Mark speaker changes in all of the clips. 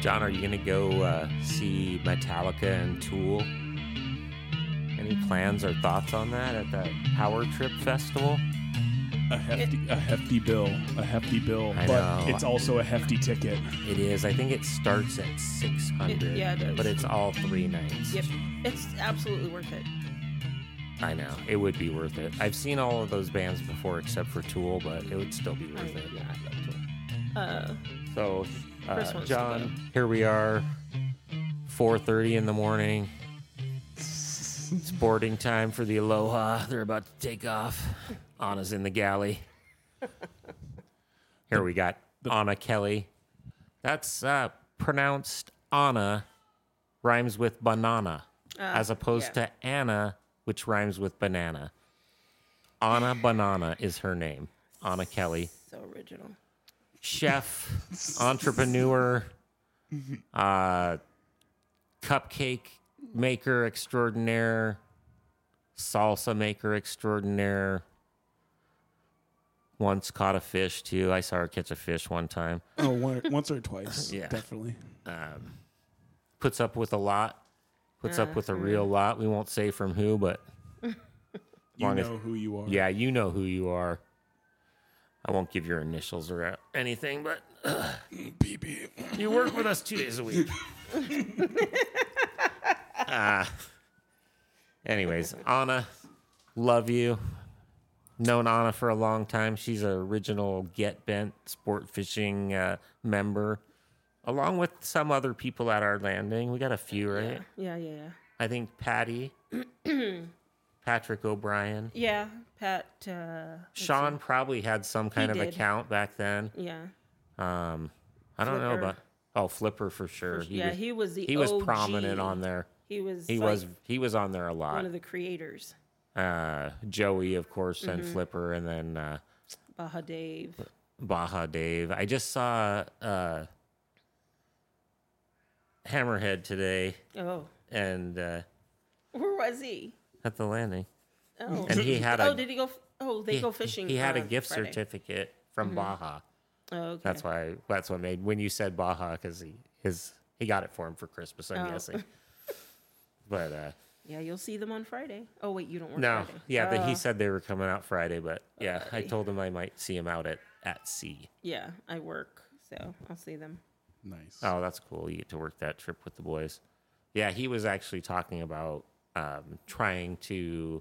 Speaker 1: John, are you going to go uh, see Metallica and Tool? Any plans or thoughts on that at that Power Trip Festival?
Speaker 2: A hefty, a hefty bill, a hefty bill,
Speaker 1: I
Speaker 2: but
Speaker 1: know.
Speaker 2: it's also a hefty ticket.
Speaker 1: It is. I think it starts at 600.
Speaker 3: It- yeah, it does.
Speaker 1: But it's all three nights.
Speaker 3: Yep, it's absolutely worth it.
Speaker 1: I know. It would be worth it. I've seen all of those bands before except for Tool, but it would still be
Speaker 3: I,
Speaker 1: worth it.
Speaker 3: yeah, I love Tool. Uh,
Speaker 1: So,
Speaker 3: Chris
Speaker 1: uh,
Speaker 3: wants to go.
Speaker 1: John, here we are, 4.30 in the morning. It's boarding time for the Aloha. They're about to take off. Anna's in the galley. Here we got Anna Kelly. That's uh, pronounced Anna, rhymes with banana, as opposed
Speaker 3: yeah.
Speaker 1: to Anna, which rhymes with banana. Anna Banana is her name. Anna Kelly
Speaker 3: so original.
Speaker 1: chef, entrepreneur, uh, cupcake maker extraordinaire, salsa maker extraordinaire. Once caught a fish too. I saw her catch a fish one time.
Speaker 2: Oh, one, once or twice,
Speaker 1: Yeah.
Speaker 2: definitely.
Speaker 1: Puts up with a lot. Puts up with a real lot. We won't say from who, but
Speaker 2: You
Speaker 1: Long as-
Speaker 2: know who you are.
Speaker 1: yeah, you know who you are. I won't give your initials or anything, but
Speaker 2: BB.
Speaker 1: You work with us two days a week. Ah. anyways, Anna, love you. Known Anna for a long time. She's an original Get Bent sport fishing uh, member, along with some other people at our landing. We got a few, right?
Speaker 3: Yeah, yeah, yeah.
Speaker 1: I think Patty, Patrick O'Brien,
Speaker 3: Yeah, Pat. Uh,
Speaker 1: Sean probably had some kind of
Speaker 3: did.
Speaker 1: account back then.
Speaker 3: yeah,
Speaker 1: Um, I don't know
Speaker 3: Flipper.
Speaker 1: about. Oh, Flipper for sure.
Speaker 3: yeah. he was the
Speaker 1: he was
Speaker 3: OG.
Speaker 1: prominent on there.
Speaker 3: He was.
Speaker 1: He
Speaker 3: like,
Speaker 1: was he was on there a lot.
Speaker 3: one of the creators.
Speaker 1: Uh, Joey, of course, and
Speaker 3: Mm-hmm.
Speaker 1: Flipper, and then uh,
Speaker 3: Baha Dave.
Speaker 1: Baja Dave. I just saw uh, Hammerhead today,
Speaker 3: Oh,
Speaker 1: and uh,
Speaker 3: where was he?
Speaker 1: at the landing,
Speaker 3: Oh,
Speaker 1: and he had a
Speaker 3: oh, did he go? f- Oh, they
Speaker 1: he,
Speaker 3: go fishing.
Speaker 1: he had a
Speaker 3: on
Speaker 1: gift
Speaker 3: Friday.
Speaker 1: certificate from Baja.
Speaker 3: Oh, okay.
Speaker 1: That's why that's what made when you said Baja because he his he got it for him for Christmas. I'm
Speaker 3: Oh.
Speaker 1: guessing. But uh,
Speaker 3: Yeah, you'll see them on Friday. Oh wait, you don't work
Speaker 1: No,
Speaker 3: Friday.
Speaker 1: yeah, but he
Speaker 3: Uh,
Speaker 1: said they were coming out Friday, but yeah, I told him I might see him out at at sea.
Speaker 3: Yeah, I work, so I'll see them.
Speaker 2: Nice.
Speaker 1: Oh, that's cool. You get to work that trip with the boys. Yeah, he was actually talking about um, trying to,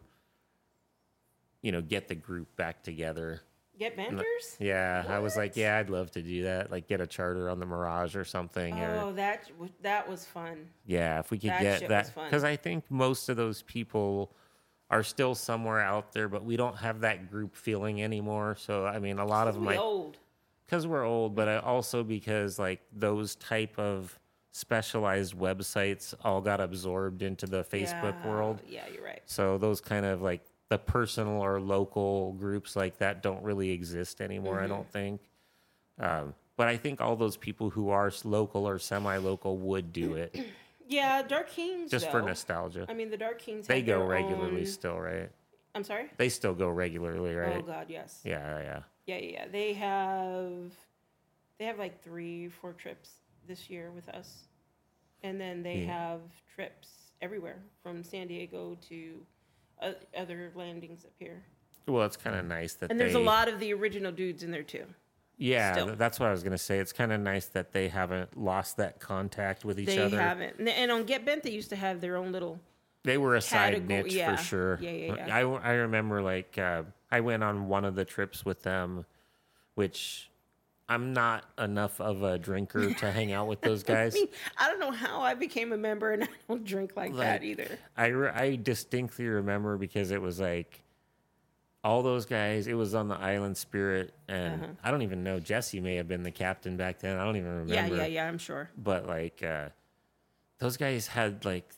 Speaker 1: you know, get the group back together.
Speaker 3: Get mentors.
Speaker 1: Yeah, I was like, yeah, I'd love to do that. Like, get a charter on the Mirage or something.
Speaker 3: Oh,
Speaker 1: Or
Speaker 3: that w- that was fun.
Speaker 1: yeah, if we could
Speaker 3: that
Speaker 1: get
Speaker 3: shit was
Speaker 1: that,
Speaker 3: fun.
Speaker 1: because I think most of those people are still somewhere out there, but we don't have that group feeling anymore. So, I mean, a lot of them,
Speaker 3: we
Speaker 1: I-
Speaker 3: old.
Speaker 1: because we're old, but I- also because like those type of specialized websites all got absorbed into the Facebook
Speaker 3: Yeah,
Speaker 1: world.
Speaker 3: Yeah, you're right.
Speaker 1: So those kind of like the personal or local groups like that don't really exist anymore. I
Speaker 3: Mm-hmm.
Speaker 1: don't think. Um, but I think all those people who are s- local or semi-local would do it
Speaker 3: Yeah, Dark Kings.
Speaker 1: just for
Speaker 3: though.
Speaker 1: nostalgia.
Speaker 3: I mean, the Dark Kings.
Speaker 1: they
Speaker 3: had
Speaker 1: go
Speaker 3: their
Speaker 1: regularly
Speaker 3: own-
Speaker 1: still, right?
Speaker 3: I'm sorry.
Speaker 1: They still go regularly, right?
Speaker 3: Oh God, yes. Yeah.
Speaker 1: yeah, yeah.
Speaker 3: yeah, yeah, They have, they have like three, four trips this year with us, and then they have trips everywhere from San Diego to uh, other landings up here.
Speaker 1: Well, it's kind of nice that
Speaker 3: Mm. And there's a
Speaker 1: they-
Speaker 3: lot of the original dudes in there too.
Speaker 1: Yeah,
Speaker 3: still.
Speaker 1: th- that's what I was gonna say. It's kind of nice that they haven't lost that contact with each
Speaker 3: They
Speaker 1: other.
Speaker 3: haven't. And- And on Get Bent, they used to have their own little.
Speaker 1: They were a side
Speaker 3: Catego-
Speaker 1: niche
Speaker 3: yeah.
Speaker 1: for sure.
Speaker 3: Yeah, yeah, yeah.
Speaker 1: I, I remember like uh, I went on one of the trips with them, which I'm not enough of a drinker to hang out with those guys.
Speaker 3: I don't know how I became a member, and I don't drink like,
Speaker 1: Like-
Speaker 3: that either.
Speaker 1: I, re- I distinctly remember because it was like all those guys. It was on the Island Spirit, and
Speaker 3: Uh-huh.
Speaker 1: I don't even know. Jesse may have been the captain back then. I don't even remember.
Speaker 3: Yeah, yeah, yeah. I'm sure.
Speaker 1: but like uh those guys had like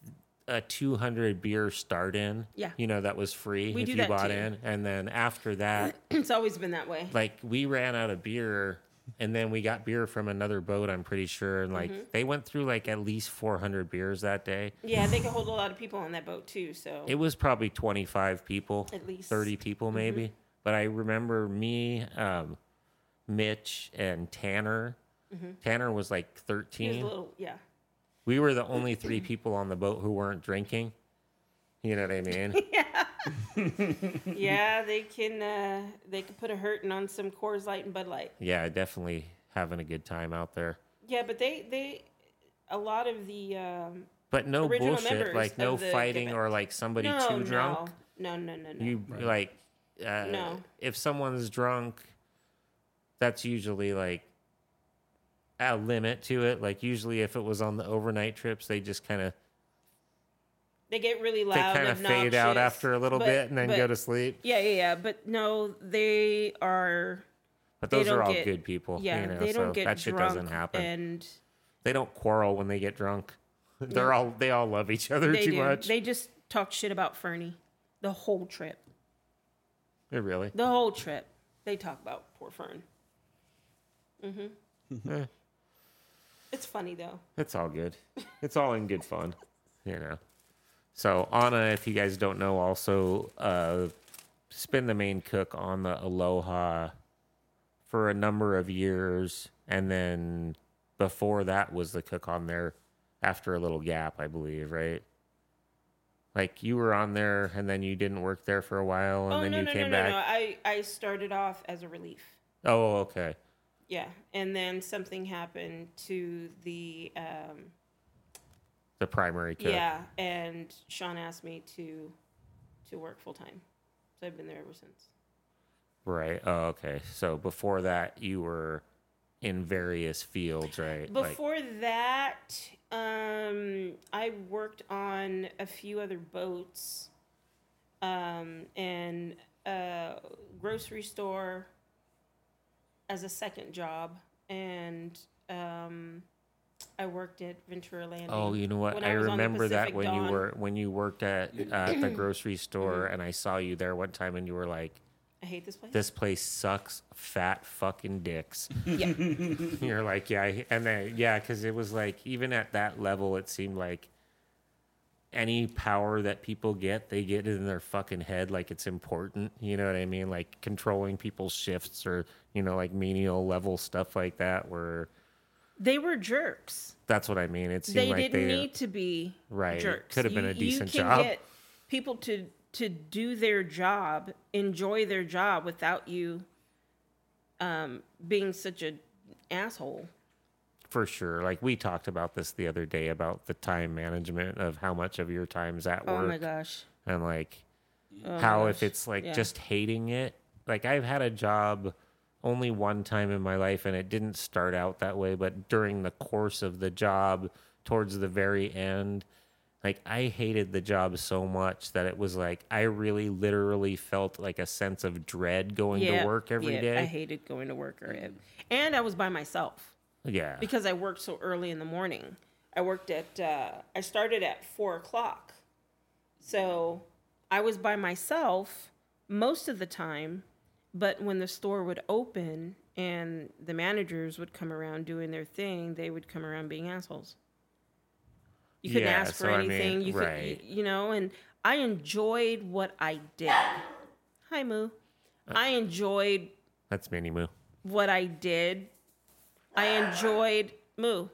Speaker 1: a 200 beer start in
Speaker 3: Yeah.
Speaker 1: you know that was free
Speaker 3: We
Speaker 1: if
Speaker 3: do
Speaker 1: you
Speaker 3: that
Speaker 1: bought
Speaker 3: too.
Speaker 1: in and then after that
Speaker 3: It's always been that way.
Speaker 1: like we ran out of beer and then we got beer from another boat i'm pretty sure and like
Speaker 3: Mm-hmm.
Speaker 1: they went through like at least 400 beers that day
Speaker 3: Yeah, they could hold a lot of people on that boat too. So
Speaker 1: it was probably 25 people
Speaker 3: At least. Mm-hmm.
Speaker 1: 30 people maybe but i remember me um, mitch and tanner Tanner was like
Speaker 3: Mm-hmm. He was a
Speaker 1: 13.
Speaker 3: little, yeah.
Speaker 1: We were the only three people on the boat who weren't drinking. You know what I mean?
Speaker 3: Yeah, they can uh, they can put a hurting on some Coors Light and Bud Light.
Speaker 1: yeah, definitely having a good time out there.
Speaker 3: Yeah, but they they a lot of the um,
Speaker 1: But no
Speaker 3: Original
Speaker 1: bullshit,
Speaker 3: members
Speaker 1: like no
Speaker 3: of the
Speaker 1: fighting
Speaker 3: event.
Speaker 1: or like somebody
Speaker 3: no,
Speaker 1: too drunk.
Speaker 3: No, no, no, no. no.
Speaker 1: You like uh,
Speaker 3: No.
Speaker 1: if someone's drunk, that's usually like a limit to it. Like usually if it was on the overnight trips, they just kind of
Speaker 3: they get really
Speaker 1: they
Speaker 3: loud.
Speaker 1: kind of
Speaker 3: and
Speaker 1: fade out
Speaker 3: obnoxious,
Speaker 1: after a little
Speaker 3: but-
Speaker 1: bit and then
Speaker 3: but-
Speaker 1: go to sleep.
Speaker 3: Yeah, yeah, yeah. But no, they are.
Speaker 1: But
Speaker 3: they
Speaker 1: those are
Speaker 3: don't
Speaker 1: all
Speaker 3: get-
Speaker 1: good people.
Speaker 3: Yeah,
Speaker 1: you know,
Speaker 3: they don't
Speaker 1: so
Speaker 3: get
Speaker 1: that shit
Speaker 3: drunk
Speaker 1: doesn't happen.
Speaker 3: and
Speaker 1: they don't quarrel when they get drunk. They're all they all love each other
Speaker 3: they
Speaker 1: too
Speaker 3: do.
Speaker 1: much.
Speaker 3: They just talk shit about Fernie the whole trip.
Speaker 1: Yeah, really.
Speaker 3: The whole trip, they talk about poor Fern. Mm-hmm.
Speaker 1: Eh.
Speaker 3: it's funny though.
Speaker 1: It's all good. It's all in good fun, you know. So Anna, if you guys don't know, also uh, has been the main cook on the Aloha for a number of years, and then before that was the cook on there after a little gap, I believe, right? Like you were on there, and then you didn't work there for a while, and
Speaker 3: oh
Speaker 1: then
Speaker 3: no
Speaker 1: you
Speaker 3: no no
Speaker 1: came
Speaker 3: no
Speaker 1: back.
Speaker 3: no! I I started off as a relief.
Speaker 1: Oh, okay.
Speaker 3: Yeah, and then something happened to the um,
Speaker 1: The primary cook.
Speaker 3: yeah, and Sean asked me to to work full time, so I've been there ever since.
Speaker 1: Right. Oh, okay. So before that, you were in various fields, right? Like-
Speaker 3: Before that, um, I worked on a few other boats, um, and a grocery store as a second job, and um, I worked at Ventura Landing.
Speaker 1: oh, you know what?
Speaker 3: when
Speaker 1: I,
Speaker 3: was on the
Speaker 1: remember that
Speaker 3: Pacific
Speaker 1: when you
Speaker 3: Dawn. Mm-hmm.
Speaker 1: were when you worked at uh, at the grocery store, and I saw you there one time, and you were like,
Speaker 3: I hate this place.
Speaker 1: "This place sucks, fat fucking dicks."
Speaker 3: Yeah.
Speaker 1: You're like, yeah, I- and then yeah, because it was like even at that level, it seemed like any power that people get, they get it in their fucking head, like it's important. You know what I mean? Like controlling people's shifts or you know, like menial level stuff like that. Where
Speaker 3: They were jerks.
Speaker 1: that's what I mean. It seemed
Speaker 3: they
Speaker 1: like
Speaker 3: didn't
Speaker 1: they
Speaker 3: need to be
Speaker 1: Right.
Speaker 3: jerks.
Speaker 1: Could have been
Speaker 3: You-
Speaker 1: a decent
Speaker 3: you can
Speaker 1: job.
Speaker 3: Get people to to do their job, enjoy their job without you um, being such an asshole.
Speaker 1: for sure. Like we talked about this the other day about the time management of how much of your time's at
Speaker 3: Oh
Speaker 1: work.
Speaker 3: my gosh.
Speaker 1: and like
Speaker 3: Oh
Speaker 1: how
Speaker 3: my
Speaker 1: if
Speaker 3: gosh.
Speaker 1: it's like
Speaker 3: Yeah.
Speaker 1: just hating it like i've had a job only one time in my life and it didn't start out that way but during the course of the job towards the very end like i hated the job so much that it was like i really literally felt like a sense of dread going to work every
Speaker 3: yeah,
Speaker 1: day.
Speaker 3: I hated going to work or and I was by myself.
Speaker 1: yeah
Speaker 3: because I worked so early in the morning. I worked at, uh, I started at four o'clock. So I was by myself most of the time, but when the store would open and the managers would come around doing their thing, they would come around being assholes. You couldn't
Speaker 1: Yeah,
Speaker 3: ask for
Speaker 1: so I mean,
Speaker 3: anything. you could,
Speaker 1: right.
Speaker 3: you, you know, and I enjoyed what I did. Hi,
Speaker 1: Uh.
Speaker 3: Moo. I enjoyed
Speaker 1: that's mini moo
Speaker 3: what I did. I enjoyed moo.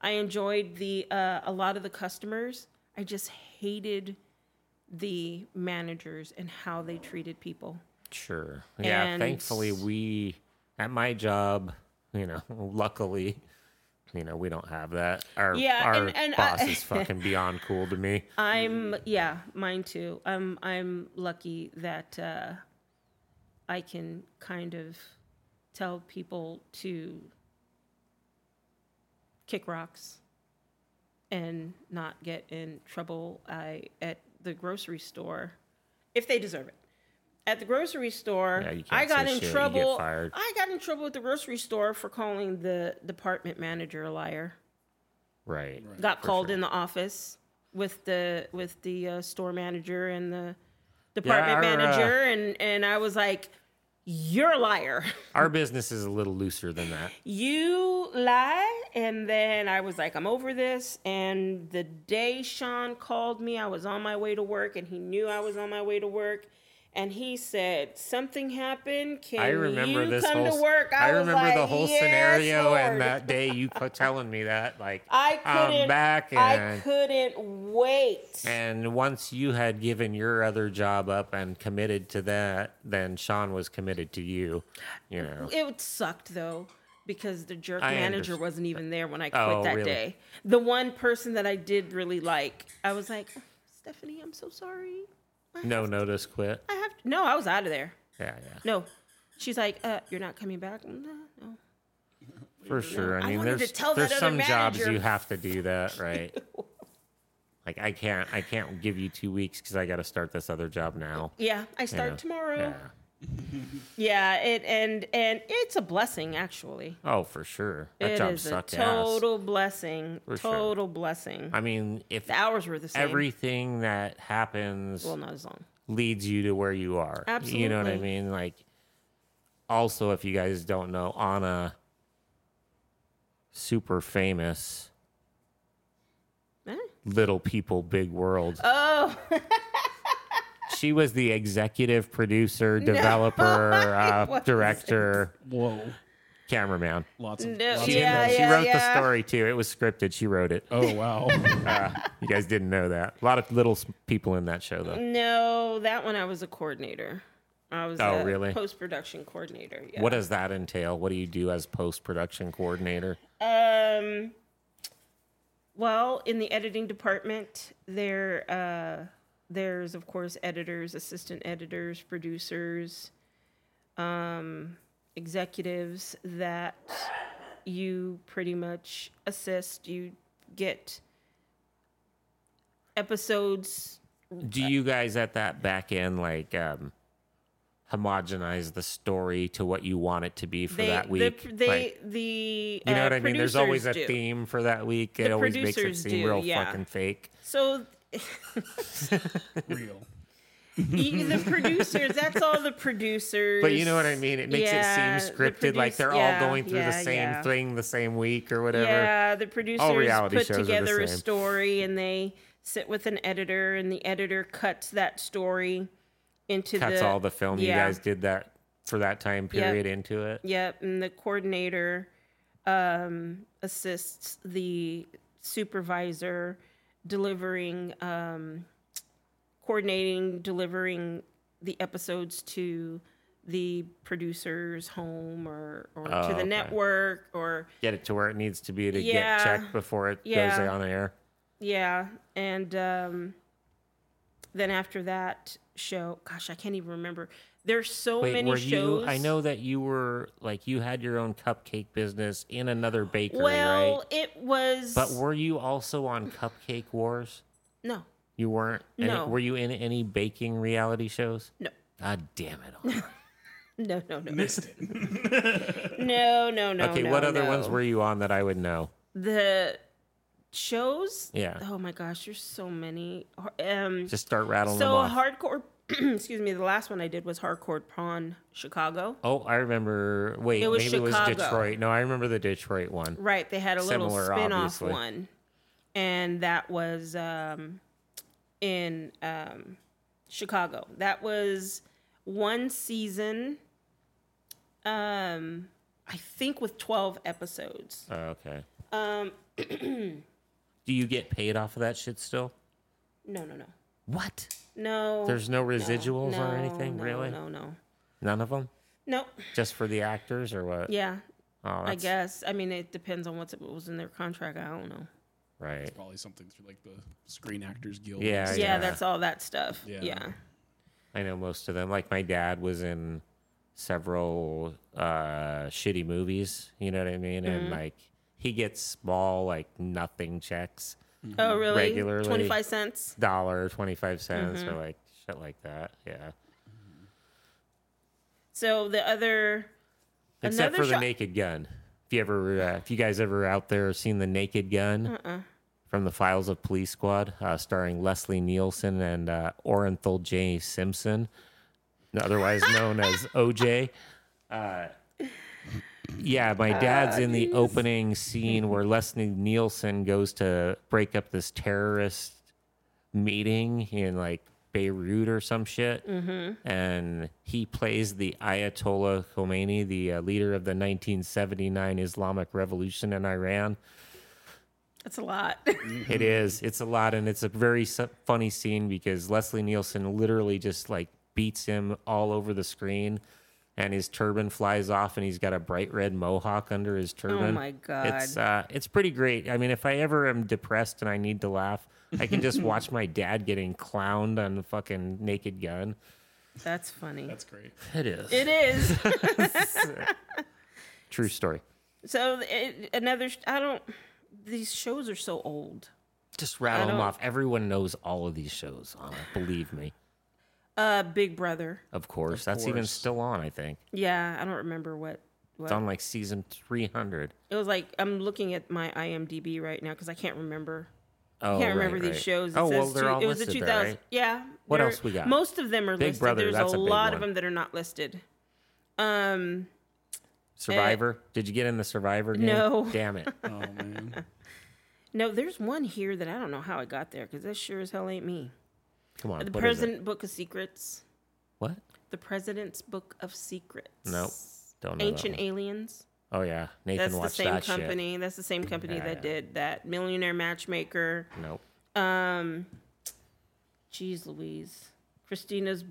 Speaker 3: I enjoyed the uh, a lot of the customers. I just hated the managers and how they treated people.
Speaker 1: Sure. Yeah.
Speaker 3: And-
Speaker 1: Thankfully, we at my job, you know, luckily, you know, we don't have that. Our
Speaker 3: Yeah,
Speaker 1: our
Speaker 3: and- and I-
Speaker 1: boss is fucking beyond cool to me.
Speaker 3: I'm yeah, mine too. I'm I'm lucky that uh, I can kind of tell people to kick rocks and not get in trouble. I at the grocery store if they deserve it. At the grocery store,
Speaker 1: Yeah, you can't
Speaker 3: I got
Speaker 1: say shit,
Speaker 3: in
Speaker 1: you get
Speaker 3: trouble.
Speaker 1: fired.
Speaker 3: I got in trouble at the grocery store for calling the department manager a liar
Speaker 1: Right.
Speaker 3: got called in the office with the with the uh, store manager and the department
Speaker 1: our, uh,
Speaker 3: manager and and I was like you're a liar.
Speaker 1: Our business is a little looser than that.
Speaker 3: You lie. And then I was like, I'm over this. And the day Sean called me, I was on my way to work and he knew I was on my way to work. and he said something happened. Can
Speaker 1: I remember
Speaker 3: you
Speaker 1: this
Speaker 3: come
Speaker 1: whole.
Speaker 3: to work?
Speaker 1: I,
Speaker 3: was
Speaker 1: remember the
Speaker 3: like,
Speaker 1: whole
Speaker 3: "Yes,
Speaker 1: scenario and
Speaker 3: Lord."
Speaker 1: that day you co- telling me that like
Speaker 3: I
Speaker 1: I'm
Speaker 3: couldn't.
Speaker 1: back
Speaker 3: I
Speaker 1: and-
Speaker 3: couldn't wait.
Speaker 1: And once you had given your other job up and committed to that, then Sean was committed to you. You know,
Speaker 3: It sucked though because the jerk
Speaker 1: I
Speaker 3: manager
Speaker 1: underst-
Speaker 3: wasn't even there when I quit
Speaker 1: Oh,
Speaker 3: that
Speaker 1: really?
Speaker 3: day. The one person that I did really like, I was like, Stephanie, I'm so sorry.
Speaker 1: no notice quit.
Speaker 3: I have to. No, I was out of there.
Speaker 1: Yeah, yeah,
Speaker 3: No, she's like, uh, you're not coming back. No, no.
Speaker 1: for sure.
Speaker 3: I
Speaker 1: I mean,
Speaker 3: wanted to
Speaker 1: there's
Speaker 3: tell
Speaker 1: there's
Speaker 3: that
Speaker 1: some
Speaker 3: other
Speaker 1: jobs
Speaker 3: manager.
Speaker 1: you have to do that, right? like I can't I can't give you two weeks because I got to start this other job now.
Speaker 3: Yeah, I
Speaker 1: you
Speaker 3: start
Speaker 1: know?
Speaker 3: tomorrow.
Speaker 1: Yeah.
Speaker 3: Yeah, it and and it's a blessing actually.
Speaker 1: Oh, for sure. That
Speaker 3: It
Speaker 1: job
Speaker 3: is a
Speaker 1: sucked ass.
Speaker 3: total blessing.
Speaker 1: For sure.
Speaker 3: total blessing.
Speaker 1: I mean, if
Speaker 3: the hours were the same.
Speaker 1: everything that happens
Speaker 3: well, not as long.
Speaker 1: leads you to where you are. You know what I
Speaker 3: Absolutely.
Speaker 1: mean? Like, also, if you guys don't know, Anna, super famous,
Speaker 3: Eh?
Speaker 1: Little People, Big World.
Speaker 3: Oh,
Speaker 1: she was the executive producer, developer, uh,
Speaker 3: wasn't.
Speaker 1: director,
Speaker 2: Whoa.
Speaker 1: cameraman.
Speaker 2: Lots of.
Speaker 3: No,
Speaker 2: lots
Speaker 1: She,
Speaker 2: of
Speaker 3: Yeah,
Speaker 1: she
Speaker 2: those.
Speaker 3: yeah,
Speaker 1: wrote
Speaker 3: yeah.
Speaker 1: the story too. It was scripted. She wrote it. Uh,
Speaker 2: Oh wow.
Speaker 1: You guys didn't know that. A lot of little s- people in that show, though.
Speaker 3: no, that one I was a coordinator. I was
Speaker 1: Oh,
Speaker 3: a
Speaker 1: really?
Speaker 3: post production coordinator. Yeah.
Speaker 1: What does that entail? What do you do as post production coordinator?
Speaker 3: Um, well, in the editing department, there uh, there's of course editors, assistant editors, producers, um, executives that you pretty much assist. You get episodes.
Speaker 1: Do you guys at that back end like um homogenize the story to what you want it to be for
Speaker 3: They,
Speaker 1: that
Speaker 3: the-
Speaker 1: week?
Speaker 3: they,
Speaker 1: Like,
Speaker 3: the
Speaker 1: you know
Speaker 3: uh,
Speaker 1: what I mean? There's always a
Speaker 3: producers do.
Speaker 1: theme for that week. It
Speaker 3: The
Speaker 1: always makes it
Speaker 3: producers
Speaker 1: seem
Speaker 3: do,
Speaker 1: real
Speaker 3: yeah.
Speaker 1: fucking fake.
Speaker 3: So
Speaker 2: Real.
Speaker 3: Y- e, the producers that's all the producers
Speaker 1: But you know what I mean? It makes
Speaker 3: Yeah,
Speaker 1: it
Speaker 3: the
Speaker 1: seem scripted, like
Speaker 3: produce-
Speaker 1: they're
Speaker 3: yeah,
Speaker 1: all going through
Speaker 3: yeah,
Speaker 1: the same
Speaker 3: yeah.
Speaker 1: thing the same week or whatever.
Speaker 3: yeah the producers
Speaker 1: reality
Speaker 3: put
Speaker 1: shows are the
Speaker 3: together a
Speaker 1: same.
Speaker 3: story and they sit with an editor and the editor cuts that story into
Speaker 1: Cuts
Speaker 3: the
Speaker 1: all the film you
Speaker 3: yeah.
Speaker 1: guys did that for that time
Speaker 3: Yep.
Speaker 1: period into it.
Speaker 3: yep and the coordinator um assists the supervisor delivering um coordinating delivering the episodes to the producer's home or, or
Speaker 1: Oh,
Speaker 3: to the
Speaker 1: okay.
Speaker 3: network or
Speaker 1: Get it to where it needs to be to
Speaker 3: Yeah.
Speaker 1: get checked before it
Speaker 3: Yeah.
Speaker 1: goes on air.
Speaker 3: Yeah, and um, then after that show, gosh, I can't even remember. There's so
Speaker 1: Wait,
Speaker 3: many
Speaker 1: were you?
Speaker 3: shows.
Speaker 1: I know that you were like you had your own cupcake business in another bakery,
Speaker 3: Well,
Speaker 1: right?
Speaker 3: it was.
Speaker 1: But were you also on Cupcake Wars?
Speaker 3: no,
Speaker 1: You weren't. Any-
Speaker 3: No.
Speaker 1: were you in any baking reality shows?
Speaker 3: no,
Speaker 1: God damn it! all.
Speaker 3: no, no, no,
Speaker 2: Missed it.
Speaker 3: no, no, no.
Speaker 1: okay,
Speaker 3: no,
Speaker 1: what other
Speaker 3: no.
Speaker 1: ones were you on that I would know?
Speaker 3: the shows?
Speaker 1: Yeah.
Speaker 3: Oh my gosh, there's so many. Um,
Speaker 1: Just start rattling them
Speaker 3: so
Speaker 1: off.
Speaker 3: hardcore. excuse me. The last one I did was Hardcore Prawn Chicago.
Speaker 1: oh, I remember. Wait,
Speaker 3: It was
Speaker 1: maybe it was
Speaker 3: Chicago.
Speaker 1: Detroit. No, I remember the Detroit one.
Speaker 3: Right, they had a little
Speaker 1: Similar,
Speaker 3: spin-off
Speaker 1: obviously.
Speaker 3: one. And that was um, in um, Chicago. That was one season um I think with 12 episodes.
Speaker 1: Oh, okay.
Speaker 3: Um
Speaker 1: Do you get paid off of that shit still?
Speaker 3: no, no, no.
Speaker 1: What?
Speaker 3: No.
Speaker 1: There's no
Speaker 3: no,
Speaker 1: residuals or
Speaker 3: no,
Speaker 1: anything,
Speaker 3: no,
Speaker 1: really?
Speaker 3: No, no.
Speaker 1: None of them?
Speaker 3: No.
Speaker 1: Just for the actors or what?
Speaker 3: Yeah.
Speaker 1: Oh,
Speaker 3: I
Speaker 1: that's
Speaker 3: guess. I mean, it depends on what's, what was in their contract. I don't know.
Speaker 1: right.
Speaker 2: Probably something through like the Screen Actors Guild.
Speaker 1: Yeah,
Speaker 3: Yeah, that's all that stuff.
Speaker 2: Yeah.
Speaker 3: yeah.
Speaker 1: I know most of them. Like my dad was in several uh, shitty movies. You know what I mean? And
Speaker 3: Mm-hmm.
Speaker 1: like he gets small, like nothing checks,
Speaker 2: Mm-hmm.
Speaker 3: Oh, really?
Speaker 1: Regularly.
Speaker 3: 25 cents?
Speaker 1: dollar twenty five cents
Speaker 3: Mm-hmm.
Speaker 1: or like shit like that. Yeah.
Speaker 3: So the other
Speaker 1: Except
Speaker 3: Another
Speaker 1: for the
Speaker 3: shot-
Speaker 1: Naked Gun. If you ever, uh, if you guys ever out there have seen the Naked Gun
Speaker 3: uh-uh.
Speaker 1: from the files of Police Squad, uh, starring Leslie Nielsen and uh, Orenthal J. Simpson, otherwise known as OJ. Yeah, my dad's in the opening scene where Leslie Nielsen goes to break up this terrorist meeting in like Beirut or some shit, and he plays the Ayatollah Khomeini, the uh, leader of the 1979 Islamic Revolution in Iran.
Speaker 3: That's a lot.
Speaker 1: It is. It's a lot, and it's a very su- funny scene because Leslie Nielsen literally just like beats him all over the screen, and his turban flies off, and he's got a bright red mohawk under his turban.
Speaker 3: Oh my God.
Speaker 1: It's uh, it's pretty great. I mean, if I ever am depressed and I need to laugh, I can just watch my dad getting clowned on the fucking Naked Gun.
Speaker 3: That's funny.
Speaker 2: That's great.
Speaker 1: It is
Speaker 3: it is.
Speaker 1: true story.
Speaker 3: so it, another. sh- I don't. These shows are so old.
Speaker 1: Just rattle them
Speaker 3: don't-
Speaker 1: off. Everyone knows all of these shows. Anna, believe me.
Speaker 3: Uh, Big Brother.
Speaker 1: Of course, that's even
Speaker 2: course.
Speaker 1: still on. I think
Speaker 3: Yeah, I don't remember what. what.
Speaker 1: it's on like season three hundred.
Speaker 3: It was like I'm looking at my IMDb right now because I can't remember.
Speaker 1: Oh,
Speaker 3: I can't
Speaker 1: right,
Speaker 3: remember
Speaker 1: right.
Speaker 3: these shows. It
Speaker 1: oh
Speaker 3: says
Speaker 1: well, they're
Speaker 3: two- Eh,
Speaker 1: all
Speaker 3: it was the
Speaker 1: listed
Speaker 3: 2000.
Speaker 1: there, right?
Speaker 3: Yeah.
Speaker 1: What
Speaker 3: they're-
Speaker 1: else we got?
Speaker 3: Most of them are
Speaker 1: Big
Speaker 3: listed.
Speaker 1: Brother,
Speaker 3: There's
Speaker 1: that's
Speaker 3: a,
Speaker 1: a big
Speaker 3: lot of
Speaker 1: one.
Speaker 3: them that are not listed. Um,
Speaker 1: Survivor. Did you get in the Survivor game?
Speaker 3: No.
Speaker 1: Damn it.
Speaker 2: Oh man.
Speaker 3: no, there's one here that I don't know how it got there because that sure as hell ain't me.
Speaker 1: Come on.
Speaker 3: The
Speaker 1: what is it?
Speaker 3: President Book of Secrets.
Speaker 1: What?
Speaker 3: The President's Book of Secrets.
Speaker 1: Nope. Don't know. that
Speaker 3: Ancient
Speaker 1: one.
Speaker 3: Aliens.
Speaker 1: Oh yeah, Nathan
Speaker 3: That's the
Speaker 1: watched
Speaker 3: same
Speaker 1: that
Speaker 3: company. That's the same company
Speaker 1: Yeah,
Speaker 3: that
Speaker 1: yeah.
Speaker 3: did that. Millionaire Matchmaker.
Speaker 1: shit. Nope.
Speaker 3: Um, geez, Louise, Christina's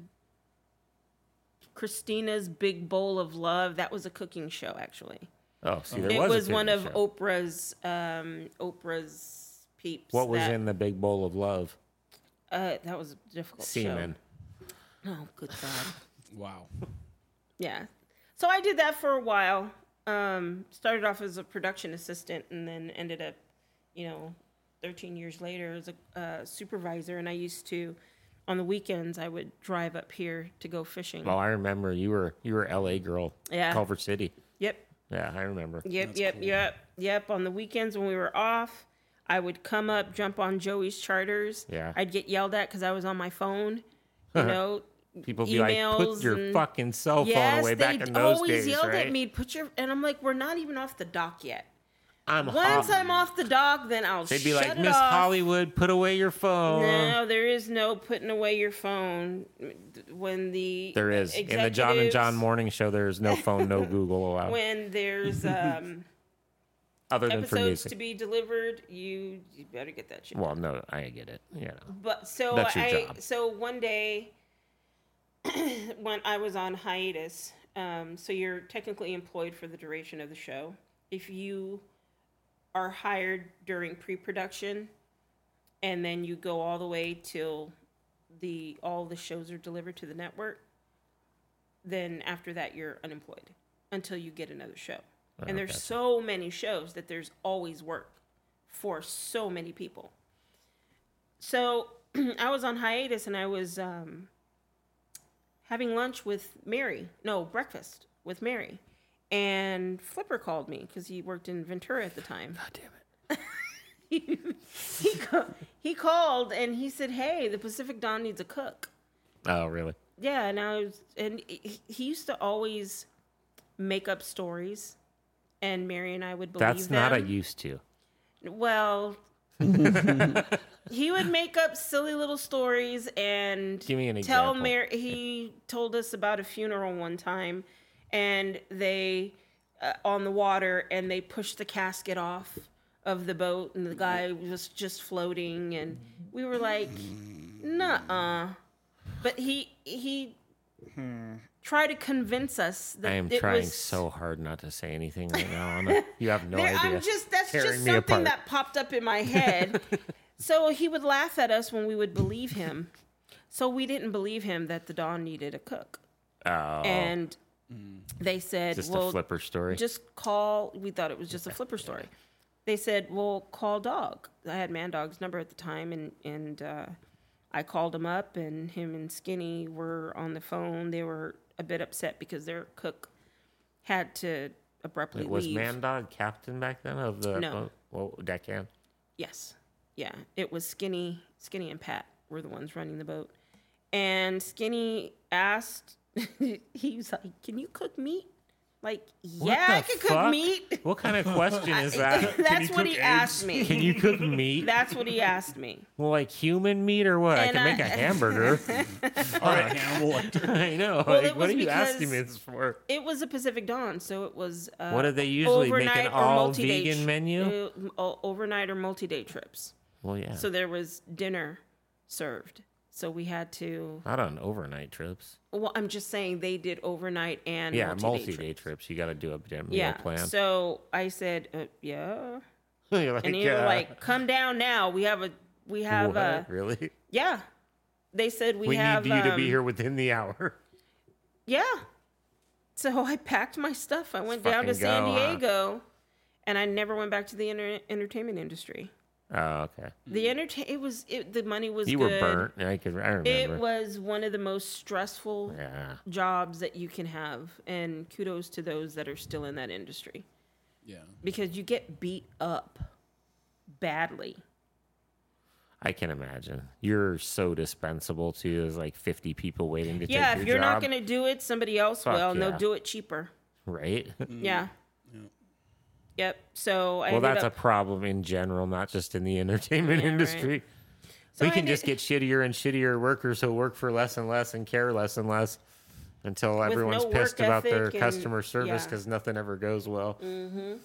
Speaker 3: Christina's Big Bowl of Love. That was a cooking show, actually.
Speaker 1: Oh, see, there
Speaker 3: it
Speaker 1: was, a
Speaker 3: was one
Speaker 1: TV
Speaker 3: of
Speaker 1: show.
Speaker 3: Oprah's um, Oprah's peeps.
Speaker 1: What was
Speaker 3: that,
Speaker 1: in the big bowl of love?
Speaker 3: Uh, that was a difficult.
Speaker 1: Semen.
Speaker 3: Show. Oh, good God.
Speaker 2: Wow.
Speaker 3: Yeah. So I did that for a while. Um, started off as a production assistant and then ended up, you know, 13 years later as a uh, supervisor. And I used to, on the weekends, I would drive up here to go fishing.
Speaker 1: Oh, I remember you were you were L.A. girl.
Speaker 3: Yeah.
Speaker 1: Culver City.
Speaker 3: Yep.
Speaker 1: Yeah, I remember.
Speaker 3: Yep. yep. Yep. Yep. On the weekends when we were off, I would come up, jump on Joey's charters.
Speaker 1: Yeah.
Speaker 3: I'd get yelled at because I was on my phone. You know,
Speaker 1: People be like, put
Speaker 3: Emails
Speaker 1: your
Speaker 3: and-
Speaker 1: fucking cell phone
Speaker 3: yes,
Speaker 1: away back
Speaker 3: they
Speaker 1: in those
Speaker 3: always
Speaker 1: days,
Speaker 3: yelled
Speaker 1: right?
Speaker 3: at me. Put your and I'm like, we're not even off the dock yet.
Speaker 1: I'm
Speaker 3: Once
Speaker 1: hot.
Speaker 3: I'm off the dock, then I'll
Speaker 1: Uh-huh. They'd be
Speaker 3: shut
Speaker 1: like,
Speaker 3: it
Speaker 1: Miss uh-huh.
Speaker 3: off.
Speaker 1: Hollywood, put away your phone.
Speaker 3: No, there is no putting away your phone when the
Speaker 1: There is in the John and John
Speaker 3: E-, executives-
Speaker 1: Morning Show. There is no phone, no Google allowed,
Speaker 3: When there's um,
Speaker 1: other than for
Speaker 3: episodes
Speaker 1: music.
Speaker 3: to be delivered, you you better get that shit.
Speaker 1: Well, no, I get it. You know,
Speaker 3: But so
Speaker 1: That's your
Speaker 3: I
Speaker 1: job.
Speaker 3: so one day when I was on hiatus, um, so you're technically employed for the duration of the show. If you are hired during pre-production, and then you go all the way till the all the shows are delivered to the network, then after that you're unemployed until you get another show.
Speaker 1: Oh,
Speaker 3: And there's so many shows that there's always work for so many people so I was on hiatus and I was um, having lunch with Mary. No, breakfast with Mary. And Flipper called me because he worked in Ventura at the time. God damn it. he, he, ca- he called and he said, Hey, the Pacific Dawn needs a cook.
Speaker 1: oh really?
Speaker 3: Yeah, and I was, and he, he used to always make up stories, and Mary and I would believe
Speaker 1: That's not a
Speaker 3: them.
Speaker 1: used to.
Speaker 3: Well, he would make up silly little stories and
Speaker 1: Give me an
Speaker 3: tell
Speaker 1: example.
Speaker 3: Mary. He told us about a funeral one time, and they uh, on the water, and they pushed the casket off of the boat, and the guy was just floating, and we were like, "Nuh-uh," but he he. tried to convince us that
Speaker 1: I am
Speaker 3: it
Speaker 1: trying
Speaker 3: was
Speaker 1: so hard not to say anything right now. Anna. You have no
Speaker 3: there-
Speaker 1: idea.
Speaker 3: I'm just that's
Speaker 1: Tearing
Speaker 3: just
Speaker 1: me
Speaker 3: something
Speaker 1: apart.
Speaker 3: that popped up in my head. so he would laugh at us when we would believe him. So we didn't believe him that the Don needed a cook.
Speaker 1: Oh, Mm.
Speaker 3: And they said,
Speaker 1: just
Speaker 3: "Well,
Speaker 1: a flipper story.
Speaker 3: just call. We thought it was just a flipper story. They said, "Well, call Dog." I had Man Dog's number at the time, and and uh, I called him up, and him and Skinny were on the phone. They were a bit upset because their cook had to abruptly
Speaker 1: It was
Speaker 3: leave.
Speaker 1: Mandog captain back then of the
Speaker 3: No.
Speaker 1: oh, well, deckhand.
Speaker 3: Yes. Yeah. It was Skinny, Skinny and Pat were the ones running the boat. And Skinny asked, he was like, Can you cook meat? Like, yeah, I
Speaker 1: the
Speaker 3: could cook
Speaker 1: fuck?
Speaker 3: meat.
Speaker 1: What kind of question is that?
Speaker 2: you
Speaker 3: That's what
Speaker 2: cook
Speaker 3: he
Speaker 2: eggs?
Speaker 3: asked me.
Speaker 1: Can you cook meat?
Speaker 3: That's what he asked me.
Speaker 1: like human meat or what? I
Speaker 3: And
Speaker 1: can make a
Speaker 3: I-
Speaker 1: hamburger.
Speaker 2: All right, Hannibal Lecter.
Speaker 1: I know.
Speaker 3: Well,
Speaker 1: like,
Speaker 3: it
Speaker 1: what
Speaker 3: was
Speaker 1: are you asking
Speaker 3: because-
Speaker 1: me this for?
Speaker 3: It was a Pacific Dawn, so it was. Uh,
Speaker 1: What do they usually make an
Speaker 3: overnight or
Speaker 1: all
Speaker 3: multi-day
Speaker 1: vegan
Speaker 3: tr-
Speaker 1: menu?
Speaker 3: uh, m- o- overnight or multi-day trips.
Speaker 1: Well, yeah.
Speaker 3: So there was dinner served. So we had to.
Speaker 1: Not on overnight trips.
Speaker 3: Well, I'm just saying they did overnight and
Speaker 1: Yeah,
Speaker 3: multi-day,
Speaker 1: multi
Speaker 3: trips.
Speaker 1: day trips. You got to do a damn meal
Speaker 3: Yeah.
Speaker 1: plan.
Speaker 3: So I said, uh, yeah,
Speaker 1: You're like,
Speaker 3: and they were
Speaker 1: uh,
Speaker 3: like, come down now. We have a. We have
Speaker 1: what?
Speaker 3: a.
Speaker 1: Really?
Speaker 3: Yeah. They said we,
Speaker 1: We
Speaker 3: have.
Speaker 1: need you to be
Speaker 3: um,
Speaker 1: here within the hour.
Speaker 3: Yeah. So I packed my stuff. I went down to
Speaker 1: fucking
Speaker 3: San
Speaker 1: go, huh?
Speaker 3: Diego, and I never went back to the enter- entertainment industry.
Speaker 1: Oh, okay.
Speaker 3: The entertain it was it, the money was
Speaker 1: You were
Speaker 3: good.
Speaker 1: burnt. I could. I remember.
Speaker 3: It was one of the most stressful
Speaker 1: yeah.
Speaker 3: jobs that you can have, and kudos to those that are still in that industry
Speaker 2: Yeah.
Speaker 3: because you get beat up badly.
Speaker 1: I can imagine. You're so dispensable too. There's like 50 people waiting to
Speaker 3: yeah,
Speaker 1: take
Speaker 3: if
Speaker 1: your
Speaker 3: you're
Speaker 1: job.
Speaker 3: not going to do it, somebody else
Speaker 1: Fuck
Speaker 3: will, and
Speaker 1: yeah.
Speaker 3: they'll do it cheaper.
Speaker 1: Right.
Speaker 3: Mm. Yeah. Yep. So
Speaker 1: well,
Speaker 3: I ended
Speaker 1: that's
Speaker 3: up,
Speaker 1: a problem in general, not just in the entertainment
Speaker 3: Yeah, right.
Speaker 1: industry.
Speaker 3: so
Speaker 1: we
Speaker 3: I
Speaker 1: can just
Speaker 3: ended-
Speaker 1: get shittier and shittier workers who work for less and less and care less and less until everyone's
Speaker 3: no work
Speaker 1: pissed about their
Speaker 3: ethic and-
Speaker 1: customer service
Speaker 3: yeah.
Speaker 1: because nothing ever goes well. Mm-hmm.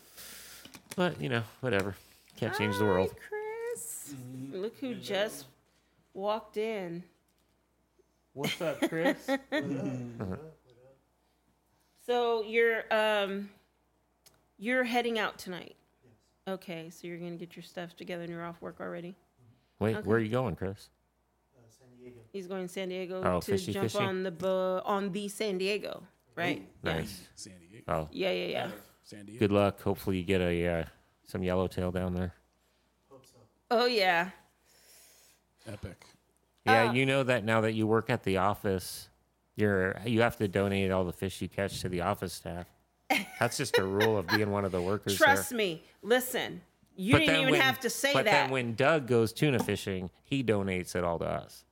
Speaker 1: But you know, whatever. Can't change the world.
Speaker 3: Hi, Chris. Look who just walked in.
Speaker 1: What's up, Chris?
Speaker 3: So you're um you're heading out tonight. Okay, so you're gonna get your stuff together and you're off work already.
Speaker 1: Wait, where are you going, Chris?
Speaker 3: He's going to San Diego
Speaker 1: Oh,
Speaker 3: to
Speaker 1: fishy,
Speaker 3: jump
Speaker 1: fishy.
Speaker 3: on the bu- on the San Diego, right?
Speaker 1: Nice.
Speaker 2: San Diego.
Speaker 1: Oh,
Speaker 3: Yeah, yeah, yeah.
Speaker 2: San Diego.
Speaker 1: good luck. Hopefully, you get a uh, some yellowtail down there.
Speaker 3: Oh yeah.
Speaker 2: Epic.
Speaker 3: Oh.
Speaker 1: Yeah, you know that now that you work at the office, you're you have to donate all the fish you catch to the office staff. That's just a rule of being one of the workers. there.
Speaker 3: Trust me. Listen, you
Speaker 1: But
Speaker 3: didn't
Speaker 1: then
Speaker 3: even
Speaker 1: when-
Speaker 3: have to say
Speaker 1: But
Speaker 3: that.
Speaker 1: then when Doug goes tuna fishing, he donates it all to us.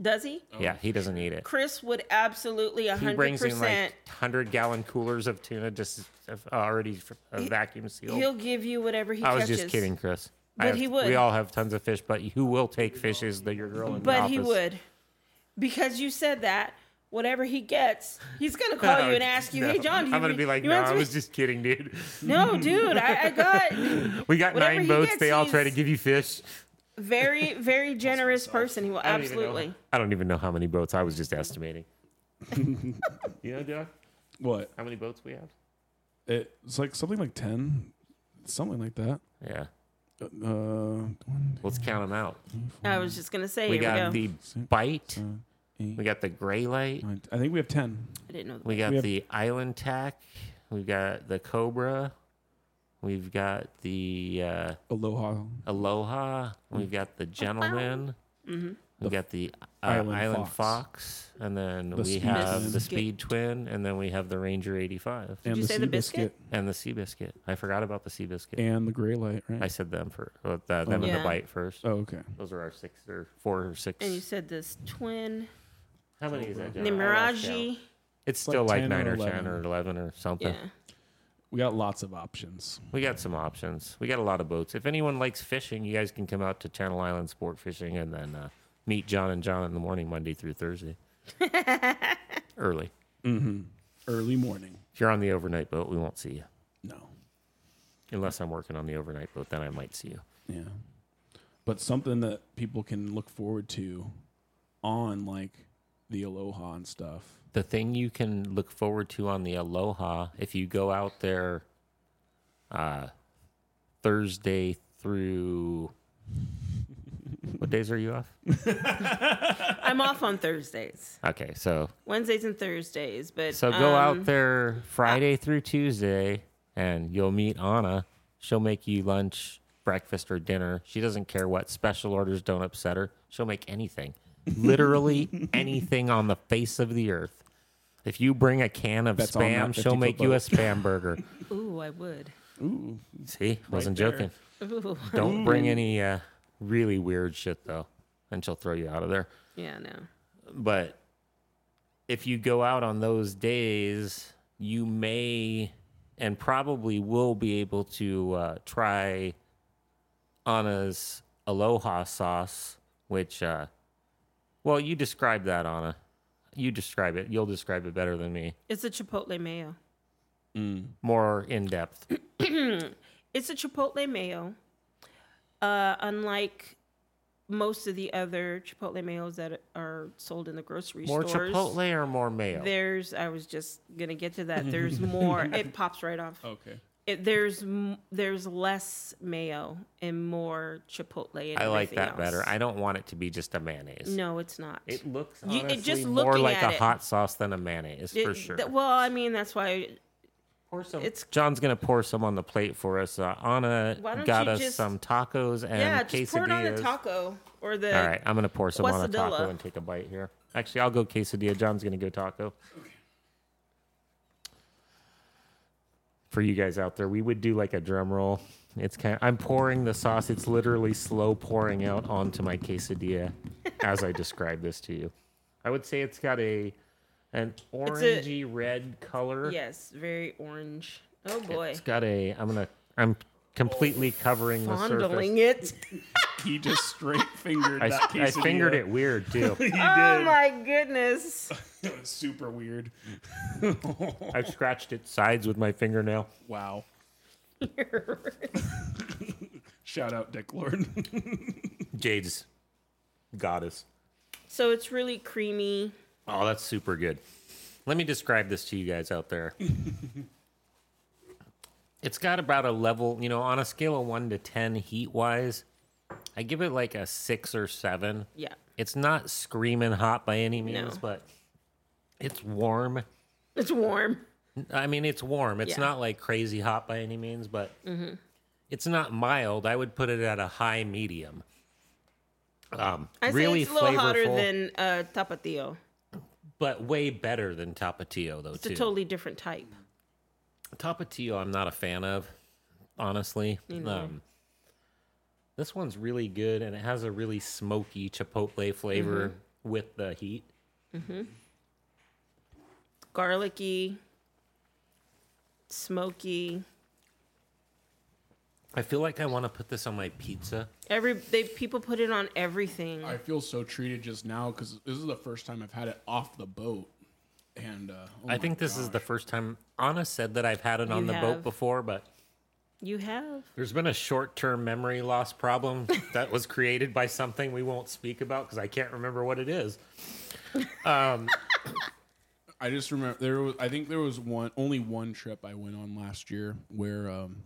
Speaker 3: Does he?
Speaker 1: yeah, he doesn't eat it.
Speaker 3: Chris would absolutely
Speaker 1: He
Speaker 3: hundred
Speaker 1: brings in
Speaker 3: percent.
Speaker 1: like hundred gallon coolers of tuna, just already f- uh, vacuum
Speaker 3: He'll
Speaker 1: sealed.
Speaker 3: give you whatever he
Speaker 1: I was
Speaker 3: catches.
Speaker 1: just kidding, Chris. I
Speaker 3: But
Speaker 1: have-
Speaker 3: he would.
Speaker 1: We all have tons of fish, but who will take fishes that you're growing? in the
Speaker 3: But he
Speaker 1: office?
Speaker 3: would. Because you said that, whatever he gets, he's gonna call you and ask you,
Speaker 1: No.
Speaker 3: "Hey, John, do you
Speaker 1: I'm gonna
Speaker 3: re-
Speaker 1: be like,
Speaker 3: you
Speaker 1: no,
Speaker 3: want
Speaker 1: I
Speaker 3: to-"
Speaker 1: was just kidding, dude.
Speaker 3: no, dude, I, I got
Speaker 1: We got
Speaker 3: Whatever
Speaker 1: nine
Speaker 3: he
Speaker 1: boats.
Speaker 3: gets,
Speaker 1: they all try to
Speaker 3: he's-
Speaker 1: give you fish.
Speaker 3: very, very generous person. He will
Speaker 1: I don't even know-
Speaker 3: absolutely.
Speaker 1: I don't even know how many boats. I was just estimating. you know, Doug,
Speaker 2: What?
Speaker 1: how many boats we have?
Speaker 2: It's like something like 10, something like that.
Speaker 1: Yeah,
Speaker 2: Uh, one,
Speaker 1: let's count them out.
Speaker 3: I was just gonna say,
Speaker 1: we
Speaker 3: here we go.
Speaker 1: got the bite.
Speaker 2: eight,
Speaker 1: We got the gray light.
Speaker 2: nine, I think we have 10.
Speaker 3: I didn't know. That.
Speaker 1: We got
Speaker 2: We have-
Speaker 1: the island tack. We've got the cobra. We've got the uh,
Speaker 2: Aloha.
Speaker 1: aloha. We've got the gentleman.
Speaker 3: Mm-hmm.
Speaker 1: We got the uh, island,
Speaker 2: Island
Speaker 1: fox.
Speaker 2: fox.
Speaker 1: and then
Speaker 2: The
Speaker 1: we
Speaker 2: speed
Speaker 1: have
Speaker 2: twin.
Speaker 1: the speed twin, and then we have the ranger eighty five
Speaker 2: and
Speaker 3: you say the
Speaker 2: Seabiscuit
Speaker 3: biscuit?
Speaker 1: and the sea biscuit. I forgot about the sea biscuit.
Speaker 2: And the gray light, right?
Speaker 1: I said them for uh, the, them and the
Speaker 3: Yeah.
Speaker 1: bite first.
Speaker 2: oh, okay.
Speaker 1: Those are our six or four or six.
Speaker 3: And you said this twin,
Speaker 1: How many is that?
Speaker 3: the
Speaker 1: John? I lost count.
Speaker 3: Miraji.
Speaker 1: It's
Speaker 2: like
Speaker 1: still like,
Speaker 2: 10 or
Speaker 1: nine or, ten
Speaker 2: 11.
Speaker 1: or eleven or something.
Speaker 3: Yeah.
Speaker 2: We got lots of options.
Speaker 1: We got some options. We got a lot of boats. If anyone likes fishing, you guys can come out to Channel Island Sport Fishing and then uh, meet John and John in the morning, Monday through Thursday. Early.
Speaker 2: Mm-hmm. Early morning.
Speaker 1: If you're on the overnight boat, we won't see you.
Speaker 2: No.
Speaker 1: Unless I'm working on the overnight boat, then I might see you.
Speaker 2: Yeah. But something that people can look forward to on like the Aloha and stuff.
Speaker 1: The thing you can look forward to on the Aloha, if you go out there uh, Thursday through. what days are you off?
Speaker 3: I'm off on Thursdays,
Speaker 1: Okay, so
Speaker 3: Wednesdays, and Thursdays. But
Speaker 1: So go
Speaker 3: um,
Speaker 1: out there Friday through Tuesday, and you'll meet Anna. She'll make you lunch, breakfast, or dinner. She doesn't care what. Special orders don't upset her. She'll make anything, literally anything on the face of the earth. If you bring a can of
Speaker 2: That's on that
Speaker 1: spam,
Speaker 2: 50
Speaker 1: she'll
Speaker 2: foot
Speaker 1: make you a
Speaker 2: boat.
Speaker 1: spam burger.
Speaker 3: Ooh, I would.
Speaker 2: Ooh.
Speaker 1: See, wasn't
Speaker 2: there.
Speaker 1: joking.
Speaker 3: Ooh.
Speaker 1: Don't bring any uh, really weird shit though, and she'll throw you out of there.
Speaker 3: Yeah, no.
Speaker 1: But if you go out on those days, you may and probably will be able to uh, try Anna's Aloha sauce, which, uh, well, you describe that, Anna. You describe it. You'll describe it better than me.
Speaker 3: It's a chipotle mayo.
Speaker 1: More in depth.
Speaker 3: It's a chipotle mayo. Uh, unlike most of the other chipotle mayos that are sold in the grocery
Speaker 1: More
Speaker 3: stores.
Speaker 1: chipotle or more mayo?
Speaker 3: There's, I was just gonna get to that. There's more. it pops right off.
Speaker 2: Okay.
Speaker 3: It, there's m- there's less mayo and more chipotle. And
Speaker 1: I like
Speaker 3: everything
Speaker 1: that
Speaker 3: else.
Speaker 1: better. I don't want it to be just a mayonnaise.
Speaker 3: no, it's not.
Speaker 1: It looks
Speaker 3: You- it
Speaker 1: honestly
Speaker 3: just
Speaker 1: more
Speaker 3: looking
Speaker 1: like a
Speaker 3: at it-
Speaker 1: hot sauce than a mayonnaise
Speaker 3: It-
Speaker 1: for sure.
Speaker 3: th- well, I mean that's why.
Speaker 1: pour some.
Speaker 3: it's-
Speaker 1: John's gonna pour some on the plate for us. Uh, Anna
Speaker 3: Why don't
Speaker 1: got
Speaker 3: you
Speaker 1: us
Speaker 3: just-
Speaker 1: some tacos and
Speaker 3: Yeah,
Speaker 1: quesadillas.
Speaker 3: just pour it on the taco or the.
Speaker 1: All right, I'm gonna pour some on a taco
Speaker 3: quesadilla.
Speaker 1: and take a bite here. Actually, I'll go quesadilla. John's gonna go taco. For you guys out there, we would do like a drum roll. It's kind. I'm pouring the sauce. It's literally slow pouring out onto my quesadilla, as I describe this to you. I would say it's got a an
Speaker 3: a-
Speaker 1: orangey red color.
Speaker 3: Yes, very orange. Oh boy,
Speaker 1: It's got a. I'm gonna. I'm completely covering the surface.
Speaker 3: fondling it.
Speaker 2: He just straight fingered
Speaker 1: I,
Speaker 2: that
Speaker 1: I
Speaker 2: quesadilla.
Speaker 1: fingered it weird too.
Speaker 2: He
Speaker 3: Oh
Speaker 2: did.
Speaker 3: my goodness.
Speaker 2: It was super weird.
Speaker 1: I've scratched its sides with my fingernail.
Speaker 2: Wow. Shout out Dick Lord.
Speaker 1: Jade's goddess.
Speaker 3: so it's really creamy.
Speaker 1: Oh, that's super good. Let me describe this to you guys out there. it's got about a level, you know, on a scale of one to 10 heat wise, I give it like a six or seven.
Speaker 3: Yeah.
Speaker 1: It's not screaming hot by any means,
Speaker 3: No.
Speaker 1: but it's warm.
Speaker 3: It's warm.
Speaker 1: I mean, it's warm. It's
Speaker 3: Yeah. Mm-hmm.
Speaker 1: not like crazy hot by any means, but it's not mild. I would put it at a high medium. Um,
Speaker 3: I
Speaker 1: really
Speaker 3: say it's a little
Speaker 1: flavorful,
Speaker 3: hotter than uh, tapatio.
Speaker 1: but way better than Tapatio, though.
Speaker 3: It's a
Speaker 1: too.
Speaker 3: totally different type.
Speaker 1: Tapatio, I'm not a fan of, honestly. Um, this one's really good, and it has a really smoky chipotle flavor
Speaker 3: Mm-hmm.
Speaker 1: with the heat.
Speaker 3: Garlicky, smoky.
Speaker 1: I feel like I want to put this on my pizza.
Speaker 3: Every they people put it on everything.
Speaker 2: I feel so treated just now because this is the first time I've had it off the boat. And uh,
Speaker 1: I
Speaker 2: oh my
Speaker 1: think this is the
Speaker 2: gosh.
Speaker 1: first time Anna said that I've had it on
Speaker 3: You
Speaker 1: the boat
Speaker 3: have.
Speaker 1: before, but
Speaker 3: You have.
Speaker 1: There's been a short-term memory loss problem that was created by something we won't speak about because I can't remember what it is.
Speaker 2: I just remember there was. I think there was one only one trip I went on last year where um,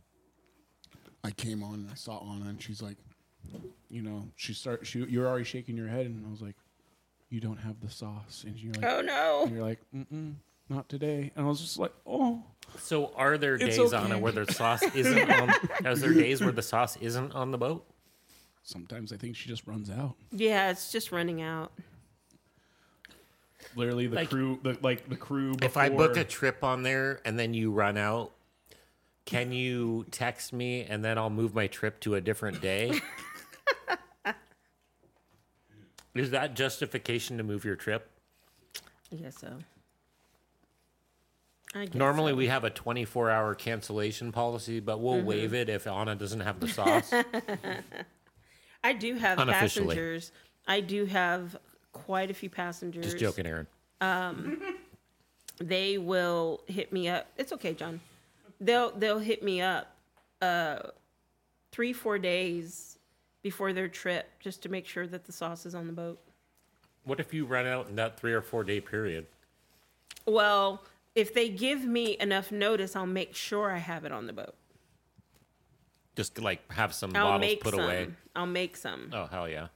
Speaker 2: I came on and I saw Anna and she's like, you know, she start she you're already shaking your head and I was like, you don't have the sauce and you're like
Speaker 3: Oh no.
Speaker 2: and you're like, mm mm, not today. And I was just like, oh,
Speaker 1: So, are there
Speaker 2: It's
Speaker 1: days Anna
Speaker 2: okay.
Speaker 1: where the sauce isn't on? Is there days where the sauce isn't on the boat?
Speaker 2: sometimes I think she just runs out.
Speaker 3: Yeah, it's just running out.
Speaker 2: Literally, the
Speaker 1: Like-
Speaker 2: crew, the like the crew. Before,
Speaker 1: If I book a trip on there and then you run out, can you text me and then I'll move my trip to a different day? is that justification to move your trip?
Speaker 3: I guess so. I guess
Speaker 1: Normally we have a 24 hour cancellation policy, but we'll
Speaker 2: Mm-hmm.
Speaker 1: waive it if Anna doesn't have the sauce.
Speaker 3: I do have
Speaker 1: Unofficially.
Speaker 3: passengers. I do have quite a few passengers.
Speaker 1: Just joking, Aaron.
Speaker 3: They will hit me up. It's okay, John. They'll they'll hit me up uh three, four days before their trip just to make sure that the sauce is on the boat.
Speaker 1: What if you run out in that three or four day period?
Speaker 3: Well, if they give me enough notice, I'll make sure I have it on the boat.
Speaker 1: Just like have some
Speaker 3: I'll
Speaker 1: bottles
Speaker 3: make
Speaker 1: put
Speaker 3: some.
Speaker 1: away.
Speaker 3: I'll make some.
Speaker 1: Oh hell yeah!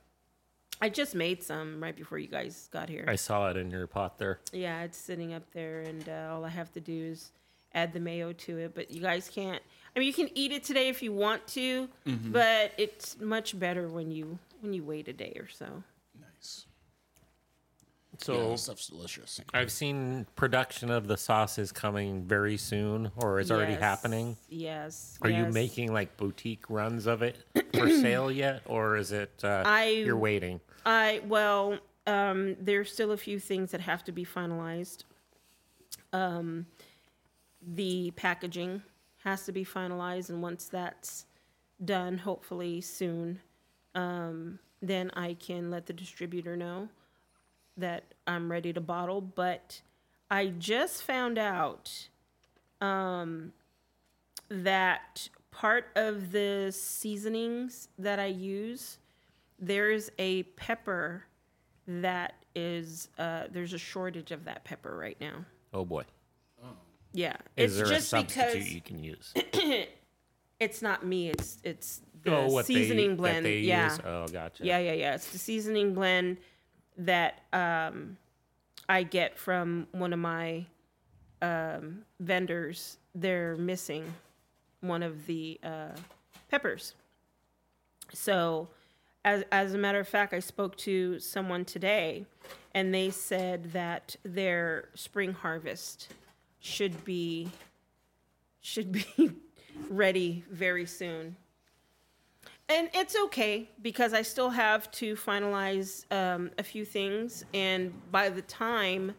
Speaker 3: I just made some right before you guys got here.
Speaker 1: I saw it in your pot there.
Speaker 3: Yeah, it's sitting up there, and uh, all I have to do is add the mayo to it. But you guys can't. I mean, you can eat it today if you want to,
Speaker 1: Mm-hmm.
Speaker 3: but it's much better when you when you wait a day or so.
Speaker 2: nice.
Speaker 1: So
Speaker 2: stuff's delicious.
Speaker 1: I've seen production of the sauce is coming very soon, or is already
Speaker 3: Yes,
Speaker 1: happening.
Speaker 3: Yes.
Speaker 1: Are you
Speaker 3: yes.
Speaker 1: making like boutique runs of it for sale yet, or is it uh,
Speaker 3: I-
Speaker 1: you're waiting?
Speaker 3: I well, um, there's still a few things that have to be finalized. Um, the packaging has to be finalized, and once that's done, hopefully soon, um, then I can let the distributor know that I'm ready to bottle. But I just found out um, that part of the seasonings that I use, there's a pepper that is, uh, there's a shortage of that pepper right now.
Speaker 1: Oh boy.
Speaker 3: Yeah.
Speaker 1: Is
Speaker 3: it's
Speaker 1: there a
Speaker 3: just
Speaker 1: substitute
Speaker 3: because
Speaker 1: you can use?
Speaker 3: it's not me, it's it's the
Speaker 1: oh, what
Speaker 3: seasoning
Speaker 1: they,
Speaker 3: blend.
Speaker 1: That they
Speaker 3: yeah.
Speaker 1: Use? Oh, gotcha.
Speaker 3: Yeah, yeah, yeah. It's the seasoning blend that um, I get from one of my um, vendors. They're missing one of the uh, peppers. So, as, as a matter of fact, I spoke to someone today and they said that their spring harvest should be should be ready very soon and it's okay because I still have to finalize um, a few things, and by the time,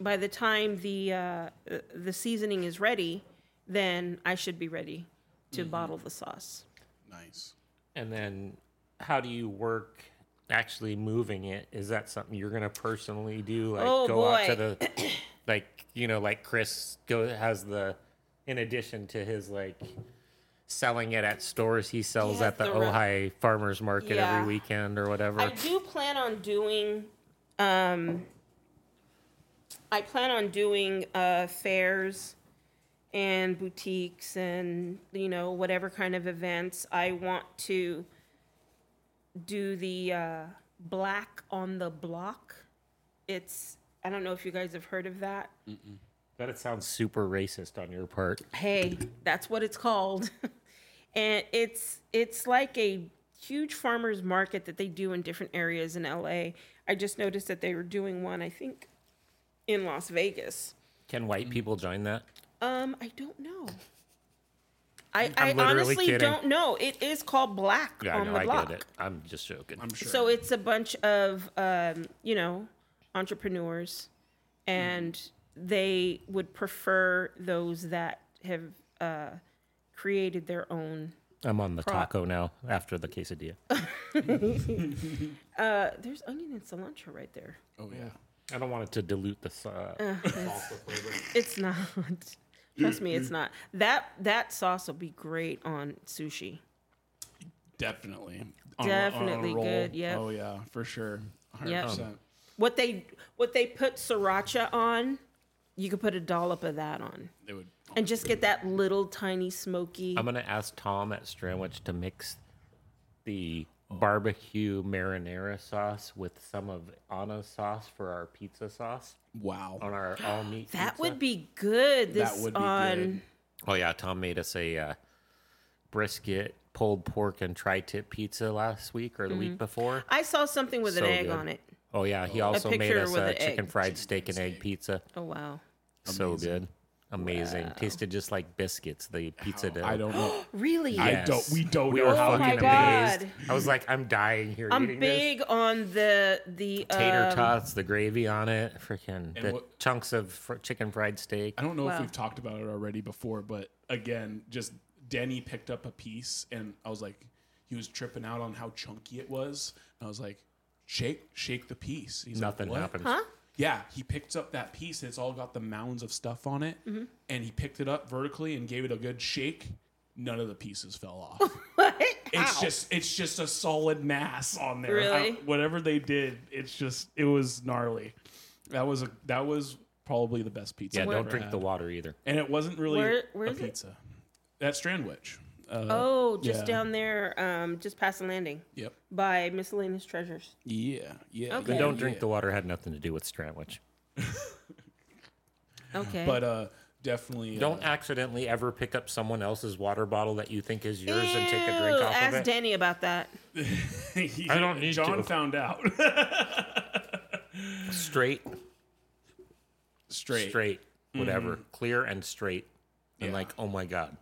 Speaker 3: by the time the uh, uh, the seasoning is ready, then I should be ready to bottle the sauce.
Speaker 2: Nice.
Speaker 1: And then, how do you work actually moving it? Is that something you're gonna personally do? Like
Speaker 3: Oh,
Speaker 1: go out to
Speaker 3: boy.
Speaker 1: the, like you know, like Chris go has the, in addition to his like, selling it at stores, he sells
Speaker 3: has
Speaker 1: at the,
Speaker 3: the re-
Speaker 1: Ojai Farmers Market
Speaker 3: Yeah.
Speaker 1: every weekend or whatever.
Speaker 3: I do plan on doing, um, I plan on doing uh, fairs and boutiques and you know whatever kind of events. I want to do the uh, black on the block. It's I don't know if you guys have heard of that.
Speaker 1: That it sounds super racist on your part.
Speaker 3: Hey, that's what it's called. and it's it's like a huge farmers market that they do in different areas in LA. I just noticed that they were doing one, I think, in Las Vegas.
Speaker 1: Can
Speaker 3: Mm.
Speaker 1: white people join that?
Speaker 3: Um, I don't know. I, I
Speaker 1: I'm literally
Speaker 3: honestly
Speaker 1: kidding.
Speaker 3: don't know. It is called Black
Speaker 1: Yeah,
Speaker 3: on
Speaker 1: I know.
Speaker 3: the
Speaker 1: I
Speaker 3: Block.
Speaker 1: get it. I'm just joking.
Speaker 2: I'm sure.
Speaker 3: So it's a bunch of um, you know entrepreneurs, and they would prefer those that have uh, created their own.
Speaker 1: I'm on the
Speaker 3: Pro-
Speaker 1: taco now after the quesadilla.
Speaker 3: Uh, there's onion and cilantro right there.
Speaker 2: oh yeah.
Speaker 1: I don't want it to dilute the uh, sa- salsa flavor.
Speaker 3: It's not. Trust me, it's not. That that sauce will be great on sushi.
Speaker 2: Definitely.
Speaker 3: Definitely
Speaker 2: roll.
Speaker 3: good, yep.
Speaker 2: Oh yeah, for sure. 100%.
Speaker 3: Yep.
Speaker 1: Um,
Speaker 3: What they what they put sriracha on, you could put a dollop of that on,
Speaker 2: They would
Speaker 3: and just get that little tiny smoky.
Speaker 1: I'm gonna ask Tom at Stranwich to mix the barbecue marinara sauce with some of Anna's sauce for our pizza sauce
Speaker 2: wow.
Speaker 1: on our all meat.
Speaker 3: That
Speaker 1: pizza.
Speaker 3: would be good. This
Speaker 2: That would be
Speaker 3: on
Speaker 2: good.
Speaker 1: Oh yeah, Tom made us a uh, brisket, pulled pork, and tri-tip pizza last week or the week before.
Speaker 3: Mm-hmm. I saw something with
Speaker 1: So
Speaker 3: an egg
Speaker 1: good.
Speaker 3: on it.
Speaker 1: Oh yeah, he also made
Speaker 3: picture
Speaker 1: us
Speaker 3: with
Speaker 1: a
Speaker 3: an egg.
Speaker 1: chicken fried steak and egg pizza.
Speaker 3: Oh wow.
Speaker 1: So good. Amazing. Tasted just like biscuits, the pizza dough.
Speaker 2: I don't know.
Speaker 3: Really?
Speaker 2: I don't- we don't
Speaker 1: we
Speaker 2: know
Speaker 1: were
Speaker 2: how
Speaker 1: fucking
Speaker 3: you did
Speaker 1: amazed. I was like, I'm dying here
Speaker 3: Oh I'm
Speaker 1: eating
Speaker 3: big on the the
Speaker 1: this. Tater
Speaker 3: um,
Speaker 1: tots, the gravy on it, freaking the
Speaker 2: what-
Speaker 1: chunks of fr- chicken fried steak.
Speaker 2: I don't know if
Speaker 3: Wow.
Speaker 2: we've talked about it already before, but again, just Denny picked up a piece and I was like, he was tripping out on how chunky it was. And I was like, shake, shake the piece. He's like,
Speaker 1: Nothing
Speaker 2: "What?"
Speaker 1: happens.
Speaker 2: Yeah, he picked up that piece and it's all got the mounds of stuff on it.
Speaker 3: Mm-hmm.
Speaker 2: And he picked it up vertically and gave it a good shake. None of the pieces fell off. It's just it's just a solid mass on there.
Speaker 3: Really?
Speaker 2: I- whatever they did, it's just it was gnarly. That was a that was probably the best pizza.
Speaker 1: Yeah,
Speaker 2: I've
Speaker 1: don't
Speaker 2: ever
Speaker 1: drink
Speaker 2: had.
Speaker 1: the water either.
Speaker 2: And it wasn't really
Speaker 3: Where- where
Speaker 2: a
Speaker 3: is it?
Speaker 2: pizza. At Strandwich. Uh,
Speaker 3: Oh, just
Speaker 2: Yeah.
Speaker 3: down there, um, just past the landing
Speaker 2: Yep.
Speaker 3: by Miscellaneous Treasures.
Speaker 2: Yeah. Yeah.
Speaker 3: Okay.
Speaker 1: The
Speaker 3: Yeah,
Speaker 1: don't drink the water had nothing to do with Strandwich.
Speaker 3: Okay.
Speaker 2: But uh, definitely.
Speaker 1: Don't
Speaker 2: Uh,
Speaker 1: accidentally ever pick up someone else's water bottle that you think is yours and take a
Speaker 3: Ew,
Speaker 1: drink off
Speaker 3: ask
Speaker 1: of it.
Speaker 3: Danny about that.
Speaker 1: I don't need
Speaker 2: John
Speaker 1: to.
Speaker 2: found out.
Speaker 1: straight, Mm-hmm.
Speaker 2: Straight.
Speaker 1: straight, whatever. Clear and straight. And
Speaker 2: Yeah.
Speaker 1: like, oh my God.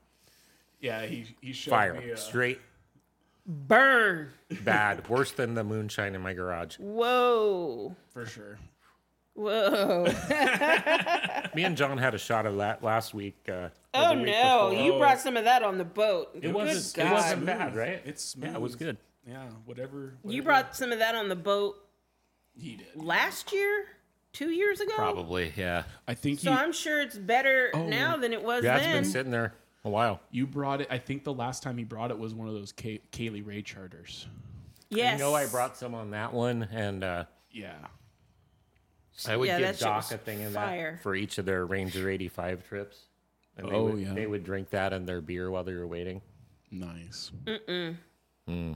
Speaker 2: Yeah. He he showed
Speaker 1: Fire.
Speaker 2: me. Uh,
Speaker 1: Straight,
Speaker 3: Burn.
Speaker 1: bad. Worse than the moonshine in my garage.
Speaker 3: Whoa.
Speaker 2: for sure.
Speaker 3: Whoa.
Speaker 1: Me and John had a shot of that last week. Uh, or
Speaker 3: Oh
Speaker 1: the week
Speaker 3: no,
Speaker 1: before.
Speaker 3: you brought some of that on the boat.
Speaker 1: It wasn't.
Speaker 3: Good
Speaker 1: It wasn't
Speaker 3: God.
Speaker 1: bad, right?
Speaker 2: It's
Speaker 1: yeah, it was
Speaker 2: smooth.
Speaker 1: good.
Speaker 2: Yeah, whatever.
Speaker 3: You
Speaker 2: whatever
Speaker 3: brought some of that on the boat
Speaker 2: he did.
Speaker 3: last year, two years ago.
Speaker 4: Probably, yeah.
Speaker 2: I think
Speaker 3: So
Speaker 2: you,
Speaker 3: I'm sure it's better
Speaker 1: Oh.
Speaker 3: now than it was
Speaker 1: Yeah, it's
Speaker 3: then.
Speaker 1: been sitting there a while.
Speaker 2: you brought it. I think the last time he brought it was one of those Kay, Kaylee Ray charters.
Speaker 3: yes.
Speaker 1: You know, I brought some on that one, and uh,
Speaker 2: Yeah.
Speaker 4: I would
Speaker 3: Yeah,
Speaker 4: give
Speaker 3: that's- Shit
Speaker 1: Doc
Speaker 3: was
Speaker 1: a thing in
Speaker 3: fire.
Speaker 1: that for each of their Ranger 85 trips. And they
Speaker 2: Oh,
Speaker 1: would,
Speaker 2: yeah.
Speaker 1: They would drink that in their beer while they were waiting.
Speaker 2: Nice. Mm-mm.
Speaker 1: Hmm.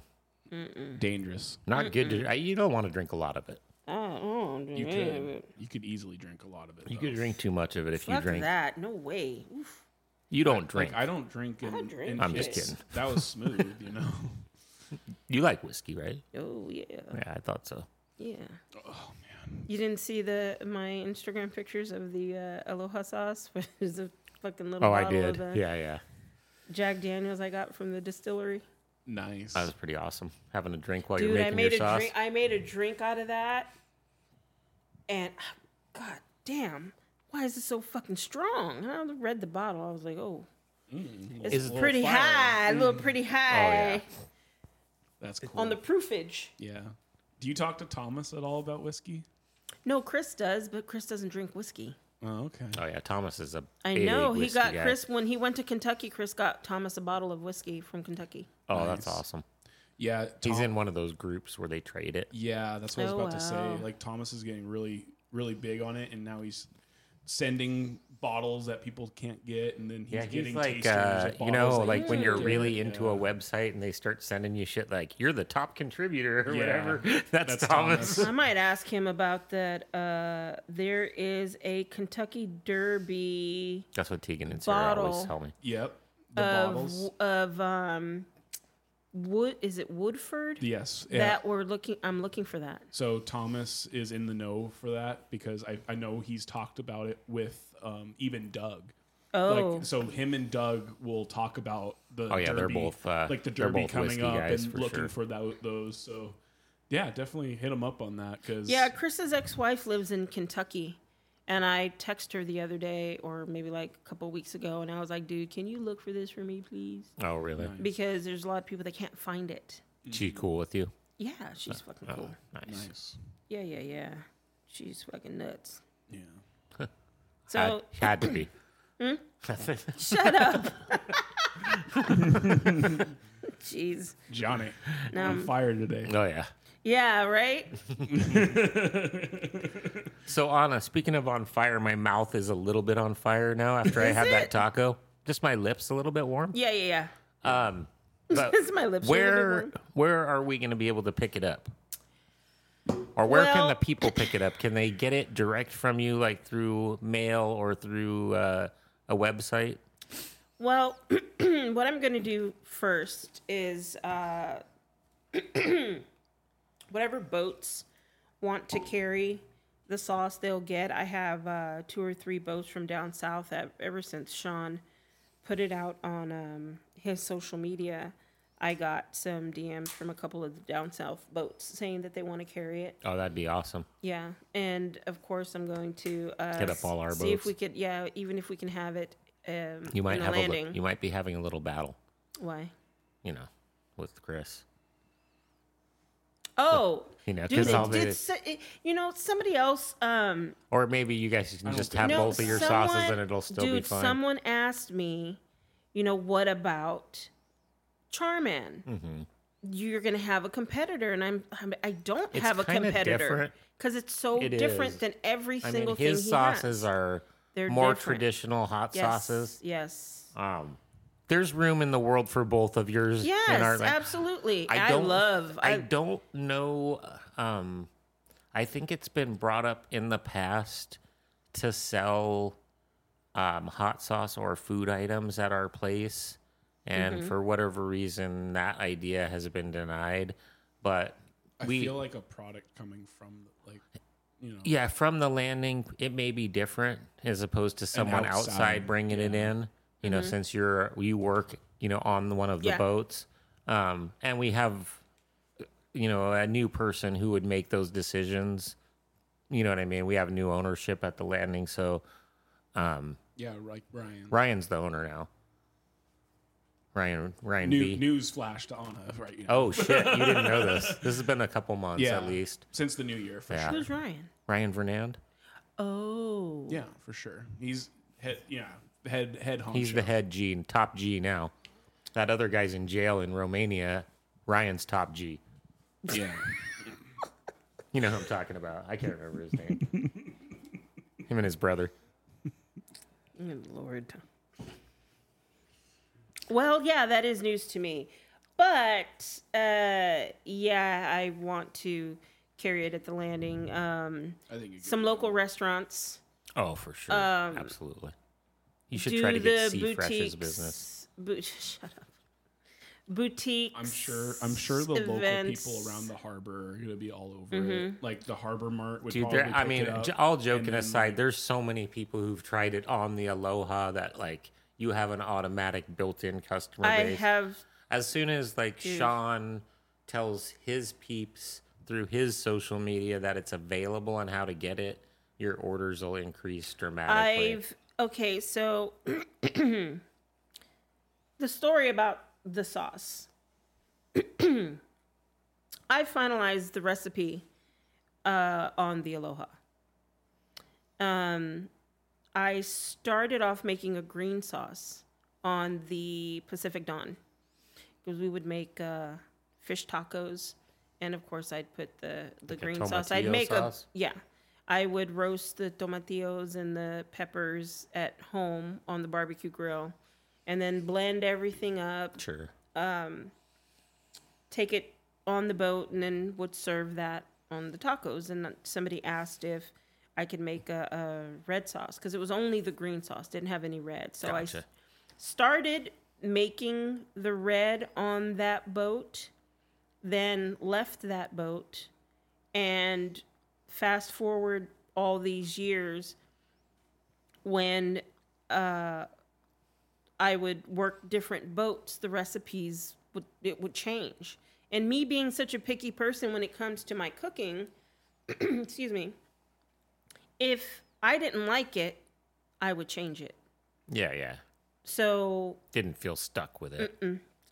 Speaker 2: Dangerous.
Speaker 1: Not good to. I, you don't want to drink a lot of it.
Speaker 3: Oh,
Speaker 2: You could. You could easily drink a lot of it.
Speaker 1: You
Speaker 2: though.
Speaker 1: could drink too much of it if
Speaker 3: fuck
Speaker 1: you drink.
Speaker 3: that. No way. Oof.
Speaker 1: You don't drink.
Speaker 2: Like I don't drink. In,
Speaker 3: drink
Speaker 2: in
Speaker 3: I'm
Speaker 1: just
Speaker 2: kids.
Speaker 1: kidding.
Speaker 2: That was smooth, you know.
Speaker 1: you like whiskey, right?
Speaker 3: Oh yeah.
Speaker 1: Yeah, I thought so.
Speaker 3: Yeah.
Speaker 2: Oh man.
Speaker 3: You didn't see the my Instagram pictures of the uh, aloha sauce, which is a fucking little
Speaker 1: Oh, I
Speaker 3: bottle
Speaker 1: did.
Speaker 3: of uh,
Speaker 1: Yeah, yeah.
Speaker 3: Jack Daniels I got from the distillery.
Speaker 2: Nice.
Speaker 1: That was pretty awesome. Having a drink while
Speaker 3: Dude,
Speaker 1: you're
Speaker 3: I
Speaker 1: making
Speaker 3: made a
Speaker 1: your sauce.
Speaker 3: drink. I made a drink out of that, and ah, god damn, why is it so fucking strong? And I read the bottle. I was like, oh, it's
Speaker 1: Is it-
Speaker 3: pretty
Speaker 2: Little fire.
Speaker 3: high, a little pretty high
Speaker 1: Mm. Oh, yeah.
Speaker 2: That's cool.
Speaker 3: on the proofage.
Speaker 2: yeah. Do you talk to Thomas at all about whiskey?
Speaker 3: No, Chris does, but Chris doesn't drink whiskey.
Speaker 2: Oh, okay.
Speaker 1: oh yeah, Thomas is a.
Speaker 3: I
Speaker 1: big
Speaker 3: know he
Speaker 1: whiskey
Speaker 3: got
Speaker 1: guy.
Speaker 3: Chris when he went to Kentucky. Chris got Thomas a bottle of whiskey from Kentucky.
Speaker 1: Oh, that's
Speaker 2: Nice.
Speaker 1: awesome.
Speaker 2: Yeah,
Speaker 1: He's
Speaker 2: Tom-
Speaker 1: in one of those groups where they trade it.
Speaker 2: Yeah, that's what I was
Speaker 3: Oh,
Speaker 2: about to say.
Speaker 3: wow.
Speaker 2: Like Thomas is getting really, really big on it, and now he's sending bottles that people can't get, and then he's
Speaker 1: Yeah,
Speaker 2: getting
Speaker 1: he's like,
Speaker 2: tastings
Speaker 1: uh,
Speaker 2: of
Speaker 1: you
Speaker 2: bottles
Speaker 1: know,
Speaker 2: that
Speaker 1: like when
Speaker 2: can't
Speaker 1: you're
Speaker 2: get.
Speaker 1: really into
Speaker 2: Yeah.
Speaker 1: a website and they start sending you shit like, you're the top contributor or
Speaker 2: Yeah.
Speaker 1: whatever. That's,
Speaker 2: That's
Speaker 1: Thomas.
Speaker 2: Thomas.
Speaker 3: I might ask him about that. Uh, there is a Kentucky Derby
Speaker 1: That's what Tegan and Sarah always
Speaker 3: Bottle.
Speaker 1: tell me.
Speaker 2: Yep, the
Speaker 3: of
Speaker 2: bottles.
Speaker 3: of um, wood is it Woodford?
Speaker 2: Yes, yeah.
Speaker 3: That we're looking. I'm looking for that.
Speaker 2: So Thomas is in the know for that because I, I know he's talked about it with um, even Doug.
Speaker 3: Oh,
Speaker 2: Like so, him and Doug will talk about the.
Speaker 1: Oh, yeah, they're
Speaker 2: Derby-
Speaker 1: both, uh,
Speaker 2: like the
Speaker 1: they're
Speaker 2: Derby
Speaker 1: both
Speaker 2: coming
Speaker 1: whiskey
Speaker 2: up
Speaker 1: guys
Speaker 2: and
Speaker 1: for
Speaker 2: looking
Speaker 1: sure.
Speaker 2: for that, those. So, yeah, definitely hit him up on that because
Speaker 3: yeah. Chris's ex-wife lives in Kentucky, and I text her the other day, or maybe like a couple weeks ago, and I was like, "Dude, can you look for this for me, please?
Speaker 1: Oh, really?
Speaker 3: Because there's a lot of people that can't find it."
Speaker 1: She cool with you? Oh,
Speaker 3: Yeah, she's fucking Mm-hmm. cool.
Speaker 1: Nice.
Speaker 2: nice.
Speaker 3: Yeah, yeah, yeah. She's fucking nuts.
Speaker 2: Yeah.
Speaker 3: So Hmm?
Speaker 1: had, had to be. Oh,
Speaker 3: Shut up. Jeez.
Speaker 2: Johnny, I'm
Speaker 3: Um,
Speaker 2: fired today.
Speaker 1: Oh, yeah.
Speaker 3: Yeah, right?
Speaker 1: So, Anna, speaking of on fire, my mouth is a little bit on fire now after I had that taco. Just my lips a little bit warm.
Speaker 3: Yeah, yeah, yeah.
Speaker 1: Um, but
Speaker 3: It's my lips. are a little bit
Speaker 1: where
Speaker 3: warm.
Speaker 1: where are we going to be able to pick it up? Or where can
Speaker 3: Well-
Speaker 1: the people pick it up? Can they get it direct from you, like through mail or through uh, a website?
Speaker 3: Well, what I'm going to do first is uh, whatever boats want to carry the sauce, they'll get. I have uh, two or three boats from down south that ever since Sean put it out on um, his social media. I got some DMs from a couple of the down south boats saying that they want to carry it.
Speaker 1: Oh, that'd be awesome.
Speaker 3: Yeah, and of course I'm going to uh,
Speaker 1: Hit up all our
Speaker 3: see if
Speaker 1: boats.
Speaker 3: we could. Yeah, even if we can have it. Um,
Speaker 1: You might
Speaker 3: on a
Speaker 1: have a,
Speaker 3: landing.
Speaker 1: li- you might be having a little battle,
Speaker 3: Why?
Speaker 1: you know, with Chris.
Speaker 3: Oh,
Speaker 1: You know,
Speaker 3: dude,
Speaker 1: 'cause all
Speaker 3: it did.
Speaker 1: the-
Speaker 3: say- it- you know, somebody else. Um,
Speaker 1: Or maybe you guys can just
Speaker 2: think-
Speaker 1: have
Speaker 3: no,
Speaker 1: both of your
Speaker 3: someone,
Speaker 1: sauces and it'll still
Speaker 3: dude,
Speaker 1: be fine.
Speaker 3: someone asked me, you know, what about Charman?
Speaker 1: Mm-hmm.
Speaker 3: You're gonna have a competitor, and I'm, I'm I don't
Speaker 1: It's
Speaker 3: have a
Speaker 1: kinda
Speaker 3: competitor
Speaker 1: different.
Speaker 3: because it's so
Speaker 1: It
Speaker 3: different
Speaker 1: is.
Speaker 3: than every
Speaker 1: I
Speaker 3: single
Speaker 1: mean, his
Speaker 3: thing he
Speaker 1: sauces
Speaker 3: has.
Speaker 1: are
Speaker 3: They're
Speaker 1: more
Speaker 3: different.
Speaker 1: traditional hot
Speaker 3: yes,
Speaker 1: sauces.
Speaker 3: Yes.
Speaker 1: Um, there's room in the world for both of yours. and
Speaker 3: Yes,
Speaker 1: our- like,
Speaker 3: absolutely. I,
Speaker 1: don't-
Speaker 3: love.
Speaker 1: I, don't know. Um, I think it's been brought up in the past to sell um, hot sauce or food items at our place, and
Speaker 3: Mm-hmm.
Speaker 1: for whatever reason, that idea has been denied. But
Speaker 2: I
Speaker 1: we,
Speaker 2: feel like a product coming from like, you know,
Speaker 1: yeah, from the landing, it may be different as opposed to someone outside,
Speaker 2: outside,
Speaker 1: bringing it in. You know, since you're you work, you know, on one of the
Speaker 3: Yeah.
Speaker 1: boats, um, and we have, you know, a new person who would make those decisions you know what I mean? We have new ownership at the landing, so um,
Speaker 2: Yeah, like Brian.
Speaker 1: Ryan's the owner now. Ryan Ryan
Speaker 2: New,
Speaker 1: B.
Speaker 2: news flash to Anna right now.
Speaker 1: Oh shit, you didn't know this. This has been a couple months
Speaker 2: yeah,
Speaker 1: at least.
Speaker 2: since the new year for
Speaker 1: Yeah.
Speaker 2: sure.
Speaker 3: Who's Ryan?
Speaker 1: Ryan Vernand.
Speaker 3: Oh.
Speaker 2: Yeah, for sure. He's head. Yeah, head head honcho.
Speaker 1: He's the head G and top G now. That other guy's in jail in Romania. Ryan's top G.
Speaker 2: Yeah.
Speaker 1: You know who I'm talking about. I can't remember his name. Him and his brother.
Speaker 3: Good Oh, Lord. Well, yeah, that is news to me. But uh, yeah, I want to carry it at the landing. Um,
Speaker 2: I think you
Speaker 3: some local restaurants
Speaker 1: Oh, for sure. Absolutely. You should
Speaker 3: Um, do
Speaker 1: try to
Speaker 3: the
Speaker 1: get C
Speaker 3: boutiques.
Speaker 1: Fresh's business.
Speaker 3: Bo- shut up. Boutiques.
Speaker 2: I'm sure. I'm sure the
Speaker 3: events. Mm-hmm.
Speaker 2: local people around the harbor are gonna be all over it. Like the harbor mart would
Speaker 1: Dude,
Speaker 2: probably.
Speaker 1: there, I
Speaker 2: pick
Speaker 1: mean,
Speaker 2: it up,
Speaker 1: j- all
Speaker 2: and
Speaker 1: joking
Speaker 2: then,
Speaker 1: aside,
Speaker 2: like,
Speaker 1: there's so many people who've tried it on the Aloha that like you have an automatic built-in customer
Speaker 3: I
Speaker 1: base.
Speaker 3: have
Speaker 1: as soon as like Sean tells his peeps through his social media that it's available and how to get it, your orders will increase dramatically.
Speaker 3: I've okay, so the story about the sauce. I finalized the recipe uh, on the Aloha. Um, I started off making a green sauce on the Pacific Dawn because we would make uh, fish tacos, and of course I'd put the the
Speaker 1: a
Speaker 3: green sauce. I'd
Speaker 1: tomatillo
Speaker 3: make
Speaker 1: sauce?
Speaker 3: a yeah. I would roast the tomatillos and the peppers at home on the barbecue grill, and then blend everything up.
Speaker 1: sure.
Speaker 3: Take it on the boat, and then would serve that on the tacos. And somebody asked if I could make a, a red sauce because it was only the green sauce, didn't have any red. So Oh, I s-
Speaker 1: Gotcha.
Speaker 3: started making the red on that boat, then left that boat, and fast forward all these years when uh, I would work different boats, the recipes would it would change. And me being such a picky person when it comes to my cooking, excuse me, if I didn't like it, I would change it.
Speaker 1: Yeah, yeah.
Speaker 3: So
Speaker 1: Didn't feel stuck with it.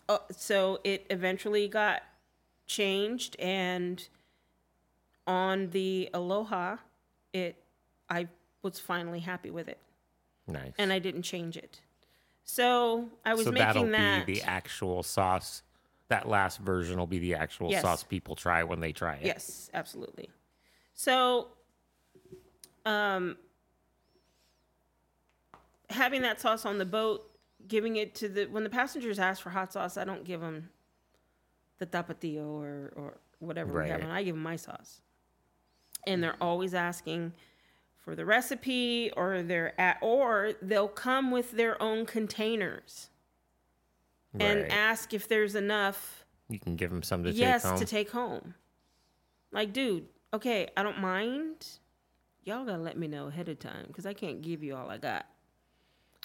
Speaker 3: uh, so it eventually got changed and on the aloha it i was finally happy with it
Speaker 1: Nice.
Speaker 3: and i didn't change it so i was
Speaker 1: so that'll
Speaker 3: making that
Speaker 1: be the actual sauce. That last version will be the actual
Speaker 3: Yes.
Speaker 1: sauce people try when they try it.
Speaker 3: Yes, absolutely. So, um, having that sauce on the boat, giving it to the when the passengers ask for hot sauce, I don't give them the tapatio or or whatever we have
Speaker 1: Right.
Speaker 3: on. I give them my sauce, and they're always asking for the recipe or they're at or they'll come with their own containers
Speaker 1: Right.
Speaker 3: and ask if there's enough
Speaker 1: you can give them some to
Speaker 3: yes
Speaker 1: take home.
Speaker 3: to take home. Like, dude, okay, I don't mind. Y'all gotta let me know ahead of time because I can't give you all I got.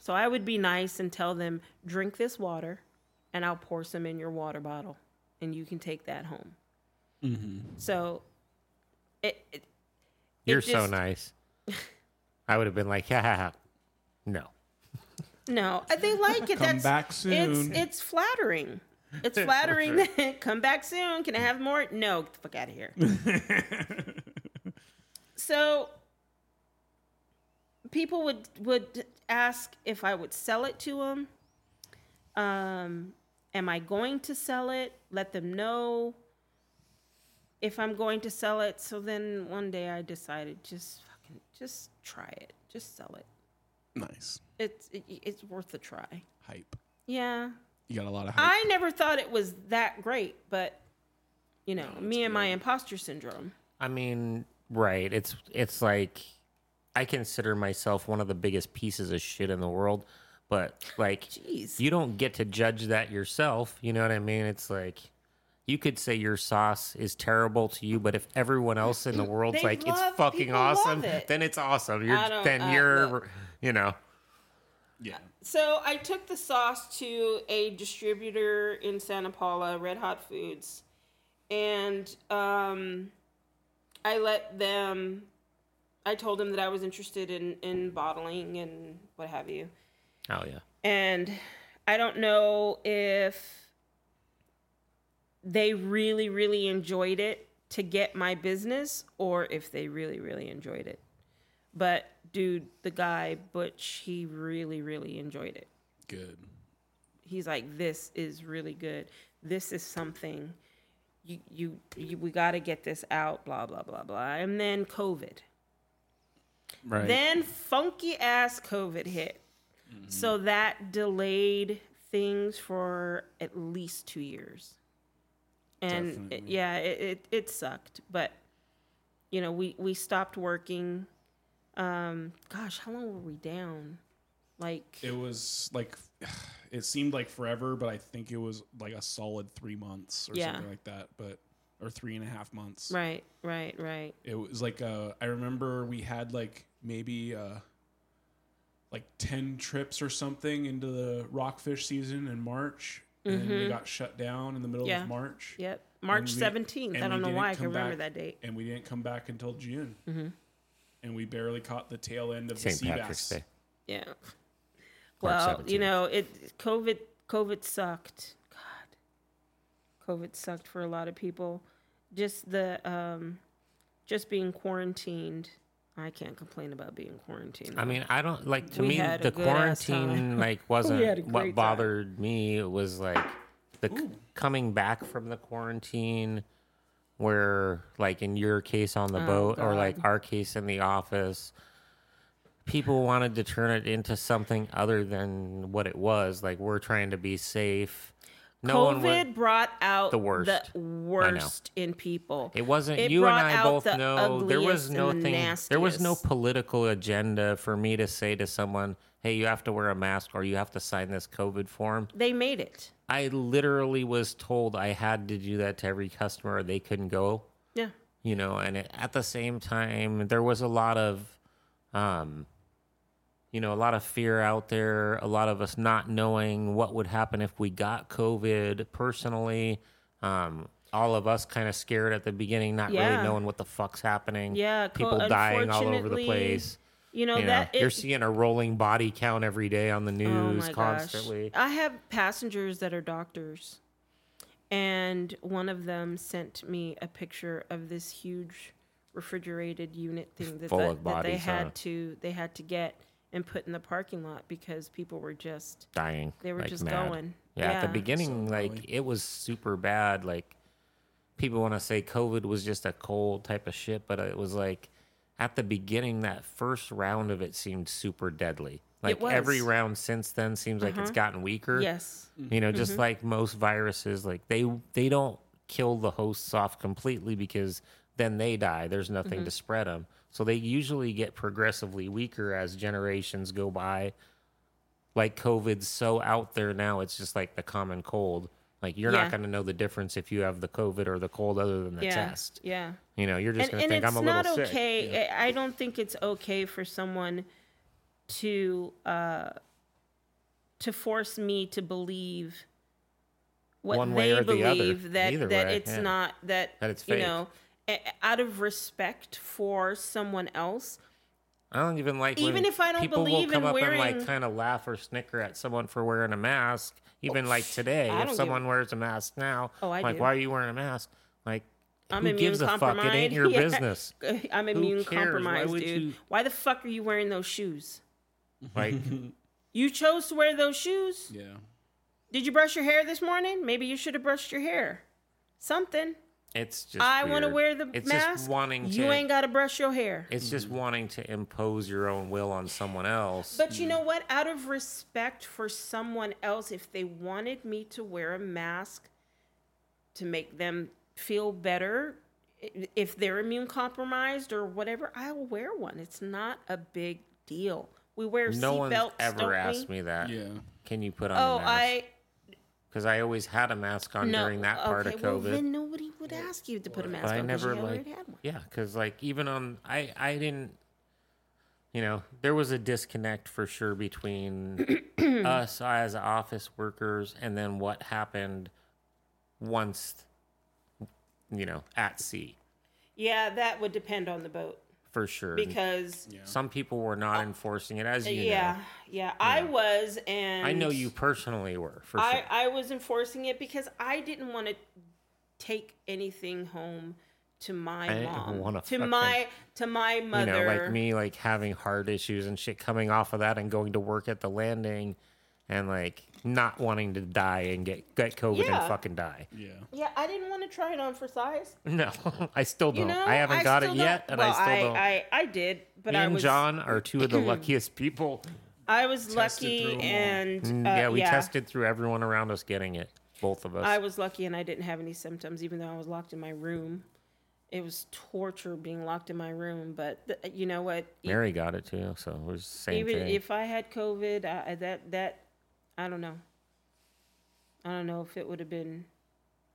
Speaker 3: So I would be nice and tell them, drink this water, and I'll pour some in your water bottle, and you can take that home.
Speaker 2: Mm-hmm.
Speaker 3: So, it, it
Speaker 1: You're
Speaker 3: it
Speaker 1: so
Speaker 3: just-
Speaker 1: nice. I would have been like, ha ha ha. No.
Speaker 3: no, I- they like it.
Speaker 2: Come
Speaker 3: That's,
Speaker 2: back soon.
Speaker 3: It's it's flattering. It's flattering. that- Come back soon. Can I have more? No, get the fuck out of here. so people would would ask if I would sell it to them. Um, am I going to sell it? Let them know if I'm going to sell it. So then one day I decided just fucking just try it. Just sell it.
Speaker 2: nice
Speaker 3: It's it, it's worth a try.
Speaker 2: hype.
Speaker 3: Yeah.
Speaker 2: You got a lot of hype.
Speaker 3: I never thought it was that great, but you know, me and my imposter syndrome.
Speaker 1: I mean, right. It's it's like I consider myself one of the biggest pieces of shit in the world, but like
Speaker 3: Jeez.
Speaker 1: you don't get to judge that yourself, you know what I mean? It's like you could say your sauce is terrible to you, but if everyone else in the world's
Speaker 3: They
Speaker 1: like it's
Speaker 3: love-
Speaker 1: fucking
Speaker 3: people love
Speaker 1: awesome,
Speaker 3: it.
Speaker 1: then it's awesome. You're
Speaker 3: I don't-
Speaker 1: then
Speaker 3: uh,
Speaker 1: you're
Speaker 3: look.
Speaker 1: you know,
Speaker 2: yeah.
Speaker 3: So I took the sauce to a distributor in Santa Paula, Red Hot Foods, and um, I let them I told him that I was interested in, in bottling and what have you.
Speaker 4: Oh yeah.
Speaker 3: And I don't know if they really, really enjoyed it to get my business or if they really, really enjoyed it. But dude, the guy, Butch, he really, really enjoyed it.
Speaker 2: Good.
Speaker 3: He's like, this is really good. This is something. You, you, you we got to get this out, blah, blah, blah, blah. And then COVID.
Speaker 2: Right.
Speaker 3: Then funky ass COVID hit.
Speaker 2: Mm-hmm.
Speaker 3: So that delayed things for at least two years. And it,
Speaker 2: Definitely.
Speaker 3: yeah, it, it, it sucked. But, you know, we, we stopped working. Um, gosh, how long were we down? Like,
Speaker 2: it was like it seemed like forever, but I think it was like a solid three months or
Speaker 3: Yeah.
Speaker 2: something like that. But or three and a half months.
Speaker 3: right, right, right.
Speaker 2: It was like uh, I remember we had like maybe uh, like ten trips or something into the rockfish season in March, and then we got shut down in the middle
Speaker 3: Mm-hmm. Yeah.
Speaker 2: of March.
Speaker 3: Yep. March
Speaker 2: And we-
Speaker 3: 17th.
Speaker 2: and
Speaker 3: I
Speaker 2: we
Speaker 3: don't know
Speaker 2: didn't
Speaker 3: why I can
Speaker 2: come
Speaker 3: remember
Speaker 2: back-
Speaker 3: that date.
Speaker 2: And we didn't come back until June.
Speaker 3: Mm-hmm.
Speaker 2: And we barely caught the tail end of
Speaker 1: St.
Speaker 2: the sea
Speaker 1: Patrick's
Speaker 2: bass.
Speaker 1: Day.
Speaker 3: Yeah.
Speaker 4: March
Speaker 3: Well, you
Speaker 4: 17th.
Speaker 3: know, it COVID COVID sucked. God. COVID sucked for a lot of people. Just the um just being quarantined. I can't complain about being quarantined.
Speaker 1: I mean, I don't like to
Speaker 3: We
Speaker 1: me
Speaker 3: had a
Speaker 1: the
Speaker 3: good ass
Speaker 1: quarantine
Speaker 3: time.
Speaker 1: like wasn't
Speaker 3: great time.
Speaker 1: what bothered me. It was like the c- coming back from the quarantine, where like in your case on
Speaker 3: Oh,
Speaker 1: the boat or like our case in the office, people wanted to turn it into something other than what it was. Like we're trying to be safe. No one
Speaker 3: COVID
Speaker 1: would.
Speaker 3: brought out
Speaker 1: the worst.
Speaker 3: worst in people.
Speaker 1: It wasn't
Speaker 3: It
Speaker 1: you and
Speaker 3: brought
Speaker 1: I
Speaker 3: out
Speaker 1: both
Speaker 3: the
Speaker 1: know there was
Speaker 3: ugliest
Speaker 1: no
Speaker 3: and
Speaker 1: thing there was no
Speaker 3: nastiest.
Speaker 1: political agenda for me to say to someone, "Hey, you have to wear a mask or you have to sign this COVID form."
Speaker 3: They made it.
Speaker 1: I literally was told I had to do that to every customer or they couldn't go,
Speaker 3: Yeah.
Speaker 1: you know, and it, at the same time there was a lot of um you know, a lot of fear out there, a lot of us not knowing what would happen if we got COVID personally. Um all of us kind of scared at the beginning, not
Speaker 3: Yeah.
Speaker 1: really knowing what the fuck's happening.
Speaker 3: Yeah, co-
Speaker 1: people dying all over the
Speaker 3: unfortunately,
Speaker 1: place.
Speaker 3: You know,
Speaker 1: You know,
Speaker 3: that
Speaker 1: you're
Speaker 3: it- Oh
Speaker 1: seeing a rolling body count every day on the news constantly.
Speaker 3: Gosh. I have passengers that are doctors, and one of them sent me a picture of this huge refrigerated unit thing that,
Speaker 1: Full
Speaker 3: that,
Speaker 1: of
Speaker 3: that they
Speaker 1: bodies, huh?
Speaker 3: had to they had to get and put in the parking lot because people were just
Speaker 1: dying.
Speaker 3: They were
Speaker 1: like,
Speaker 3: just
Speaker 1: mad.
Speaker 3: going.
Speaker 1: Yeah, at the
Speaker 3: Yeah.
Speaker 1: beginning,
Speaker 2: So
Speaker 1: like
Speaker 2: gnarly.
Speaker 1: it was super bad. Like people want to say COVID was just a cold type of shit, but it was like at the beginning that first round of it seemed super deadly. Like every
Speaker 3: was. Uh-huh.
Speaker 1: round since then seems like it's gotten weaker.
Speaker 3: yes
Speaker 1: Mm-hmm. You know,
Speaker 3: Mm-hmm.
Speaker 1: just like most viruses, like they they don't kill the hosts off completely because then they die. There's nothing
Speaker 3: Mm-hmm.
Speaker 1: to spread them. So they usually get progressively weaker as generations go by. Like COVID's so out there now, it's just like the common cold. Like you're
Speaker 3: Yeah.
Speaker 1: not going to know the difference if you have the COVID or the cold other than the
Speaker 3: yeah
Speaker 1: test.
Speaker 3: yeah.
Speaker 1: You know, you're just
Speaker 3: and,
Speaker 1: going to think
Speaker 3: and it's
Speaker 1: I'm a
Speaker 3: not
Speaker 1: little sick.
Speaker 3: okay. I I don't think it's okay for someone to uh, to force me to believe what
Speaker 1: One way
Speaker 3: they
Speaker 1: or the other.
Speaker 3: believe that
Speaker 1: Either
Speaker 3: that
Speaker 1: way,
Speaker 3: it's
Speaker 1: yeah.
Speaker 3: not that,
Speaker 1: That it's
Speaker 3: you
Speaker 1: fake.
Speaker 3: know a- out of respect for someone else.
Speaker 1: I don't even like
Speaker 3: Even
Speaker 1: when
Speaker 3: if I don't
Speaker 1: people
Speaker 3: believe
Speaker 1: will come
Speaker 3: in
Speaker 1: up and
Speaker 3: wearing-
Speaker 1: like kind of laugh or snicker at someone for wearing a mask. Even like today,
Speaker 3: I don't
Speaker 1: if
Speaker 3: give-
Speaker 1: someone wears a mask now,
Speaker 3: Oh, I
Speaker 1: like
Speaker 3: do.
Speaker 1: why are you wearing a mask? Like
Speaker 3: I'm
Speaker 1: who
Speaker 3: immune
Speaker 1: gives a fuck?
Speaker 3: compromised.
Speaker 1: It ain't your
Speaker 3: Yeah.
Speaker 1: business.
Speaker 3: I'm immune
Speaker 1: cares? Why
Speaker 3: compromised,
Speaker 1: would
Speaker 3: dude.
Speaker 1: you-
Speaker 3: Why the fuck are you wearing those shoes?
Speaker 1: Like
Speaker 3: You chose to wear those shoes.
Speaker 2: Yeah.
Speaker 3: Did you brush your hair this morning? Maybe you should have brushed your hair. Something.
Speaker 1: it's just
Speaker 3: I want to
Speaker 1: weird.
Speaker 3: wear the
Speaker 1: it's
Speaker 3: mask.
Speaker 1: Just wanting to,
Speaker 3: you ain't got to brush your hair.
Speaker 1: It's just wanting to impose your own will on someone else.
Speaker 3: But you know what? Out of respect for someone else, if they wanted me to wear a mask to make them feel better, i- if they're immune compromised or whatever, I'll wear one. It's not a big deal. We
Speaker 1: no
Speaker 3: wear seatbelts.
Speaker 1: one's
Speaker 3: don't
Speaker 1: ever asked
Speaker 3: we?
Speaker 1: me that.
Speaker 2: Yeah.
Speaker 1: Can you put on
Speaker 3: Oh,
Speaker 1: a mask?
Speaker 3: I
Speaker 1: Because I... always had a mask on
Speaker 3: no.
Speaker 1: during that part
Speaker 3: okay,
Speaker 1: of COVID.
Speaker 3: well then nobody would ask you to put a mask
Speaker 1: but
Speaker 3: on.
Speaker 1: I
Speaker 3: 'cause you
Speaker 1: never
Speaker 3: had
Speaker 1: like
Speaker 3: already had one.
Speaker 1: yeah, because like even on I I didn't you know there was a disconnect for sure between us as office workers and then what happened once you know at sea
Speaker 3: Yeah, that would depend on the boat.
Speaker 1: for sure.
Speaker 3: because Oh,
Speaker 2: Yeah.
Speaker 1: Some people were not enforcing it, as you
Speaker 3: yeah,
Speaker 1: know.
Speaker 3: yeah, I was, and
Speaker 1: I know you personally were, for
Speaker 3: I,
Speaker 1: sure.
Speaker 3: I was enforcing it because I didn't want to take anything home to my
Speaker 1: I don't
Speaker 3: mom,
Speaker 1: wanna
Speaker 3: to
Speaker 1: fucking-
Speaker 3: my to my
Speaker 1: You
Speaker 3: mother.
Speaker 1: know, like me, like having heart issues and shit coming off of that and going to work at the landing and like not wanting to die and get, get COVID and
Speaker 3: Yeah.
Speaker 1: fucking die.
Speaker 2: Yeah.
Speaker 3: Yeah, I didn't want to try it on for size.
Speaker 1: No, I still
Speaker 3: You
Speaker 1: don't.
Speaker 3: know,
Speaker 1: I haven't got
Speaker 3: still
Speaker 1: it
Speaker 3: don't-
Speaker 1: yet, and I
Speaker 3: well,
Speaker 1: still don't.
Speaker 3: I, I did, but
Speaker 1: Me
Speaker 3: I
Speaker 1: and
Speaker 3: was Uh,
Speaker 1: John are two of the luckiest people.
Speaker 3: I was
Speaker 2: tested through 'em
Speaker 3: lucky,
Speaker 2: all.
Speaker 3: and
Speaker 1: Mm,
Speaker 3: uh,
Speaker 1: yeah, we tested through everyone around us getting it. Both of us.
Speaker 3: I was lucky, and I didn't have any symptoms, even though I was locked in my room. It was torture being locked in my room, but th- you know what? E-
Speaker 1: Mary got it too, so it was the same
Speaker 3: even
Speaker 1: thing.
Speaker 3: if I had COVID, I, I- that that I don't know. I don't know if it would have been.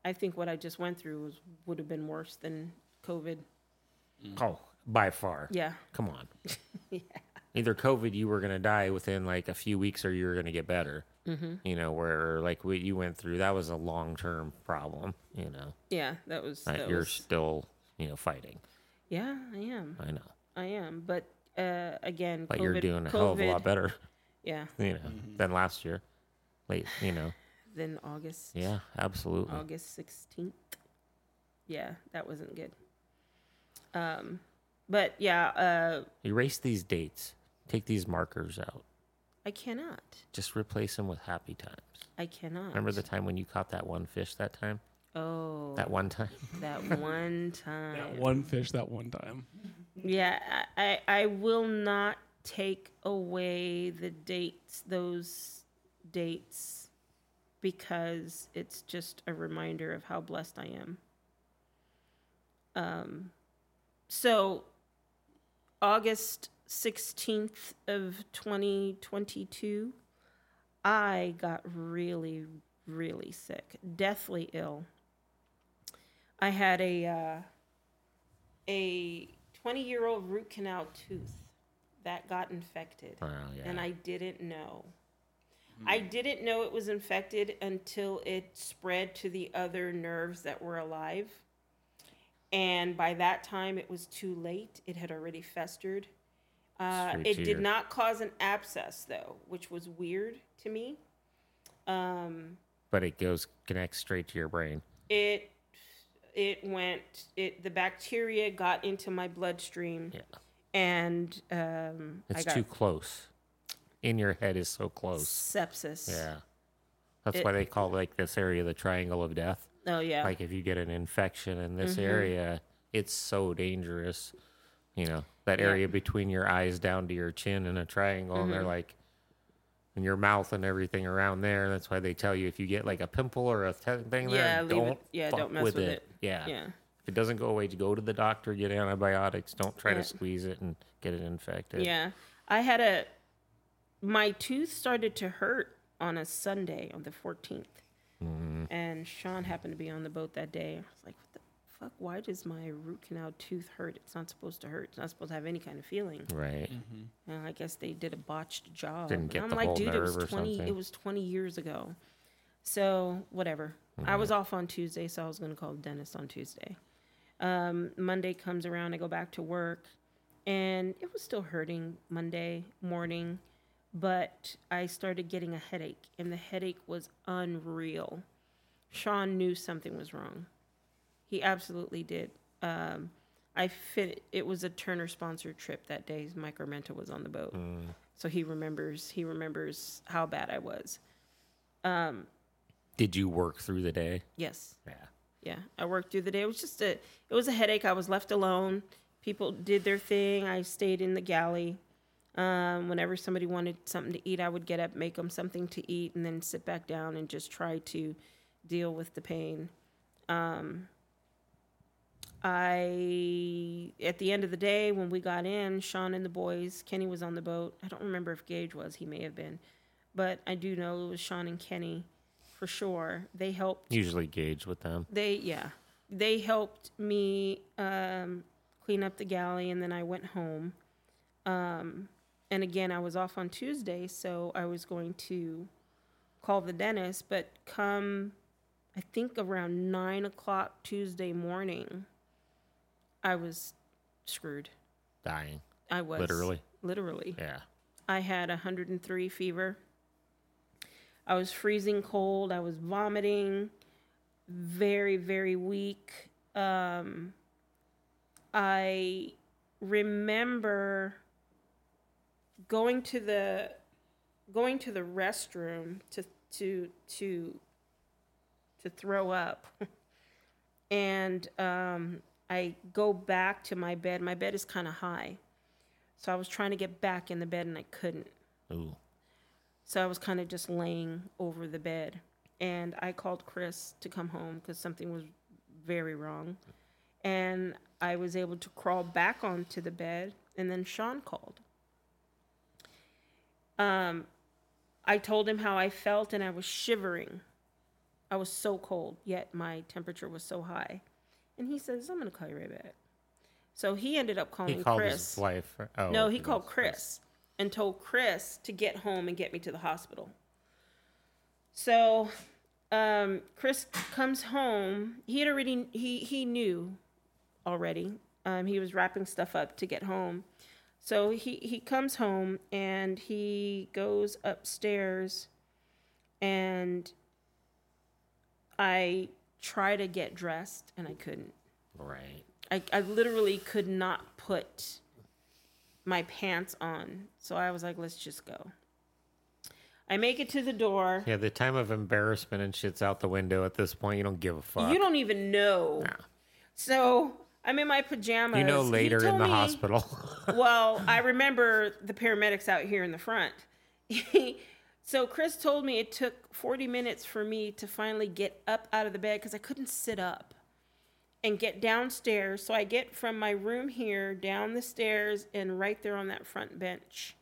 Speaker 3: I think what I just went through was would have been worse than COVID.
Speaker 1: oh, by far.
Speaker 3: Yeah,
Speaker 1: Come on. Either COVID, you were gonna die within like a few weeks, or you were gonna get better.
Speaker 3: Mm-hmm.
Speaker 1: You know, where like what you went through, that was a long term problem. You know,
Speaker 3: yeah, that was.
Speaker 1: that
Speaker 3: That
Speaker 1: you're
Speaker 3: was
Speaker 1: still you know fighting.
Speaker 3: yeah, I am.
Speaker 1: I know,
Speaker 3: I am, but uh, again,
Speaker 1: but you're
Speaker 3: COVID
Speaker 1: doing a hell of a lot
Speaker 3: COVID
Speaker 1: better.
Speaker 3: Yeah,
Speaker 1: You know,
Speaker 3: Mm-hmm.
Speaker 1: than last year. Like you know,
Speaker 3: then August.
Speaker 1: yeah, absolutely.
Speaker 3: August 16th. Yeah, that wasn't good. Um, but yeah, uh,
Speaker 1: Erase these dates. Take these markers out.
Speaker 3: I cannot.
Speaker 1: Just replace them with happy times.
Speaker 3: I cannot.
Speaker 1: Remember the time when you caught that one fish that time?
Speaker 3: oh that,
Speaker 1: That one time?
Speaker 3: one time.
Speaker 2: That one fish that one time.
Speaker 3: Yeah, I, I I will not take away the dates, those dates, because it's just a reminder of how blessed I am. Um, so August 16th of 2022, I got really, really sick, deathly ill. I had a, uh, a 20 year old root canal tooth that got infected
Speaker 1: Oh, yeah. Hmm.
Speaker 3: and I didn't know. I didn't know it was infected until it spread to the other nerves that were alive. And by that time, it was too late. It had already festered. Uh,
Speaker 1: Straight
Speaker 3: it
Speaker 1: to
Speaker 3: did
Speaker 1: your-
Speaker 3: not cause an abscess, though, which was weird to me. Um,
Speaker 1: but it goes connects straight to your brain.
Speaker 3: it it went it the bacteria got into my bloodstream,
Speaker 1: Yeah.
Speaker 3: and um, I
Speaker 1: It's
Speaker 3: got
Speaker 1: too close. In your head is so close.
Speaker 3: sepsis.
Speaker 1: Yeah. That's
Speaker 3: It-
Speaker 1: why they call like this area the triangle of death.
Speaker 3: Oh yeah. Mm-hmm.
Speaker 1: Like if you get an infection in this area, it's so dangerous. You know, that area between your eyes down to your chin in a triangle and they're
Speaker 3: Mm-hmm.
Speaker 1: like in your mouth and everything around there. That's why they tell you if you get like a pimple or a th- thing
Speaker 3: Yeah,
Speaker 1: there,
Speaker 3: leave it-
Speaker 1: don't
Speaker 3: yeah,
Speaker 1: fuck
Speaker 3: don't mess
Speaker 1: with,
Speaker 3: with
Speaker 1: it.
Speaker 3: it.
Speaker 1: Yeah.
Speaker 3: yeah.
Speaker 1: If it doesn't go away, to go to the doctor, get antibiotics. Don't try
Speaker 3: Yeah.
Speaker 1: to squeeze it and get it infected.
Speaker 3: Yeah. I had a my tooth started to hurt on a Sunday on the 14th. And Sean happened to be on the boat that day. I was like, what the fuck? Why does my root canal tooth hurt? It's not supposed to hurt. It's not supposed to have any kind of feeling.
Speaker 1: Right.
Speaker 3: And I guess they did a botched job.
Speaker 1: Didn't
Speaker 3: And
Speaker 1: get
Speaker 3: I'm
Speaker 1: the
Speaker 3: like,
Speaker 1: whole
Speaker 3: dude, it was
Speaker 1: nerve or
Speaker 3: 20
Speaker 1: something."
Speaker 3: it was 20 years ago. So, whatever. I was off on Tuesday, so I was going to call the dentist on Tuesday. Um, Monday comes around, I go back to work, and it was still hurting Monday morning, but I started getting a headache, and the headache was unreal. Sean knew something was wrong. He absolutely did. Um, I fit. It was a Turner sponsored trip that day. Micromenta was on the boat, so he remembers. He remembers how bad I was.
Speaker 1: Did you work through the day?
Speaker 3: Yes,
Speaker 1: Yeah.
Speaker 3: yeah. I worked through the day. It was just a. It was a headache. I was left alone. People did their thing. I stayed in the galley. Um, whenever somebody wanted something to eat, I would get up, make them something to eat, and then sit back down and just try to deal with the pain. Um, I at the end of the day when we got in, Sean and the boys, Kenny was on the boat. I don't remember if Gage was, he may have been. But I do know it was Sean and Kenny for sure. They helped
Speaker 1: Usually gauge with them.
Speaker 3: they yeah. They helped me um clean up the galley and then I went home. Um and again I was off on Tuesday, so I was going to call the dentist, but come I think around nine o'clock Tuesday morning, I was screwed.
Speaker 1: dying.
Speaker 3: I was
Speaker 4: Literally.
Speaker 3: literally.
Speaker 1: Yeah.
Speaker 3: I had 103 fever. I was freezing cold. I was vomiting, very, very weak. Um, I remember going to the going to the restroom to to to to throw up, and um, I go back to my bed. My bed is kind of high, so I was trying to get back in the bed and I couldn't.
Speaker 1: Ooh.
Speaker 3: So I was kind of just laying over the bed. And I called Chris to come home because something was very wrong. And I was able to crawl back onto the bed. And then Sean called. Um, I told him how I felt and I was shivering. I was so cold, yet my temperature was so high. And he says, I'm going to call you right back. So he ended up calling
Speaker 1: He called
Speaker 3: Chris.
Speaker 1: his wife. or- Oh,
Speaker 3: No,
Speaker 1: it
Speaker 3: he
Speaker 1: was
Speaker 3: called Chris and told Chris to get home and get me to the hospital. So um, Chris comes home. He had already he he knew already. Um, he was wrapping stuff up to get home. So he he comes home and he goes upstairs and I try to get dressed and I couldn't.
Speaker 1: Right.
Speaker 3: I, I literally could not put my pants on. So I was like, let's just go. I make it to the door.
Speaker 1: Yeah, the time of embarrassment and shit's out the window at this point. You don't give a fuck.
Speaker 3: You don't even know. So I'm in my pajamas.
Speaker 1: You know
Speaker 3: He
Speaker 1: later in
Speaker 3: told
Speaker 1: the
Speaker 3: me-
Speaker 1: hospital.
Speaker 3: well, I remember the paramedics out here in the front. so Chris told me it took 40 minutes for me to finally get up out of the bed because I couldn't sit up and get downstairs. So I get from my room here down the stairs and right there on that front bench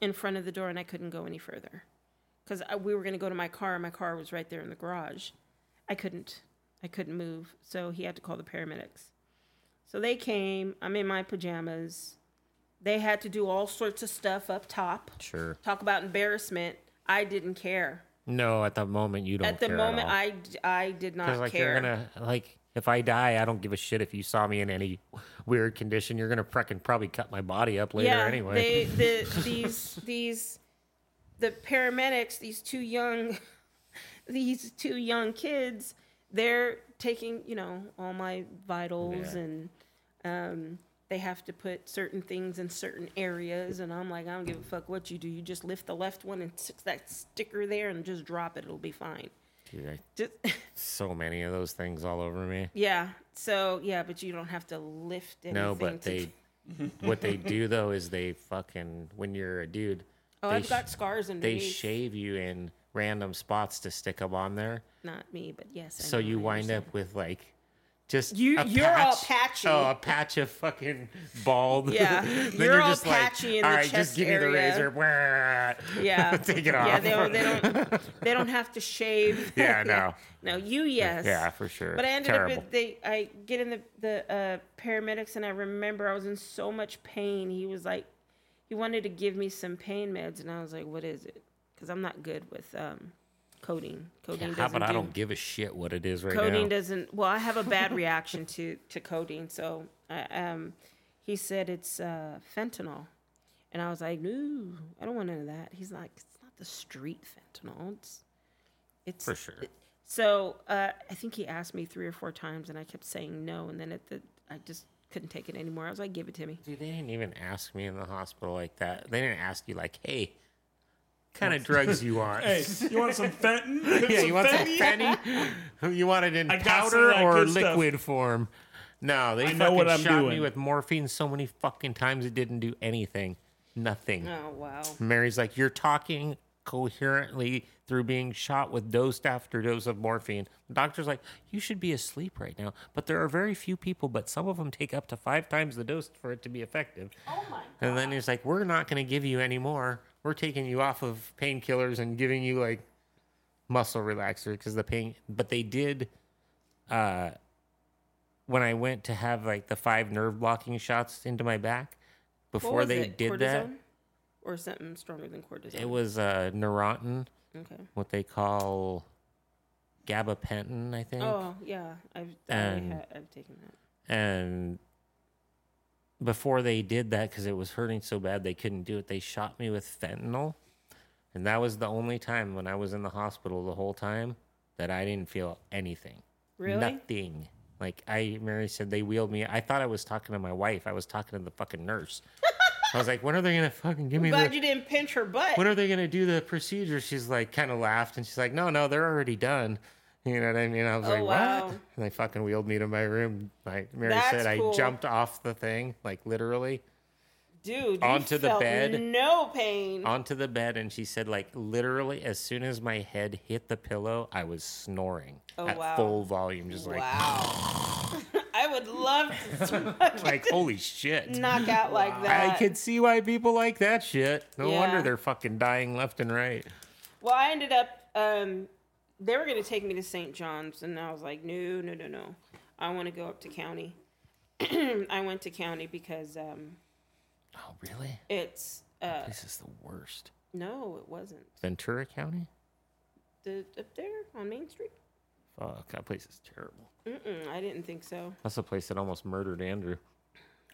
Speaker 3: in front of the door, and I couldn't go any further because we were going to go to my car. and My car was right there in the garage. I couldn't. I couldn't move. So he had to call the paramedics. So they came. I'm in my pajamas. They had to do all sorts of stuff up top.
Speaker 1: sure.
Speaker 3: Talk about embarrassment. I didn't care.
Speaker 1: No, at the moment you don't.
Speaker 3: at the
Speaker 1: care
Speaker 3: moment,
Speaker 1: all.
Speaker 3: I, I did not
Speaker 1: like
Speaker 3: care.
Speaker 1: you're gonna like if I die, I don't give a shit if you saw me in any weird condition. You're gonna fucking probably cut my body up later anyway.
Speaker 3: They, the, these these the paramedics, these two young these two young kids, they're taking, you know, all my vitals
Speaker 1: Yeah.
Speaker 3: and um they have to put certain things in certain areas and I'm like, I don't give a fuck what you do. You just lift the left one and stick that sticker there and just drop it, it'll be fine.
Speaker 1: Dude, I-
Speaker 3: Just
Speaker 1: so many of those things all over me.
Speaker 3: Yeah. So yeah, but you don't have to lift anything.
Speaker 1: No,
Speaker 3: to
Speaker 1: but they
Speaker 3: do-
Speaker 1: what they do though is they fucking when you're a dude,
Speaker 3: Oh,
Speaker 1: they
Speaker 3: I've
Speaker 1: sh-
Speaker 3: got scars underneath.
Speaker 1: they shave you in random spots to stick them on there.
Speaker 3: Not me, but yes. I
Speaker 1: so
Speaker 3: know,
Speaker 1: you
Speaker 3: I
Speaker 1: wind
Speaker 3: understand.
Speaker 1: up with like just
Speaker 3: You-
Speaker 1: a
Speaker 3: you're all
Speaker 1: patch-
Speaker 3: patchy.
Speaker 1: Oh, a patch of fucking bald.
Speaker 3: Yeah,
Speaker 1: Then
Speaker 3: you're all patchy in the
Speaker 1: just
Speaker 3: chest
Speaker 1: give me the
Speaker 3: area."
Speaker 1: razor. Wah.
Speaker 3: Yeah.
Speaker 1: take it
Speaker 3: Yeah,
Speaker 1: off.
Speaker 3: they don't, they don't they don't have to shave.
Speaker 1: Yeah, no.
Speaker 3: no, you yes.
Speaker 1: yeah, for sure.
Speaker 3: But I ended
Speaker 1: Terrible.
Speaker 3: up at they I get in the the uh, paramedics and I remember I was in so much pain. He was like he wanted to give me some pain meds and I was like, "What is it?" Cuz I'm not good with um codeine. Codeine
Speaker 1: How
Speaker 3: doesn't
Speaker 1: about I
Speaker 3: do-
Speaker 1: don't give a shit what it is right
Speaker 3: codeine
Speaker 1: now.
Speaker 3: doesn't well i have a bad reaction to to codeine so I, um he said it's uh fentanyl and i was like no i don't want none of that he's like it's not the street fentanyl it's it's
Speaker 1: For sure.
Speaker 3: so uh i think he asked me three or four times and i kept saying no and then at the i just couldn't take it anymore i was like give it to me
Speaker 1: Dude, they didn't even ask me in the hospital like that. They didn't ask you like, "Hey, kind of drugs you want?
Speaker 5: Hey, you want some Fenton?
Speaker 1: yeah, you want some penny? You want it in
Speaker 5: I got some of
Speaker 1: powder
Speaker 5: that
Speaker 1: or
Speaker 5: good stuff.
Speaker 1: liquid form? No, they
Speaker 5: know
Speaker 1: fucking
Speaker 5: what I'm
Speaker 1: shot me
Speaker 5: doing.
Speaker 1: with morphine so many fucking times it didn't do anything. Nothing.
Speaker 3: oh wow
Speaker 1: Mary's like, you're talking coherently through being shot with dose after dose of morphine. The doctor's like, you should be asleep right now. But there are very few people, but some of them take up to five times the dose for it to be effective. Oh my And then he's like, we're not going to give you any more. We're taking you off of painkillers and giving you like muscle relaxer because the pain. But they did. Uh, when I went to have like the five nerve blocking shots into my back,
Speaker 3: What
Speaker 1: before
Speaker 3: was
Speaker 1: they
Speaker 3: it?
Speaker 1: did that,
Speaker 3: Cortisone? or something stronger than cortisone
Speaker 1: it was uh, Neurontin,
Speaker 3: okay
Speaker 1: what they call gabapentin, I think. Um,
Speaker 3: oh yeah i've I
Speaker 1: And-
Speaker 3: ha- i've taken that
Speaker 1: And before they did that because it was hurting so bad they couldn't do it. They shot me with fentanyl, and that was the only time when I was in the hospital the whole time that I didn't feel anything.
Speaker 3: Really?
Speaker 1: Nothing. Like I, Mary said, they wheeled me. I thought I was talking to my wife. I was talking to the fucking nurse. I was like, when are they gonna fucking give me
Speaker 3: Glad
Speaker 1: the?
Speaker 3: you didn't pinch her butt.
Speaker 1: when are they gonna do the procedure? She's like, kind of laughed, and she's like, no, no, they're already done. You know what I mean? I was like,
Speaker 3: Oh, wow.
Speaker 1: what? And they fucking wheeled me to my room. Like Mary
Speaker 3: That's
Speaker 1: said,
Speaker 3: cool.
Speaker 1: I jumped off the thing, like literally
Speaker 3: Dude, you
Speaker 1: onto the
Speaker 3: felt
Speaker 1: bed.
Speaker 3: No pain.
Speaker 1: onto the bed, and she said, like literally, as soon as my head hit the pillow, I was snoring
Speaker 3: Oh,
Speaker 1: at
Speaker 3: wow.
Speaker 1: full volume, just like,
Speaker 3: wow. I would love to
Speaker 1: like holy shit.
Speaker 3: knock out like that.
Speaker 1: I could see why people like that shit. No
Speaker 3: Yeah.
Speaker 1: wonder they're fucking dying left and right.
Speaker 3: Well, I ended up. Um, they were going to take me to St. John's, and I was like, no, no, no, no. I want to go up to county. I went to county because um,
Speaker 1: Oh, really?
Speaker 3: it's uh,
Speaker 1: This is the worst.
Speaker 3: no, it wasn't
Speaker 1: Ventura County?
Speaker 3: the, up there on Main Street.
Speaker 1: Fuck, that place is terrible.
Speaker 3: Mm-mm, I didn't think so.
Speaker 1: That's the place that almost murdered Andrew.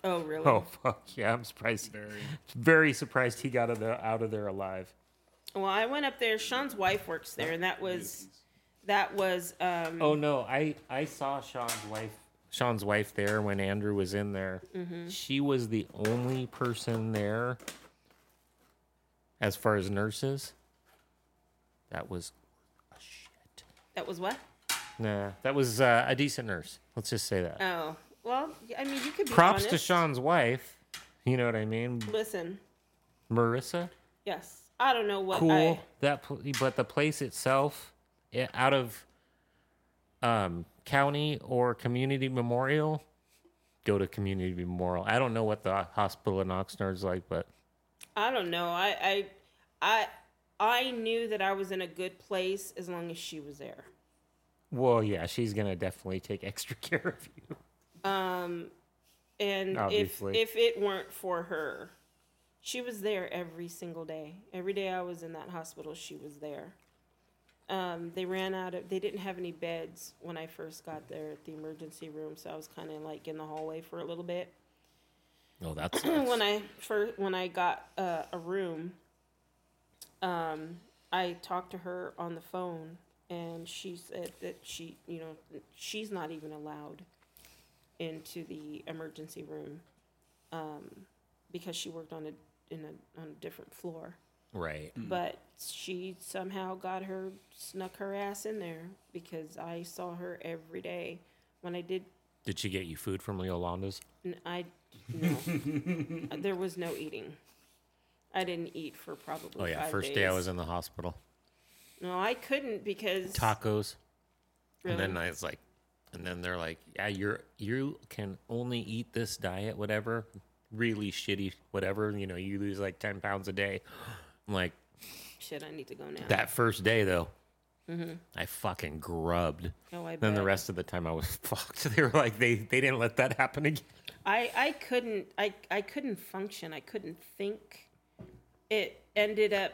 Speaker 3: Oh, really?
Speaker 1: Oh fuck yeah! I'm surprised. Very, very surprised he got out of there, out of there alive.
Speaker 3: Well, I went up there. Sean's wife works there, and that was that was um,
Speaker 1: Oh no, I I saw Sean's wife. Sean's wife there when Andrew was in there. She was the only person there, as far as nurses. That was a shit.
Speaker 3: that was what?
Speaker 1: Nah, that was uh, a decent nurse. Let's just say that.
Speaker 3: Oh, well, y- I mean, you could be
Speaker 1: Props to
Speaker 3: honest.
Speaker 1: Sean's wife. You know what I mean,
Speaker 3: Listen,
Speaker 1: Marissa.
Speaker 3: yes, I don't know what.
Speaker 1: cool
Speaker 3: I,
Speaker 1: that pl- but the place itself i- out of um county or community memorial go to community memorial i don't know what the hospital in oxnard's like but
Speaker 3: I don't know. I, I, I, I knew that I was in a good place as long as she was there.
Speaker 1: well yeah she's gonna definitely take extra care of you
Speaker 3: And
Speaker 1: Obviously.
Speaker 3: if if it weren't for her, she was there every single day. Every day I was in that hospital, she was there. Um, they ran out of. They didn't have any beds when I first got there at the emergency room, so I was kind of like in the hallway for a little bit.
Speaker 1: oh that's
Speaker 3: when I first when I got uh, a room, um, I talked to her on the phone, and she said that she, you know, she's not even allowed into the emergency room um, because she worked on a in a on a different floor.
Speaker 1: right
Speaker 3: But she somehow got her snuck her ass in there because I saw her every day when I did
Speaker 1: did she get you food from yolanda's
Speaker 3: N- I no. there was no eating. I didn't eat for probably.
Speaker 1: oh yeah
Speaker 3: five
Speaker 1: first
Speaker 3: days.
Speaker 1: day i was in the hospital
Speaker 3: No, I couldn't because
Speaker 1: tacos
Speaker 3: really,
Speaker 1: And then I was like, and then they're like, yeah, you're you can only eat this diet, whatever, really shitty, whatever. You know, you lose like ten pounds a day. I'm like
Speaker 3: shit. I need to go now.
Speaker 1: that first day though, I fucking grubbed.
Speaker 3: No, Mm-hmm. Oh, I.
Speaker 1: Then the
Speaker 3: bet.
Speaker 1: rest of the time I was fucked. They were like, they they didn't let that happen again.
Speaker 3: I I couldn't. I I couldn't function. I couldn't think. It ended up.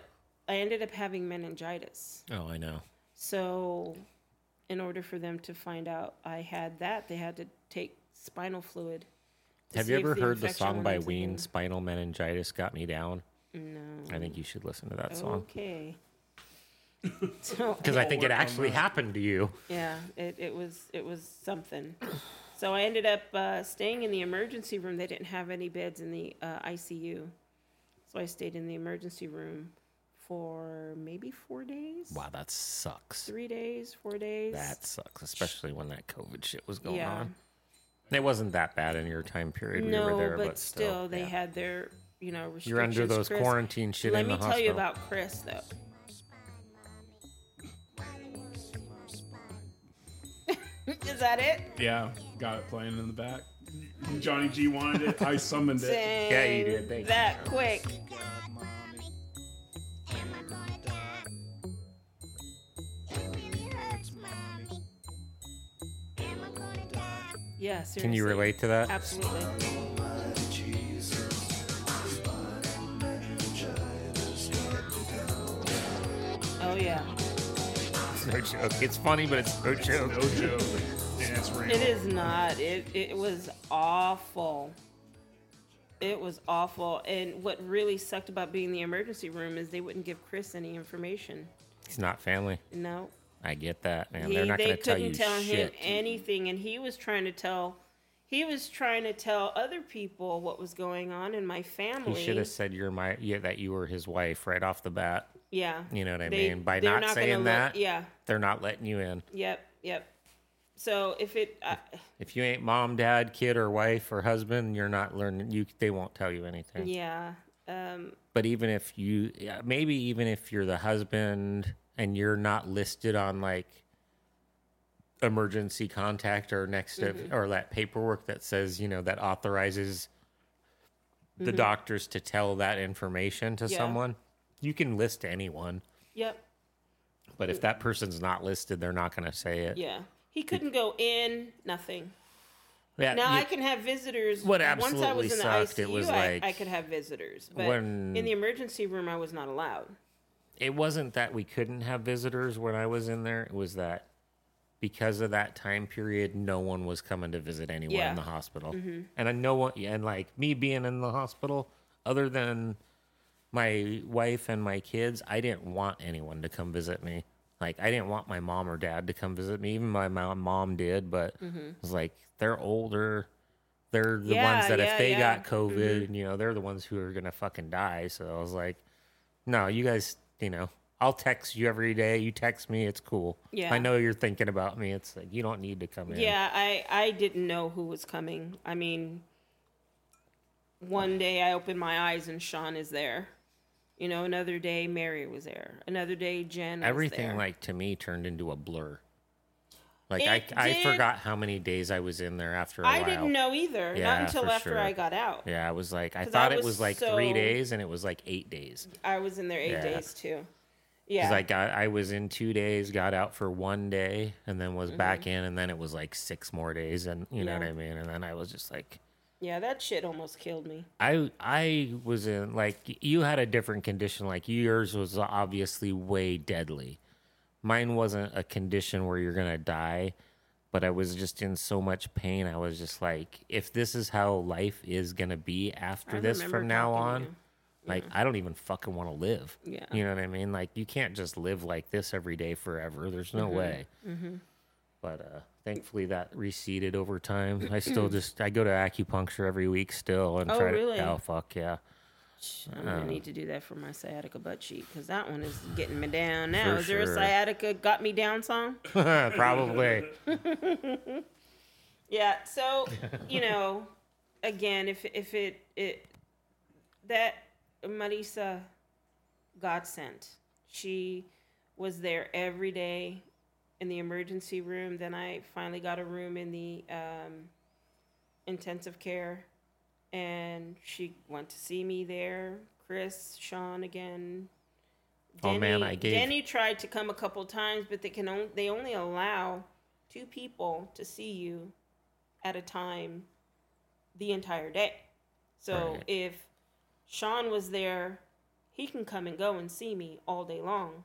Speaker 3: I ended up having meningitis.
Speaker 1: Oh, I know.
Speaker 3: So, in order for them to find out I had that, they had to take spinal fluid. to
Speaker 1: Have
Speaker 3: see
Speaker 1: you
Speaker 3: if
Speaker 1: ever heard the
Speaker 3: infection
Speaker 1: song
Speaker 3: went
Speaker 1: by
Speaker 3: into the-
Speaker 1: Ween, "Spinal Meningitis Got Me Down"?
Speaker 3: No.
Speaker 1: I think you should listen to that song
Speaker 3: Mm. Okay. So
Speaker 1: because I think it actually happened to you.
Speaker 3: Yeah, it, it was it was something. So I ended up uh, staying in the emergency room. They didn't have any beds in the uh, ICU, so I stayed in the emergency room for maybe four days.
Speaker 1: Wow, that sucks.
Speaker 3: Three days, four days.
Speaker 1: That sucks, especially when that COVID shit was going
Speaker 3: Yeah.
Speaker 1: on. It wasn't that bad in your time period. We
Speaker 3: no,
Speaker 1: were there,
Speaker 3: but,
Speaker 1: but,
Speaker 3: still, they
Speaker 1: yeah.
Speaker 3: had their you know restrictions.
Speaker 1: You're under those
Speaker 3: Chris,
Speaker 1: quarantine shit
Speaker 3: Let
Speaker 1: in
Speaker 3: me
Speaker 1: the
Speaker 3: tell
Speaker 1: hospital.
Speaker 3: you about Chris though. Is that it?
Speaker 2: Yeah, got it playing in the back. Johnny G wanted it. I summoned it.
Speaker 1: Yeah, you did. Thank you.
Speaker 3: that quick. Yeah, seriously.
Speaker 1: Can you relate to that?
Speaker 3: Absolutely. Oh yeah,
Speaker 1: It's no joke. It's funny, but it's no joke.
Speaker 2: No joke. And it's real.
Speaker 3: it is not. It it was awful. It was awful. And what really sucked about being in the emergency room is they wouldn't give Chris any information.
Speaker 1: He's not family.
Speaker 3: No.
Speaker 1: I get that, man.
Speaker 3: He-
Speaker 1: They're not
Speaker 3: they
Speaker 1: going to tell you
Speaker 3: couldn't tell, him
Speaker 1: shit.
Speaker 3: anything and he was trying to tell he was trying to tell other people what was going on in my
Speaker 1: He
Speaker 3: family.
Speaker 1: should have said you're my yeah that you were his wife right off the bat.
Speaker 3: yeah.
Speaker 1: You know what I
Speaker 3: They-
Speaker 1: mean? By
Speaker 3: they're
Speaker 1: not,
Speaker 3: gonna
Speaker 1: saying
Speaker 3: let-
Speaker 1: that,
Speaker 3: yeah.
Speaker 1: they're not letting you in.
Speaker 3: Yep. Yep. So if it uh, I
Speaker 1: If you ain't mom, dad, kid, or wife or husband, you're not learning. You they won't tell you anything.
Speaker 3: yeah. Um
Speaker 1: But even if you, yeah, maybe even if you're the husband and you're not listed on like emergency contact or next of,
Speaker 3: Mm-hmm.
Speaker 1: or that paperwork that says you know that authorizes the doctors to tell that information to
Speaker 3: Mm-hmm. Yeah.
Speaker 1: someone, you can list anyone.
Speaker 3: yep.
Speaker 1: But if that person's not listed, they're not going to say it.
Speaker 3: Mm. Yeah. He couldn't go in, nothing.
Speaker 1: Yeah,
Speaker 3: Now
Speaker 1: Uh, you-
Speaker 3: I can have visitors.
Speaker 1: What
Speaker 3: Once I
Speaker 1: absolutely
Speaker 3: was in the
Speaker 1: sucked,
Speaker 3: ICU,
Speaker 1: it was
Speaker 3: I,
Speaker 1: like-
Speaker 3: I could have visitors, but
Speaker 1: When-
Speaker 3: in the emergency room, I was not allowed.
Speaker 1: it wasn't that we couldn't have visitors when I was in there. It was that because of that time period, no one was coming to visit anyone
Speaker 3: Yeah. Mm-hmm.
Speaker 1: in the hospital, and I know what. And like me being in the hospital, other than my wife and my kids, I didn't want anyone to come visit me. Like I didn't want my mom or dad to come visit me. Even my mom, mom did, but it was like they're older. They're the
Speaker 3: Mm-hmm. Yeah,
Speaker 1: ones that
Speaker 3: yeah,
Speaker 1: if they
Speaker 3: yeah. Mm-hmm.
Speaker 1: got COVID, you know, they're the ones who are gonna fucking die. So I was like, no, you guys, you know, I'll text you every day. You text me, it's cool.
Speaker 3: Yeah.
Speaker 1: I know you're thinking about me. It's like you don't need to come in.
Speaker 3: Yeah, I I didn't know who was coming. I mean, one day I opened my eyes and Sean is there. You know, another day Mary was there. Another day Jen. Was
Speaker 1: Everything
Speaker 3: there.
Speaker 1: like to me turned into a blur. Like
Speaker 3: It
Speaker 1: I, I
Speaker 3: did-
Speaker 1: forgot how many days I was in there after a
Speaker 3: I
Speaker 1: while.
Speaker 3: didn't know either.
Speaker 1: Yeah,
Speaker 3: not until
Speaker 1: for
Speaker 3: after
Speaker 1: sure.
Speaker 3: I got out.
Speaker 1: Yeah, I was like, I
Speaker 3: 'Cause I
Speaker 1: thought it
Speaker 3: was
Speaker 1: was like three
Speaker 3: so-
Speaker 1: days, and it was like eight days.
Speaker 3: I was in there eight
Speaker 1: Yeah.
Speaker 3: days too. Yeah.
Speaker 1: Because I got, I was in two days, got out for one day, and then was back in, and then it was like six more days, and you know what
Speaker 3: Mm-hmm. Yeah.
Speaker 1: I mean. And then I was just like,
Speaker 3: yeah, that shit almost killed me.
Speaker 1: I, I was in like you had a different condition. Like yours was obviously way deadly. Mine wasn't a condition where you're gonna die, but I was just in so much pain. I was just like, if this is how life is gonna be after
Speaker 3: I
Speaker 1: this
Speaker 3: remember
Speaker 1: from now
Speaker 3: talking to
Speaker 1: on.
Speaker 3: you.
Speaker 1: Like I don't even fucking want to live.
Speaker 3: Yeah.
Speaker 1: You know what I mean? Like you can't just live like this every day forever. There's
Speaker 3: Mm-hmm.
Speaker 1: no way. But uh thankfully that receded over time. I still just I go to acupuncture every week still and
Speaker 3: Oh,
Speaker 1: try
Speaker 3: really?
Speaker 1: to Oh fuck yeah.
Speaker 3: I'm gonna need to do that for my sciatica butt cheek because that one is getting me down now.
Speaker 1: For
Speaker 3: Is there a
Speaker 1: sure.
Speaker 3: sciatica got me down song?
Speaker 1: Probably.
Speaker 3: Yeah. So you know, again, if if it it that Marisa God sent, she was there every day in the emergency room. Then I finally got a room in the um, intensive care, and she went to see me there. Chris, Sean again.
Speaker 1: Oh, man, I gave-
Speaker 3: Denny tried to come a couple times, but they can only they only allow two people to see you at a time the entire day. So
Speaker 1: Right.
Speaker 3: if Sean was there, he can come and go and see me all day long,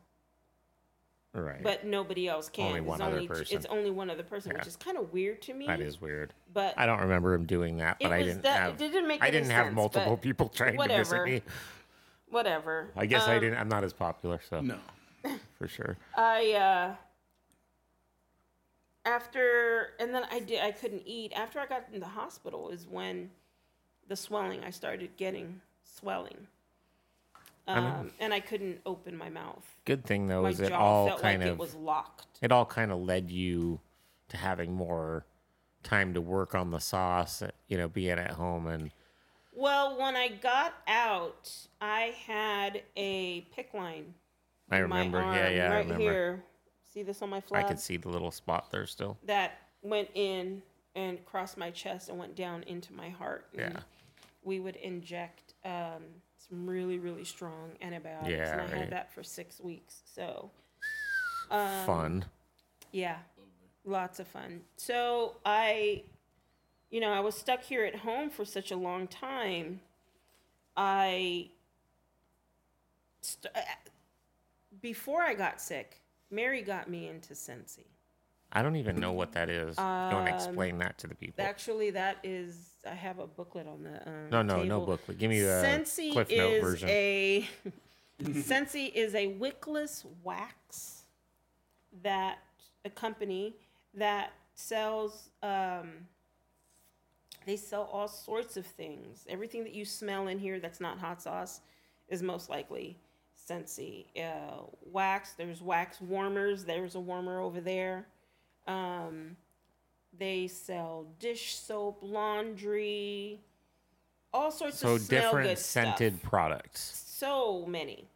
Speaker 1: right.
Speaker 3: but nobody else can.
Speaker 1: Only
Speaker 3: It's
Speaker 1: one other
Speaker 3: only-
Speaker 1: person.
Speaker 3: It's only one other person, which
Speaker 1: Yeah.
Speaker 3: is kind of weird to me.
Speaker 1: that is weird.
Speaker 3: But
Speaker 1: I don't remember him doing that, but
Speaker 3: It
Speaker 1: I
Speaker 3: was
Speaker 1: didn't
Speaker 3: that-
Speaker 1: have
Speaker 3: it didn't make
Speaker 1: I
Speaker 3: any
Speaker 1: didn't have
Speaker 3: sense,
Speaker 1: multiple
Speaker 3: but
Speaker 1: people trying to
Speaker 3: whatever.
Speaker 1: visit me.
Speaker 3: whatever.
Speaker 1: I guess I
Speaker 3: Um,
Speaker 1: didn't I'm not as popular, so
Speaker 2: No.
Speaker 1: for sure.
Speaker 3: I uh after and then I did I couldn't eat. After I got in the hospital is when the swelling I started getting swelling. Um,
Speaker 1: mean-
Speaker 3: and I couldn't open my mouth.
Speaker 1: Good thing though
Speaker 3: my
Speaker 1: is it
Speaker 3: jaw
Speaker 1: all
Speaker 3: felt
Speaker 1: kind
Speaker 3: like
Speaker 1: of
Speaker 3: it was locked.
Speaker 1: it all kind of led you to having more time to work on the sauce, you know, being at home and
Speaker 3: Well, when I got out, I had a pick line.
Speaker 1: I
Speaker 3: in my
Speaker 1: remember,
Speaker 3: arm,
Speaker 1: yeah, yeah,
Speaker 3: right
Speaker 1: I remember.
Speaker 3: here. See this on my
Speaker 1: I
Speaker 3: flab?
Speaker 1: could see the little spot there still.
Speaker 3: that went in and crossed my chest and went down into my heart. And
Speaker 1: Yeah.
Speaker 3: We would inject um, some really, really strong antibiotics, and
Speaker 1: Yeah,
Speaker 3: I
Speaker 1: right.
Speaker 3: had that for six weeks. So, um,
Speaker 1: Fun.
Speaker 3: yeah, lots of fun. So I, you know, I was stuck here at home for such a long time. I, uh, st- before I got sick, Mary got me into Sensi.
Speaker 1: I don't even know what that is. Don't
Speaker 3: um,
Speaker 1: explain that to the people.
Speaker 3: Actually, that is. I have a booklet on the. Um,
Speaker 1: No, no, no
Speaker 3: table.
Speaker 1: booklet. Give me the
Speaker 3: Scentsy
Speaker 1: Cliff Note
Speaker 3: is
Speaker 1: version.
Speaker 3: a Scentsy is a wickless wax that a company that sells um, they sell all sorts of things. Everything that you smell in here that's not hot sauce is most likely Scentsy uh, wax. There's wax warmers. There's a warmer over there. Um, they sell dish soap, laundry, all sorts
Speaker 1: so
Speaker 3: of smell
Speaker 1: different
Speaker 3: good stuff
Speaker 1: scented products.
Speaker 3: so many.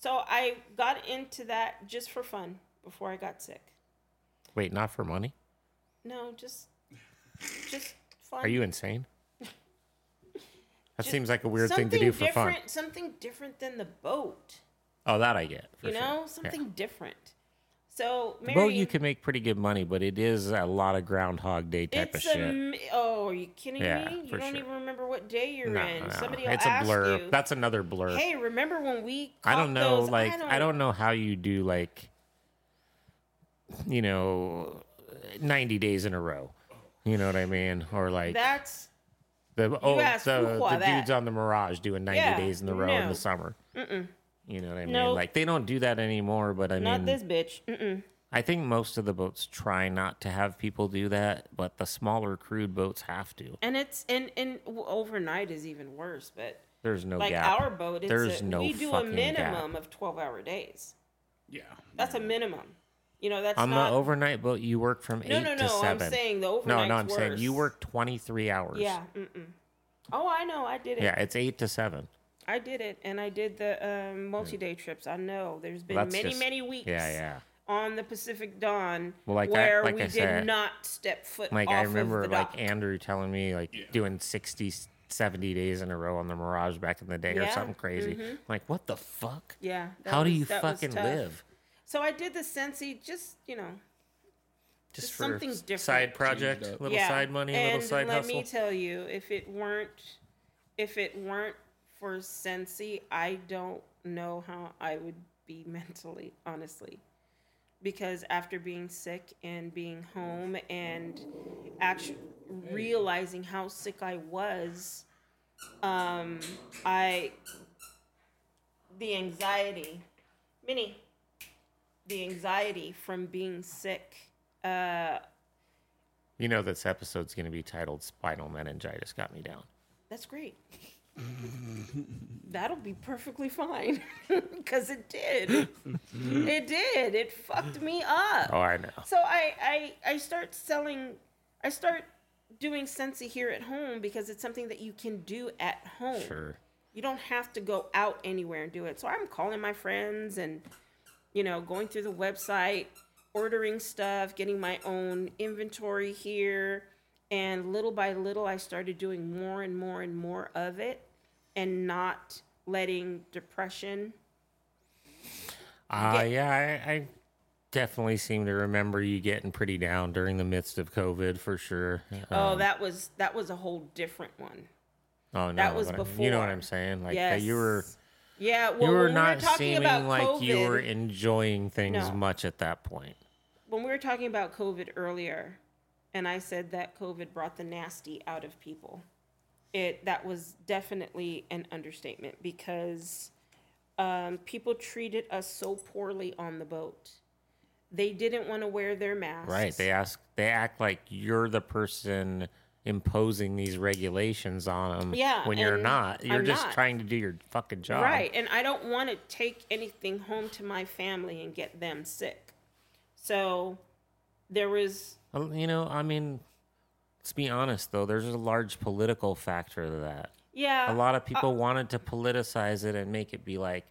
Speaker 3: So I got into that just for fun before I got sick.
Speaker 1: Wait, not for money?
Speaker 3: No, just just fun.
Speaker 1: Are you insane? That
Speaker 3: Ju-
Speaker 1: seems like a weird thing to do for fun.
Speaker 3: different, Something different than the boat,
Speaker 1: Oh, that I get. for
Speaker 3: you
Speaker 1: sure.
Speaker 3: know?
Speaker 1: Yeah.
Speaker 3: Something different. So
Speaker 1: The
Speaker 3: Mary,
Speaker 1: boat, you can make pretty good money, but it is a lot of Groundhog Day type
Speaker 3: it's
Speaker 1: of
Speaker 3: a
Speaker 1: shit.
Speaker 3: m- oh, are you kidding
Speaker 1: Yeah,
Speaker 3: me?
Speaker 1: for
Speaker 3: You don't
Speaker 1: sure.
Speaker 3: even remember what day you're
Speaker 1: No,
Speaker 3: in.
Speaker 1: no,
Speaker 3: Somebody will
Speaker 1: it's a
Speaker 3: ask
Speaker 1: blur.
Speaker 3: you.
Speaker 1: That's another blur.
Speaker 3: hey, remember when we?
Speaker 1: I don't
Speaker 3: caught
Speaker 1: know.
Speaker 3: those?"
Speaker 1: like, I don't, know how you do like, you know, ninety days in a row. You know what I mean? Or like
Speaker 3: That's
Speaker 1: the oh
Speaker 3: asked
Speaker 1: the,
Speaker 3: Fuqua
Speaker 1: the
Speaker 3: that.
Speaker 1: dudes on the Mirage doing ninety
Speaker 3: Yeah,
Speaker 1: days in a row in
Speaker 3: no.
Speaker 1: the summer. You know what I mean?
Speaker 3: Nope.
Speaker 1: Like they don't do that anymore. But I
Speaker 3: not
Speaker 1: mean,
Speaker 3: this bitch. Mm-mm.
Speaker 1: I think most of the boats try not to have people do that, but the smaller crude boats have to.
Speaker 3: And it's and and w- overnight is even worse, but.
Speaker 1: There's no
Speaker 3: like
Speaker 1: gap.
Speaker 3: our boat it's
Speaker 1: There's
Speaker 3: a,
Speaker 1: no
Speaker 3: we do a
Speaker 1: fucking gap.
Speaker 3: minimum of 12 hour days
Speaker 2: Yeah.
Speaker 3: that's a minimum you know that's
Speaker 1: Mm. On
Speaker 3: not
Speaker 1: the overnight boat, you work from
Speaker 3: no
Speaker 1: eight
Speaker 3: no
Speaker 1: to
Speaker 3: no i'm
Speaker 1: seven.
Speaker 3: saying the
Speaker 1: no,
Speaker 3: overnight
Speaker 1: no, I'm saying you work twenty three hours.
Speaker 3: yeah mm-mm. oh i know i did it
Speaker 1: Yeah, it's eight to seven.
Speaker 3: i did it and i did the um, multi-day trips i know there's been
Speaker 1: That's
Speaker 3: many
Speaker 1: just-
Speaker 3: many weeks
Speaker 1: Yeah, yeah.
Speaker 3: on the pacific dawn
Speaker 1: Well, like I-
Speaker 3: where
Speaker 1: like
Speaker 3: we
Speaker 1: I
Speaker 3: did
Speaker 1: said,
Speaker 3: not step foot
Speaker 1: Like
Speaker 3: off
Speaker 1: I remember
Speaker 3: of the
Speaker 1: like
Speaker 3: dock.
Speaker 1: Andrew telling me like doing 60, 70 days in a row on the Mirage back in the day or
Speaker 3: Yeah,
Speaker 1: something crazy. Like what the fuck?
Speaker 3: yeah that
Speaker 1: How do
Speaker 3: was-
Speaker 1: you
Speaker 3: that was
Speaker 1: fucking
Speaker 3: tough.
Speaker 1: live?
Speaker 3: so i did the sensi just you know
Speaker 1: Just,
Speaker 3: Just
Speaker 1: for
Speaker 3: something different.
Speaker 1: side
Speaker 3: Change
Speaker 1: project,
Speaker 2: it up.
Speaker 1: little side money,
Speaker 3: and
Speaker 1: little side
Speaker 3: let
Speaker 1: hustle.
Speaker 3: me tell you, if it weren't, if it weren't for Sensi, I don't know how I would be mentally, honestly. Because after being sick and being home and actually realizing how sick I was, um, I the anxiety, Minnie, the anxiety from being sick. Uh,
Speaker 1: You know this episode's going to be titled "Spinal Meningitis Got Me Down."
Speaker 3: That's great. That'll be perfectly fine. Because it did. it did. It fucked me up.
Speaker 1: Oh, I know.
Speaker 3: So I, I I start selling I start doing Sensi here at home because it's something that you can do at home.
Speaker 1: Sure.
Speaker 3: You don't have to go out anywhere and do it. So I'm calling my friends and you know, going through the website, ordering stuff, getting my own inventory here, and little by little I started doing more and more and more of it and not letting depression
Speaker 1: Uh, yeah, I, I definitely seem to remember you getting pretty down during the midst of COVID for sure.
Speaker 3: Oh,
Speaker 1: Um.
Speaker 3: that was that was a whole different one.
Speaker 1: Oh no,
Speaker 3: That was
Speaker 1: but I- You know what
Speaker 3: before.
Speaker 1: I'm saying? Like
Speaker 3: Yes.
Speaker 1: that you were
Speaker 3: Yeah, well,
Speaker 1: you were
Speaker 3: when we
Speaker 1: not
Speaker 3: were talking
Speaker 1: seeming
Speaker 3: about
Speaker 1: like
Speaker 3: COVID,
Speaker 1: you were enjoying things
Speaker 3: No.
Speaker 1: much at that point.
Speaker 3: when we were talking about COVID earlier, and I said that COVID brought the nasty out of people. It that was definitely an understatement because um, people treated us so poorly on the boat. They didn't want to wear their masks.
Speaker 1: Right. They ask they act like you're the person imposing these regulations on them
Speaker 3: Yeah,
Speaker 1: when you're
Speaker 3: and
Speaker 1: not. You're
Speaker 3: I'm
Speaker 1: just
Speaker 3: not.
Speaker 1: trying to do your fucking job.
Speaker 3: Right. And I don't want to take anything home to my family and get them sick. So there was
Speaker 1: Well, You know, I mean, let's be honest though, there's a large political factor to that.
Speaker 3: yeah Uh,
Speaker 1: a lot of people wanted to politicize it and make it be like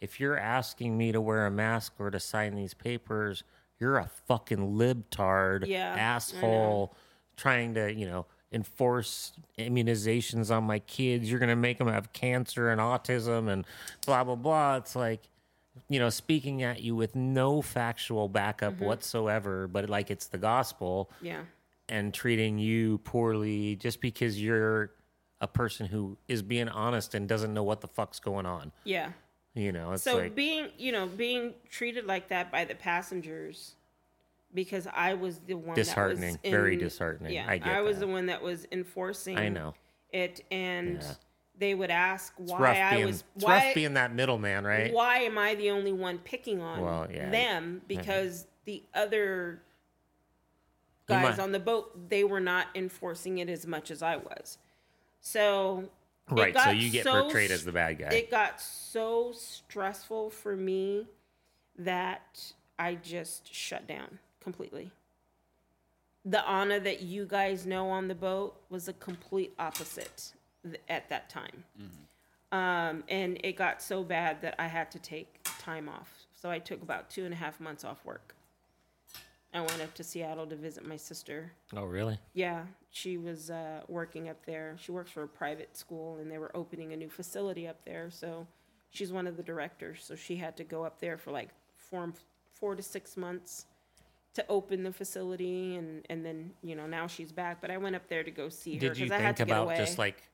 Speaker 1: if you're asking me to wear a mask or to sign these papers you're a fucking libtard
Speaker 3: Yeah, I know.
Speaker 1: asshole trying to you know enforce immunizations on my kids you're going to make them have cancer and autism and blah blah blah it's like you know speaking at you with no factual backup
Speaker 3: Mm-hmm.
Speaker 1: whatsoever but like it's the gospel
Speaker 3: yeah
Speaker 1: and treating you poorly just because you're a person who is being honest and doesn't know what the fuck's going on.
Speaker 3: yeah
Speaker 1: You know, it's
Speaker 3: so
Speaker 1: like
Speaker 3: being you know being treated like that by the passengers because I was the one that was
Speaker 1: Disheartening, very
Speaker 3: in-
Speaker 1: disheartening.
Speaker 3: Yeah,
Speaker 1: I get
Speaker 3: was
Speaker 1: that.
Speaker 3: the one that was enforcing.
Speaker 1: I know.
Speaker 3: it, and
Speaker 1: Yeah.
Speaker 3: they would ask
Speaker 1: It's
Speaker 3: why
Speaker 1: rough
Speaker 3: I
Speaker 1: being,
Speaker 3: was
Speaker 1: it's
Speaker 3: why
Speaker 1: rough being that middleman, right?
Speaker 3: why am I the only one picking on
Speaker 1: Well, yeah.
Speaker 3: them because the other
Speaker 1: You
Speaker 3: guys
Speaker 1: might-
Speaker 3: on the boat they were not enforcing it as much as I was. So it
Speaker 1: right. So
Speaker 3: got
Speaker 1: you get
Speaker 3: so
Speaker 1: portrayed as the bad guy.
Speaker 3: it got so stressful for me that I just shut down completely. The Anna that you guys know on the boat was the complete opposite th- at that time. Um, and it got so bad that I had to take time off. So I took about two and a half months off work. I went up to Seattle to visit my sister.
Speaker 1: oh, really?
Speaker 3: Yeah, she was uh, working up there. She works for a private school, and they were opening a new facility up there. So she's one of the directors. So she had to go up there for like four, four to six months to open the facility, and and then you know now she's back. But I went up there to go see her
Speaker 1: Did you
Speaker 3: I
Speaker 1: think
Speaker 3: had to get
Speaker 1: about
Speaker 3: away.
Speaker 1: just like,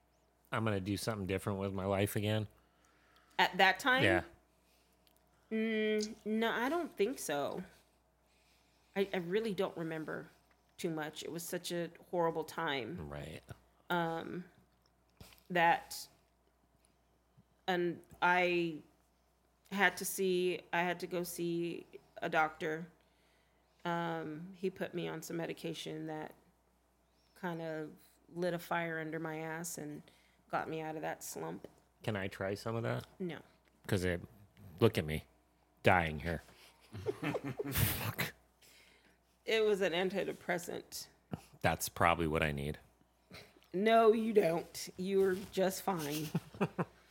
Speaker 1: I'm going to do something different with my life again?
Speaker 3: at that time.
Speaker 1: yeah.
Speaker 3: No, I don't think so. I, I really don't remember too much. It was such a horrible time.
Speaker 1: Right.
Speaker 3: that and I had to see I had to go see a doctor. Um, he put me on some medication that kind of lit a fire under my ass and got me out of that slump.
Speaker 1: Can I try some of that?
Speaker 3: No.
Speaker 1: Because it, look at me, dying here.
Speaker 3: It was an antidepressant.
Speaker 1: That's probably what I need.
Speaker 3: No, you don't. You're just fine.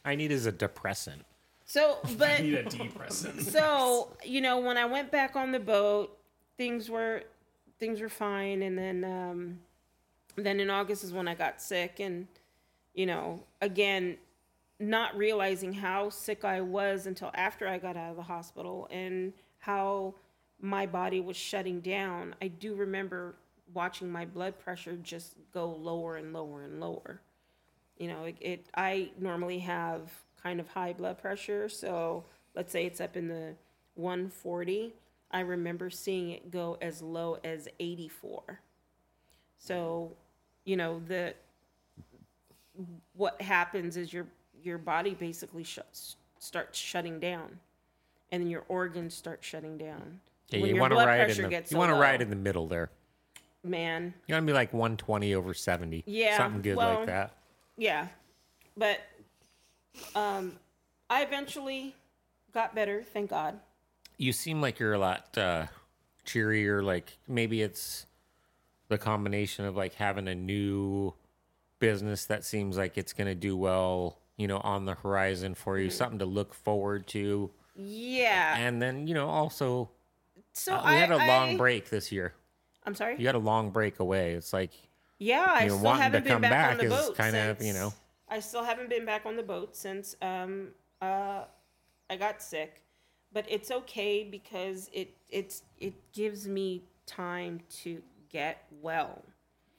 Speaker 1: I need is a depressant.
Speaker 3: So, but
Speaker 2: Need a depressant.
Speaker 3: so you know when i went back on the boat things were things were fine and then um then in august is when i got sick and you know again not realizing how sick i was until after i got out of the hospital and how my body was shutting down i do remember watching my blood pressure just go lower and lower and lower you know it, it i normally have kind of high blood pressure so let's say it's up in the 140 i remember seeing it go as low as 84 so you know the what happens is your your body basically shuts starts shutting down and then your organs start shutting down
Speaker 1: Yeah,
Speaker 3: When
Speaker 1: you
Speaker 3: your
Speaker 1: want to
Speaker 3: blood
Speaker 1: ride in
Speaker 3: pressure
Speaker 1: the,
Speaker 3: gets
Speaker 1: you
Speaker 3: so
Speaker 1: want to
Speaker 3: low.
Speaker 1: ride in the middle there.
Speaker 3: man
Speaker 1: You want to be like 120 over 70.
Speaker 3: Yeah,
Speaker 1: Something good
Speaker 3: well-
Speaker 1: like that.
Speaker 3: Yeah. But um I eventually got better, thank God.
Speaker 1: You seem like you're a lot uh, cheerier. Like maybe it's the combination of like having a new business that seems like it's going to do well, you know, on the horizon for
Speaker 3: Mm-hmm.
Speaker 1: you, something to look forward to.
Speaker 3: Yeah.
Speaker 1: And then, you know, also,
Speaker 3: So
Speaker 1: we
Speaker 3: I
Speaker 1: had a long
Speaker 3: I-
Speaker 1: break this year.
Speaker 3: I'm sorry.
Speaker 1: You had a long break away. It's like,
Speaker 3: Yeah, I
Speaker 1: you know,
Speaker 3: still
Speaker 1: wanting to
Speaker 3: haven't been
Speaker 1: come
Speaker 3: back,
Speaker 1: back
Speaker 3: on the
Speaker 1: is
Speaker 3: boat.
Speaker 1: kind of,
Speaker 3: since-
Speaker 1: you know.
Speaker 3: I still haven't been back on the boat since um uh I got sick. But it's okay because it it's it gives me time to get well.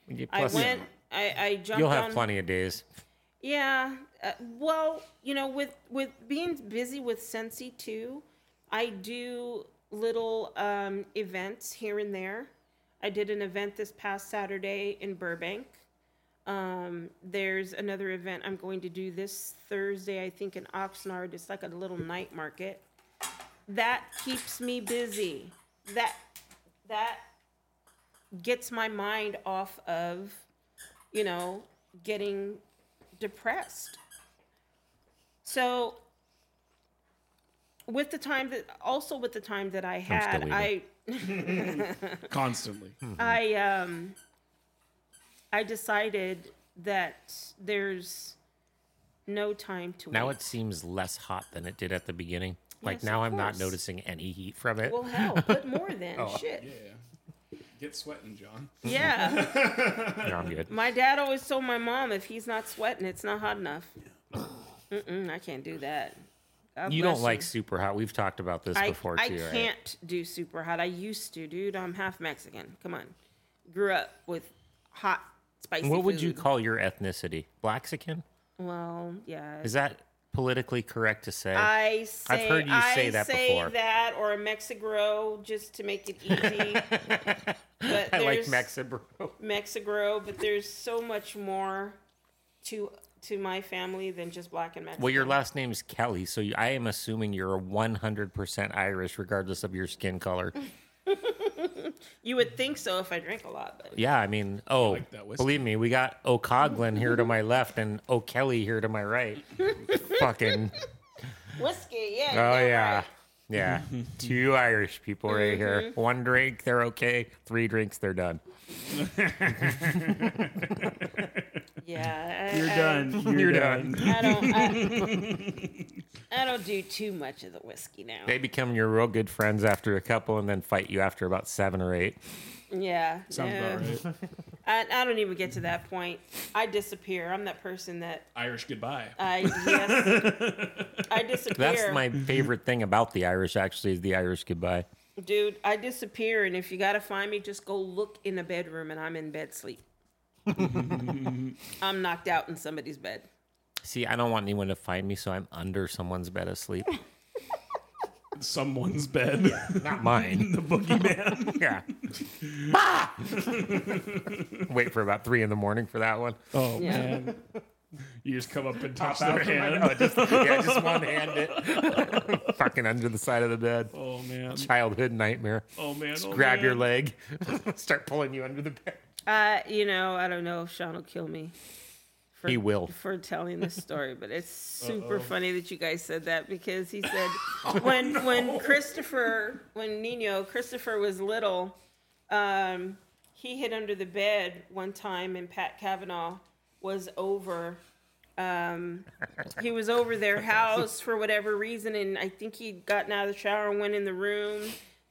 Speaker 1: you-
Speaker 3: I
Speaker 1: plus
Speaker 3: went I, I jumped
Speaker 1: you'll have
Speaker 3: on
Speaker 1: plenty of days.
Speaker 3: Yeah. Uh, well, you know, with with being busy with Sensi too, I do little um, events here and there. I did an event this past Saturday in Burbank. Um, there's another event I'm going to do this Thursday, I think, in Oxnard. It's like a little night market. That keeps me busy. That that gets my mind off of, you know, getting depressed. So with the time that also with the time that I
Speaker 1: still
Speaker 3: had,
Speaker 1: leaving.
Speaker 3: I
Speaker 2: Constantly.
Speaker 3: I um I decided that there's no time to
Speaker 1: Now
Speaker 3: wait.
Speaker 1: it seems less hot than it did at the beginning. Like
Speaker 3: Yes,
Speaker 1: now
Speaker 3: of
Speaker 1: I'm not
Speaker 3: course.
Speaker 1: noticing any heat from it.
Speaker 3: well hell, put more then.
Speaker 1: Oh.
Speaker 3: Shit.
Speaker 2: Yeah. Get sweating, John.
Speaker 3: Yeah.
Speaker 1: no, I'm good.
Speaker 3: My dad always told my mom if he's not sweating, it's not hot enough. Mm-mm, I can't do that. God
Speaker 1: You don't
Speaker 3: bless
Speaker 1: like super hot. We've talked about this
Speaker 3: I,
Speaker 1: before
Speaker 3: I
Speaker 1: too, right?
Speaker 3: can't do super hot. I used to, dude. I'm half Mexican. Come on. Grew up with hot, spicy
Speaker 1: What would you
Speaker 3: food.
Speaker 1: call your ethnicity? Blaxican?
Speaker 3: Well, yeah.
Speaker 1: Is that politically correct to say.
Speaker 3: I say,
Speaker 1: I've heard you say
Speaker 3: I
Speaker 1: that
Speaker 3: say
Speaker 1: before.
Speaker 3: that or a Mexigro just to make it easy. but
Speaker 1: I like
Speaker 3: there's-
Speaker 1: Mexibro.
Speaker 3: Mexigro, but there's so much more to to my family than just black and Mexican.
Speaker 1: Well, your last name is Kelly, so you- I am assuming you're 100% Irish, regardless of your skin color.
Speaker 3: you would think so if I drink a lot, but
Speaker 1: Yeah, I mean, oh,
Speaker 2: that whiskey.
Speaker 1: believe me, we got O'Coglin here to my left and O'Kelly here to my right. Fucking,
Speaker 3: whiskey, yeah.
Speaker 1: oh
Speaker 3: damn
Speaker 1: yeah,
Speaker 3: right.
Speaker 1: yeah. Two Irish people right
Speaker 3: Mm-hmm.
Speaker 1: here. One drink, they're okay. Three drinks, they're done.
Speaker 3: Yeah, I,
Speaker 5: You're
Speaker 3: I-
Speaker 5: done. You're,
Speaker 1: You're
Speaker 5: done.
Speaker 3: I don't. I, I don't do too much of the whiskey now.
Speaker 1: They become your real good friends after a couple, and then fight you after about seven or eight.
Speaker 3: Yeah,
Speaker 2: Sounds
Speaker 3: yeah.
Speaker 2: about right.
Speaker 3: I, I don't even get to that point. I disappear. I'm that person that
Speaker 2: Irish goodbye.
Speaker 3: I yes, I disappear.
Speaker 1: That's my
Speaker 5: Mm-hmm.
Speaker 1: favorite thing about the Irish, actually, is the Irish goodbye.
Speaker 3: Dude, I disappear, and if you gotta find me, just go look in the bedroom, and I'm in bed sleep. I'm knocked out in somebody's bed.
Speaker 1: See, I don't want anyone to find me, so I'm under someone's bed asleep.
Speaker 5: Someone's bed.
Speaker 1: Not mine.
Speaker 5: the boogeyman.
Speaker 1: yeah. Wait for about three in the morning for that one.
Speaker 5: oh
Speaker 3: Yeah.
Speaker 5: man. You just come up and toss their
Speaker 1: No,
Speaker 5: hand.
Speaker 1: just, yeah, just one handed. Fucking under the side of the bed.
Speaker 5: Oh man.
Speaker 1: Childhood nightmare.
Speaker 5: Oh man. Just
Speaker 1: Grab your leg, start pulling you under the bed.
Speaker 3: Uh, you know, I don't know if Sean will kill me. For,
Speaker 1: He will.
Speaker 3: for telling this story, but it's super funny that you guys said that because he said when when Christopher when Nino Christopher was little, um, he hid under the bed one time and Pat Kavanaugh was over. Um, he was over their house for whatever reason, and I think he'd gotten out of the shower and went in the room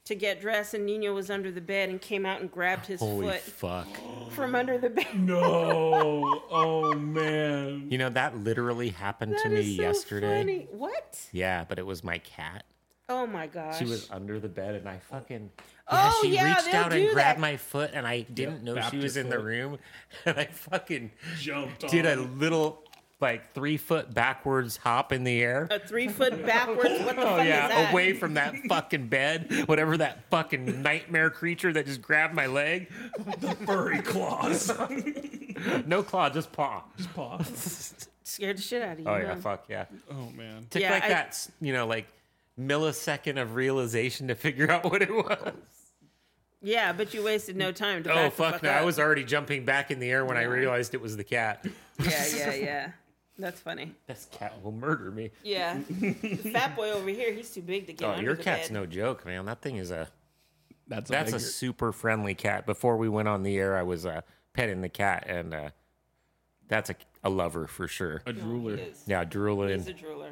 Speaker 3: to get dressed, and Nino was under the bed and came out and grabbed his
Speaker 1: Holy
Speaker 3: foot
Speaker 1: fuck.
Speaker 3: from under the bed.
Speaker 5: No. Oh man.
Speaker 1: You know, that literally happened to
Speaker 3: That
Speaker 1: me
Speaker 3: is so
Speaker 1: yesterday.
Speaker 3: funny. What?
Speaker 1: Yeah, but it was my cat.
Speaker 3: Oh my gosh.
Speaker 1: She was under the bed, and I fucking.
Speaker 3: Oh,
Speaker 1: she
Speaker 3: yeah,
Speaker 1: reached
Speaker 3: they'll
Speaker 1: out and
Speaker 3: do
Speaker 1: grabbed
Speaker 3: that.
Speaker 1: my foot, and I didn't know
Speaker 5: bapped
Speaker 1: she was
Speaker 5: your
Speaker 1: in the
Speaker 5: foot.
Speaker 1: room, and I fucking
Speaker 5: Jumped on.
Speaker 1: did a little like three foot backwards hop in the air.
Speaker 3: a three foot backwards. What
Speaker 1: Oh,
Speaker 3: the fuck is that?
Speaker 1: away from that fucking bed, whatever that fucking nightmare creature that just grabbed my leg.
Speaker 5: furry claws.
Speaker 1: No claw, just paw.
Speaker 5: Paw.
Speaker 3: Scared the shit out of you.
Speaker 1: Oh yeah,
Speaker 3: huh?
Speaker 1: fuck yeah.
Speaker 2: Oh man.
Speaker 1: Took
Speaker 3: Yeah,
Speaker 1: like
Speaker 3: I-
Speaker 1: that, s- you know, like millisecond of realization to figure out what it was.
Speaker 3: Yeah, but you wasted no time. To
Speaker 1: Oh
Speaker 3: back the
Speaker 1: fuck!
Speaker 3: fuck
Speaker 1: no, I
Speaker 3: up.
Speaker 1: was already jumping back in the air when I realized it was the cat.
Speaker 3: Yeah, yeah, yeah. That's funny.
Speaker 1: This cat will murder me.
Speaker 3: Yeah, the fat boy over here, he's too big to get.
Speaker 1: Oh,
Speaker 3: under
Speaker 1: your
Speaker 3: the
Speaker 1: cat's
Speaker 3: bed.
Speaker 1: no joke, man. That thing is a
Speaker 2: That's a
Speaker 1: that's a
Speaker 2: bigger-
Speaker 1: super friendly cat. Before we went on the air, I was uh, petting the cat, and uh, that's a, a lover for sure.
Speaker 2: a drooler.
Speaker 3: He is.
Speaker 1: Yeah, drooling,
Speaker 3: He's a drooler.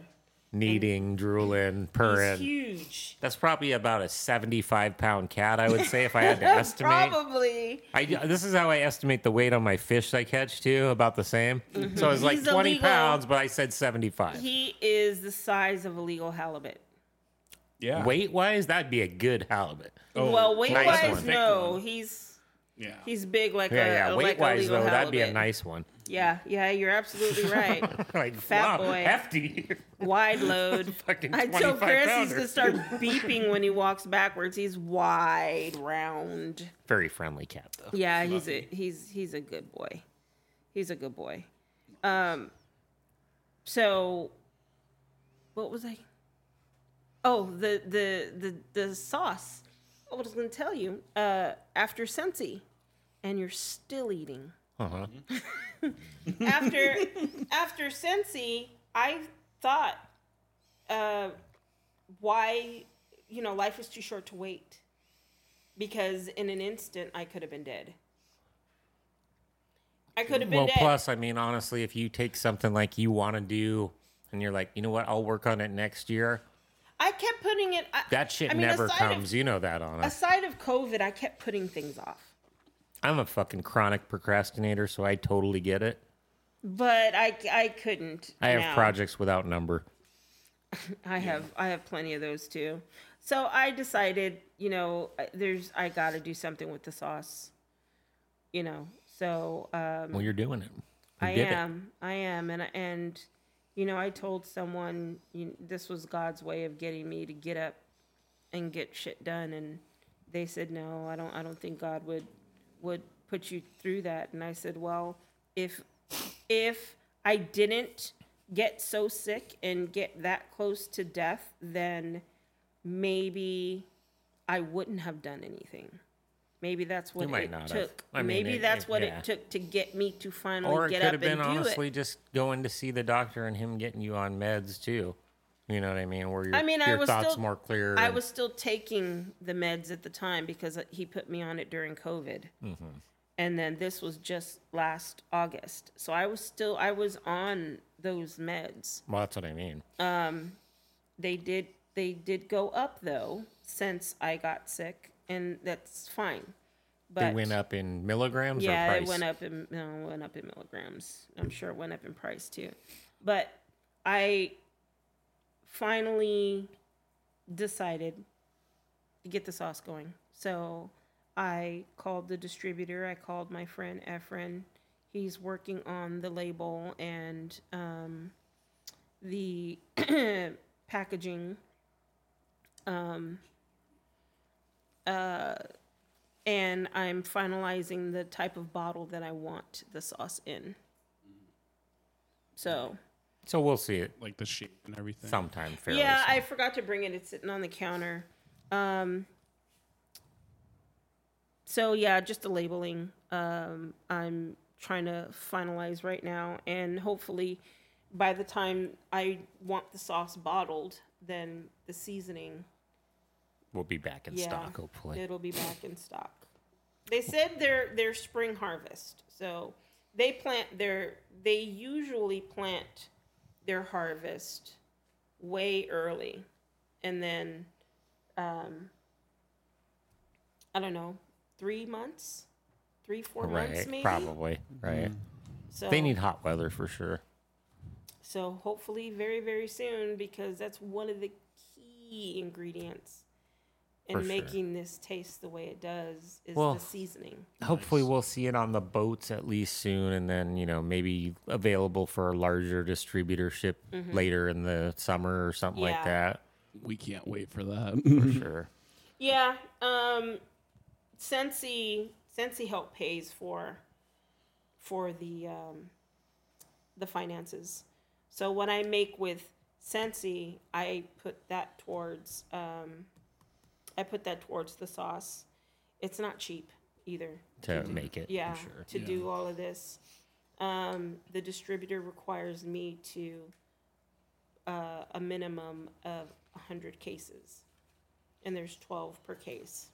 Speaker 1: kneading, drooling,
Speaker 3: He's
Speaker 1: purring.
Speaker 3: huge.
Speaker 1: That's probably about a seventy-five pound cat, I would say, if I had to estimate.
Speaker 3: Probably.
Speaker 1: I, this is how I estimate the weight on my fish I catch too, about the same. So it was like
Speaker 3: Mm-hmm. He's
Speaker 1: twenty
Speaker 3: illegal.
Speaker 1: pounds, but I said seventy-five.
Speaker 3: He is the size of a legal halibut.
Speaker 2: Yeah.
Speaker 1: Weight wise, that'd be a good halibut.
Speaker 3: well, weight
Speaker 1: Oh, nice
Speaker 3: wise,
Speaker 1: one.
Speaker 3: no, he's
Speaker 2: Yeah.
Speaker 3: he's big like a
Speaker 1: Yeah, yeah.
Speaker 3: like
Speaker 1: Weight
Speaker 3: a
Speaker 1: wise
Speaker 3: legal
Speaker 1: though, that'd be a
Speaker 3: halibut.
Speaker 1: nice one.
Speaker 3: Yeah, yeah, you're absolutely right.
Speaker 1: like
Speaker 3: Fat
Speaker 1: wow,
Speaker 3: boy.
Speaker 1: hefty.
Speaker 3: wide load.
Speaker 1: Fucking
Speaker 3: I tell
Speaker 1: 25
Speaker 3: Chris he's
Speaker 1: pounder.
Speaker 3: gonna start beeping when he walks backwards. He's wide, round.
Speaker 1: Very friendly cat though.
Speaker 3: Yeah, he's a he's he's a good boy. He's a good boy. Um. So, what was I? Oh, the the the the sauce. I was gonna tell you. Uh, after Sensi, and you're still eating.
Speaker 1: Uh-huh.
Speaker 3: after after Sensi, I thought, uh, why, you know, life is too short to wait, because in an instant I could have been dead. I could have been
Speaker 1: Well,
Speaker 3: dead.
Speaker 1: plus, I mean, honestly, if you take something like you want to do, and you're like, you know what, I'll work on it next year.
Speaker 3: I kept putting it. I,
Speaker 1: That shit
Speaker 3: I mean,
Speaker 1: never
Speaker 3: aside
Speaker 1: comes.
Speaker 3: Of,
Speaker 1: you know that, honest.
Speaker 3: aside of COVID, I kept putting things off,
Speaker 1: I'm a fucking chronic procrastinator, so I totally get it.
Speaker 3: but I I couldn't.
Speaker 1: I have
Speaker 3: now.
Speaker 1: projects without number.
Speaker 3: I have I have plenty of those too. So I decided, you know, I- there's I got to do something with the sauce. You know, so um,
Speaker 1: Well, you're doing it. You
Speaker 3: I
Speaker 1: did it.
Speaker 3: am, I am, and and You know, I told someone you, this was God's way of getting me to get up and get shit done, and they said, "No, I don't. I don't think God would would put you through that." And I said, "Well, if if I didn't get so sick and get that close to death, then maybe I wouldn't have done anything. Maybe that's what
Speaker 1: You might
Speaker 3: it
Speaker 1: not have.
Speaker 3: took.
Speaker 1: I mean,
Speaker 3: maybe
Speaker 1: it-
Speaker 3: that's
Speaker 1: it-
Speaker 3: what
Speaker 1: yeah.
Speaker 3: it took to get me to finally
Speaker 1: Or it
Speaker 3: get
Speaker 1: could
Speaker 3: up
Speaker 1: have been
Speaker 3: and do
Speaker 1: honestly
Speaker 3: it.
Speaker 1: just going to see the doctor and him getting you on meds too. You know what I mean? Where your,
Speaker 3: I mean, I
Speaker 1: your
Speaker 3: was
Speaker 1: thoughts
Speaker 3: still-
Speaker 1: more clear.
Speaker 3: I
Speaker 1: and-
Speaker 3: was still taking the meds at the time because uh, he put me on it during COVID.
Speaker 1: Mm-hmm.
Speaker 3: And then this was just last August. So I was still I was on those meds.
Speaker 1: Well, that's what I mean.
Speaker 3: They did they did go up though since I got sick and that's fine. But
Speaker 1: they went up in milligrams or
Speaker 3: Yeah,
Speaker 1: price?
Speaker 3: it went up in no, it went up in milligrams. I'm sure it went up in price too. But I finally decided to get the sauce going. So I called the distributor. I called my friend Efren. He's working on the label and um, the packaging. and I'm finalizing the type of bottle that I want the sauce in. So
Speaker 1: So we'll see it
Speaker 2: like the shape and everything.
Speaker 1: sometime fairly
Speaker 3: yeah,
Speaker 1: soon.
Speaker 3: I forgot to bring it. It's sitting on the counter. Um, so yeah, just the labeling. Um, I'm trying to finalize right now, and hopefully, by the time I want the sauce bottled, then the seasoning
Speaker 1: we'll be back in
Speaker 3: yeah,
Speaker 1: stock, hopefully.
Speaker 3: It'll be back in stock. They said their their spring harvest. So they plant their they usually plant their harvest way early and then um I don't know, 3 months, 3 4 months
Speaker 1: right,
Speaker 3: maybe.
Speaker 1: probably. Right.
Speaker 3: So
Speaker 1: They need hot weather for sure.
Speaker 3: so hopefully very very soon because that's one of the key ingredients in
Speaker 1: For sure.
Speaker 3: making this taste the way it does is
Speaker 1: Well,
Speaker 3: the seasoning.
Speaker 1: Hopefully, we'll see it on the boats at least soon, and then you know maybe available for a larger distributorship later in the summer or something like
Speaker 3: Mm-hmm. Yeah.
Speaker 1: that.
Speaker 2: We can't wait for that.
Speaker 1: Sure.
Speaker 3: Yeah. Um Sensi Sensi help pays for for the um the finances. So what I make with Sensi, I put that towards um I put that towards the sauce. It's not cheap either.
Speaker 1: To make it.
Speaker 3: Yeah.
Speaker 1: Yeah. Sure.
Speaker 3: To do all of this. Um the distributor requires me to uh, a minimum of 100 cases and there's 12 per case.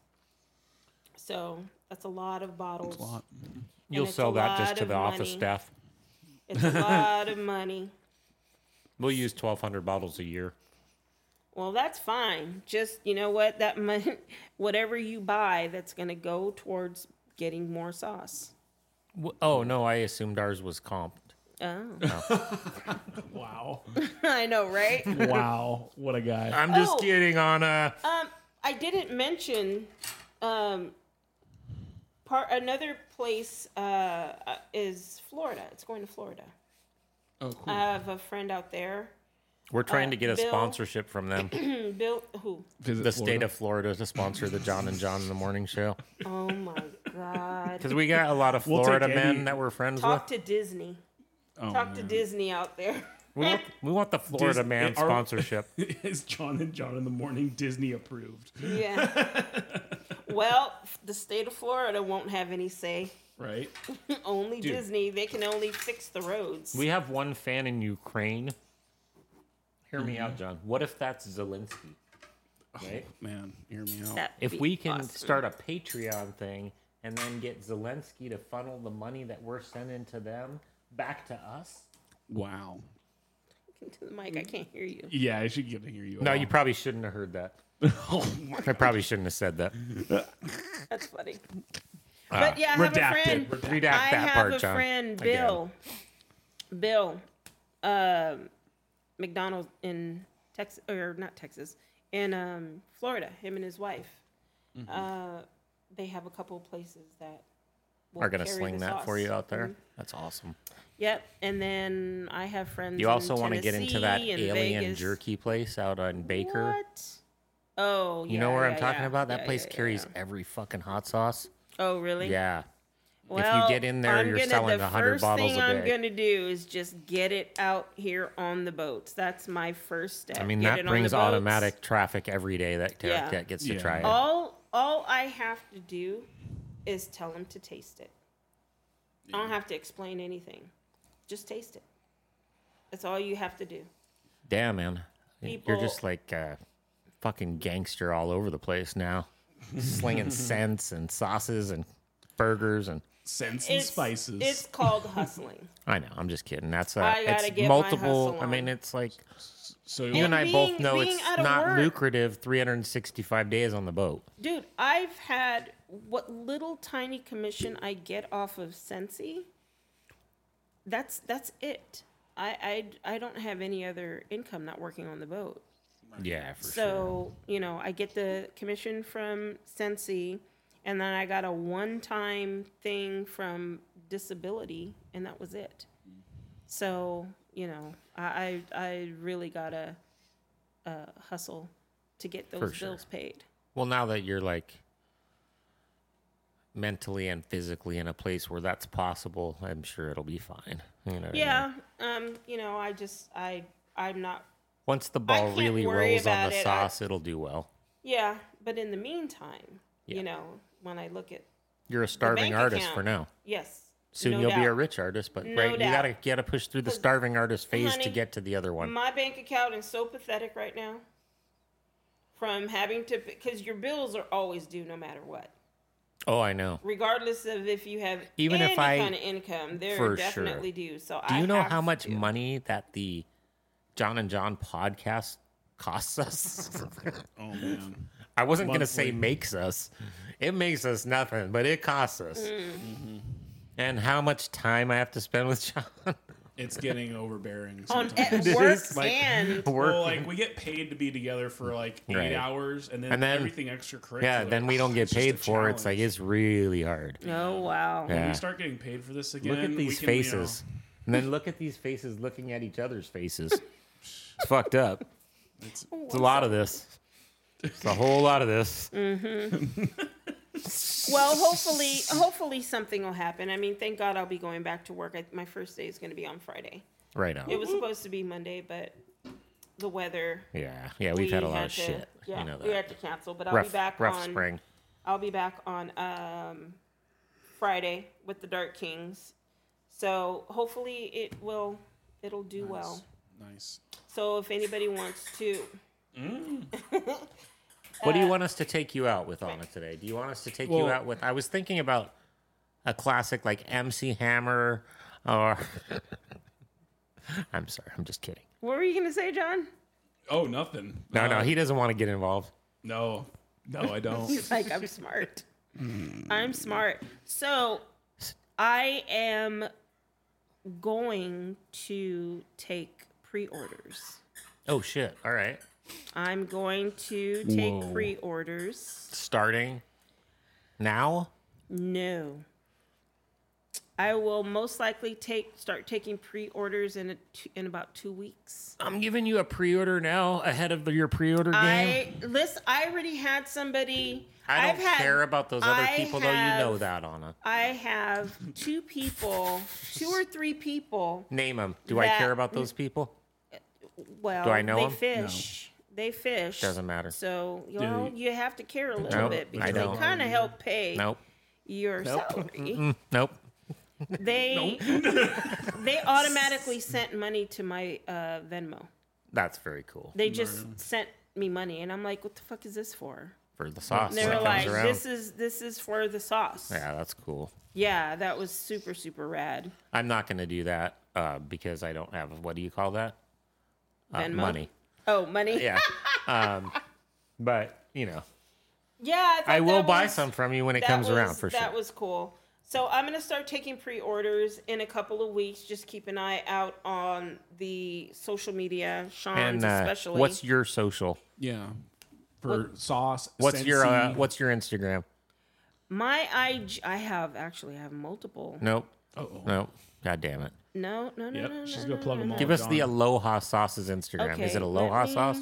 Speaker 3: So that's a lot of bottles.
Speaker 1: You'll
Speaker 3: it's
Speaker 1: sell
Speaker 3: a
Speaker 1: that just
Speaker 3: lot
Speaker 1: to
Speaker 3: of
Speaker 1: the office
Speaker 3: money.
Speaker 1: staff.
Speaker 3: It's a lot of money.
Speaker 1: We'll use twelve hundred bottles a year.
Speaker 3: Well, that's fine. Just you know what that money, whatever you buy, that's going to go towards getting more sauce.
Speaker 1: W- Oh no, I assumed ours was comped.
Speaker 3: Oh,
Speaker 5: Wow.
Speaker 3: I know, right?
Speaker 5: Wow. What a guy.
Speaker 1: I'm just
Speaker 3: Oh.
Speaker 1: kidding, Anna.
Speaker 3: Um, I didn't mention um, part another place uh, is Florida. It's going to Florida.
Speaker 2: Oh, cool.
Speaker 3: I have a friend out there.
Speaker 1: We're trying
Speaker 3: uh,
Speaker 1: to get a
Speaker 3: Bill-
Speaker 1: sponsorship from them.
Speaker 3: Bill, who?
Speaker 2: Visit
Speaker 1: the state of Florida to sponsor the John and John in the Morning Show
Speaker 3: Oh my God.
Speaker 1: because we got a lot of
Speaker 5: We'll take
Speaker 1: Florida
Speaker 5: any-
Speaker 1: men that we're friends
Speaker 3: Talk to Disney.
Speaker 2: Oh,
Speaker 3: Talk to
Speaker 2: man.
Speaker 3: Disney out there.
Speaker 1: with. We want, we want the Florida
Speaker 5: Dis-
Speaker 1: man
Speaker 5: it- our-
Speaker 1: sponsorship.
Speaker 5: Is John and John in the morning Disney approved?
Speaker 3: Yeah. well, the state of Florida won't have any say.
Speaker 5: Right.
Speaker 2: Oh,
Speaker 3: Only Disney. They can only fix the roads.
Speaker 1: We have one fan in Ukraine. Hear me out, John. What if that's Zelensky? Right?
Speaker 2: man, hear me out.
Speaker 3: That'd
Speaker 1: If
Speaker 3: be
Speaker 1: we can
Speaker 3: awesome.
Speaker 1: start a Patreon thing and then get Zelensky to funnel the money that we're sending to them back to us.
Speaker 2: Wow.
Speaker 3: to the mic, I
Speaker 1: Mm.
Speaker 3: can't hear you.
Speaker 2: Yeah, I should get to hear you. Oh,
Speaker 1: No,
Speaker 2: out.
Speaker 1: you probably shouldn't have heard that. I probably shouldn't have said that.
Speaker 3: That's funny. but yeah, I have a
Speaker 5: redacted,
Speaker 3: friend.
Speaker 5: redacted.
Speaker 1: Uh, Redact
Speaker 3: I
Speaker 1: that
Speaker 3: have
Speaker 1: part,
Speaker 3: a
Speaker 1: John.
Speaker 3: friend,
Speaker 1: Again.
Speaker 3: Bill. Bill, um, McDonald in Texas, or not Texas, in um,
Speaker 1: Mm-hmm.
Speaker 3: Florida. Him and his wife. Uh, they have a couple places that will
Speaker 1: are going to
Speaker 3: carry
Speaker 1: sling
Speaker 3: the
Speaker 1: that for
Speaker 3: sauce.
Speaker 1: you out there.
Speaker 3: Mhm.
Speaker 1: That's awesome.
Speaker 3: Yep. And then I have friends.
Speaker 1: You also
Speaker 3: want to
Speaker 1: get into that alien jerky place out on Baker.
Speaker 3: What? Oh,
Speaker 1: You know where
Speaker 3: yeah,
Speaker 1: I'm
Speaker 3: yeah,
Speaker 1: talking
Speaker 3: yeah.
Speaker 1: about? That
Speaker 3: Yeah,
Speaker 1: place
Speaker 3: yeah, yeah,
Speaker 1: carries
Speaker 3: yeah.
Speaker 1: every fucking hot sauce.
Speaker 3: Oh, really?
Speaker 1: Yeah.
Speaker 3: Well,
Speaker 1: if you get in there,
Speaker 3: I'm
Speaker 1: you're
Speaker 3: gonna,
Speaker 1: selling
Speaker 3: the
Speaker 1: 100
Speaker 3: first
Speaker 1: bottles
Speaker 3: thing
Speaker 1: a
Speaker 3: I'm
Speaker 1: day.
Speaker 3: gonna do is just get it out here on the boats. That's my first step.
Speaker 1: I mean,
Speaker 3: Get
Speaker 1: that
Speaker 3: it on
Speaker 1: brings
Speaker 3: the boats.
Speaker 1: automatic traffic every day that Tarek
Speaker 3: Yeah. Oh,
Speaker 1: Cat gets
Speaker 6: Yeah.
Speaker 1: to try it.
Speaker 3: All all I have to do is tell them to taste it. I don't have to explain anything. Just taste it. That's all you have to do.
Speaker 1: Damn, man. You're
Speaker 3: People-
Speaker 1: just like uh, fucking gangster all over the place now. Slinging scents and sauces and burgers and
Speaker 2: Scents and spices.
Speaker 3: It's called hustling.
Speaker 1: I know, I'm just kidding. That's uh,
Speaker 3: I gotta
Speaker 1: it's
Speaker 3: get my
Speaker 1: multiple.
Speaker 3: hustle
Speaker 1: I mean,
Speaker 3: on.
Speaker 1: it's like
Speaker 6: So
Speaker 1: you and I both
Speaker 3: being-
Speaker 1: know
Speaker 3: being
Speaker 1: it's
Speaker 3: out of
Speaker 1: not
Speaker 3: work-
Speaker 1: lucrative 365 days on the boat.
Speaker 3: Dude, I've had what little tiny commission I get off of Sensi. That's that's it. I I I don't have any other income not working on the boat.
Speaker 1: Yeah, for
Speaker 3: So, you know, I get the commission from Sensi, and then I got a one time thing from disability, and that was it. So, you know, I, I, I really got to uh, hustle to get those
Speaker 1: sure.
Speaker 3: bills paid.
Speaker 1: Well, now that you're like mentally and physically in a place where that's possible, I'm sure it'll be fine. You know what I mean?
Speaker 3: Yeah. Um, you know, I just, I, I'm not,
Speaker 1: Once the ball
Speaker 3: can't
Speaker 1: really
Speaker 3: worry
Speaker 1: rolls on
Speaker 3: about
Speaker 1: the
Speaker 3: it. I-
Speaker 1: sauce, it'll do well.
Speaker 3: yeah. But in the meantime,
Speaker 1: Yeah.
Speaker 3: you know, when I look at,
Speaker 1: You're a starving
Speaker 3: bank
Speaker 1: artist
Speaker 3: account.
Speaker 1: for now.
Speaker 3: yes.
Speaker 1: Soon
Speaker 3: no
Speaker 1: you'll be a
Speaker 3: doubt.
Speaker 1: rich artist, but
Speaker 3: No
Speaker 1: right, you
Speaker 3: doubt.
Speaker 1: gotta you gotta push through the starving artist phase to
Speaker 3: honey,
Speaker 1: get to the other one.
Speaker 3: My bank account is so pathetic right now from having to, because your bills are always due no matter what.
Speaker 1: oh, I know.
Speaker 3: Regardless of if you have
Speaker 1: Even if
Speaker 3: any
Speaker 1: I-
Speaker 3: kind of income, they're
Speaker 1: for sure.
Speaker 3: definitely due. So
Speaker 1: Do you
Speaker 3: I
Speaker 1: know
Speaker 3: have
Speaker 1: how much
Speaker 3: to.
Speaker 1: money that the John and John podcast costs us?
Speaker 6: oh man,
Speaker 1: I wasn't going to say
Speaker 6: Monthly.
Speaker 1: makes us. It makes us nothing, but it costs us.
Speaker 3: Mm-hmm.
Speaker 1: And how much time I have to spend with John?
Speaker 6: it's getting overbearing.
Speaker 3: on
Speaker 6: sometimes.
Speaker 3: at
Speaker 1: It
Speaker 3: work
Speaker 1: is, like-
Speaker 3: and
Speaker 1: Work.
Speaker 2: well, like we get paid to be together for like eight
Speaker 1: Right.
Speaker 2: hours, and then,
Speaker 1: And then-
Speaker 2: everything extracurricular.
Speaker 1: yeah, then we don't get
Speaker 2: It's just a
Speaker 1: paid for it. It's like
Speaker 2: challenge.
Speaker 1: it's really hard.
Speaker 3: oh wow,
Speaker 2: When
Speaker 1: Yeah.
Speaker 2: we start getting paid for this again.
Speaker 1: Look at
Speaker 2: we
Speaker 1: these
Speaker 2: can, you know,
Speaker 1: faces. And then look at these faces looking at each other's faces. It's fucked up. It's,
Speaker 3: Oh,
Speaker 1: a lot of this. It's a whole lot of this.
Speaker 3: Well, hopefully, hopefully something will happen. I mean, thank God I'll be going back to work. I, my first day is going to be on Friday.
Speaker 1: Right now.
Speaker 3: It was supposed to be Monday, but the weather.
Speaker 1: Yeah. Yeah, we've had a
Speaker 3: we
Speaker 1: lot of
Speaker 3: to-
Speaker 1: shit.
Speaker 3: Yeah,
Speaker 1: you know
Speaker 3: we
Speaker 1: that.
Speaker 3: had to cancel, but I'll be
Speaker 1: Rough,
Speaker 3: back
Speaker 1: rough
Speaker 3: on. uh,
Speaker 1: spring.
Speaker 3: I'll be back on um, Friday with the Dark Kings. So hopefully it will it'll do well.
Speaker 6: nice.
Speaker 3: So if anybody wants to,
Speaker 1: What do you want us to take you out with Anna today? Do you want us to take you
Speaker 6: Well-
Speaker 1: out with? I was thinking about a classic like MC Hammer or. I'm sorry, I'm just kidding.
Speaker 3: what were you gonna say, John?
Speaker 2: Oh, nothing.
Speaker 1: No, no,
Speaker 2: Uh,
Speaker 1: he doesn't want to get involved.
Speaker 2: no, no, I don't.
Speaker 3: He's like, I'm smart.
Speaker 1: Mm.
Speaker 3: I'm smart. So I am going to take pre-orders.
Speaker 1: Oh shit! All right,
Speaker 3: I'm going to take
Speaker 2: Whoa.
Speaker 3: pre-orders.
Speaker 1: starting now.
Speaker 3: No. I will most likely take start taking pre-orders in a t- in about two weeks.
Speaker 1: I'm giving you a pre-order now ahead of your pre-order game.
Speaker 3: I listen. I already had somebody.
Speaker 1: I,
Speaker 3: I've
Speaker 1: don't
Speaker 3: had-
Speaker 1: care about those other
Speaker 3: I
Speaker 1: people though. You know
Speaker 3: have-
Speaker 1: that, Anna.
Speaker 3: I have two people, two or three people.
Speaker 1: Name them. Do I
Speaker 3: That-
Speaker 1: care about those people?
Speaker 3: Well,
Speaker 1: Do I know
Speaker 3: they
Speaker 1: 'em? No.
Speaker 3: fish. They fish.
Speaker 1: Doesn't matter.
Speaker 3: So you know you have to care a little
Speaker 1: Nope,
Speaker 3: bit
Speaker 1: I
Speaker 3: because
Speaker 1: don't.
Speaker 3: they kind of help pay
Speaker 1: Nope.
Speaker 3: your salary.
Speaker 1: Mm, Nope.
Speaker 3: They they automatically sent money to my uh, Venmo.
Speaker 1: That's very cool
Speaker 3: They just sent me money, and I'm like, "What the fuck is this for?"
Speaker 1: for the sauce.
Speaker 3: And they
Speaker 1: when it
Speaker 3: were
Speaker 1: comes
Speaker 3: like,
Speaker 1: around.
Speaker 3: "This is this is for the sauce."
Speaker 1: yeah, that's cool.
Speaker 3: Yeah, that was super super rad.
Speaker 1: I'm not going to do that uh, because I don't have what do you call that? Uh,
Speaker 3: Venmo?
Speaker 1: Money.
Speaker 3: Oh, money.
Speaker 1: Yeah. um, but you know,
Speaker 3: yeah. thought
Speaker 1: I will
Speaker 3: that
Speaker 1: buy
Speaker 3: was-
Speaker 1: some from you when it
Speaker 3: that
Speaker 1: comes around
Speaker 3: was-
Speaker 1: for
Speaker 3: That
Speaker 1: sure.
Speaker 3: was cool. So I'm gonna start taking pre-orders in a couple of weeks. Just keep an eye out on the social media, Sean's
Speaker 1: And uh,
Speaker 3: especially.
Speaker 1: what's your social?
Speaker 6: Yeah, for sauce.
Speaker 1: What's your
Speaker 6: Sensi,
Speaker 1: uh, What's your Instagram?
Speaker 3: My IG, I have actually I have multiple.
Speaker 1: Nope.
Speaker 5: Oh,
Speaker 1: Nope. God damn it.
Speaker 3: No, no, no,
Speaker 5: Yep,
Speaker 3: no.
Speaker 5: she's
Speaker 3: no,
Speaker 5: gonna
Speaker 3: no,
Speaker 5: plug
Speaker 3: no,
Speaker 5: 'em
Speaker 3: no.
Speaker 5: all.
Speaker 1: Give us the
Speaker 5: Don.
Speaker 1: Aloha Sauce's Instagram. Is
Speaker 3: Okay,
Speaker 1: it Aloha
Speaker 3: let me-
Speaker 1: sauce?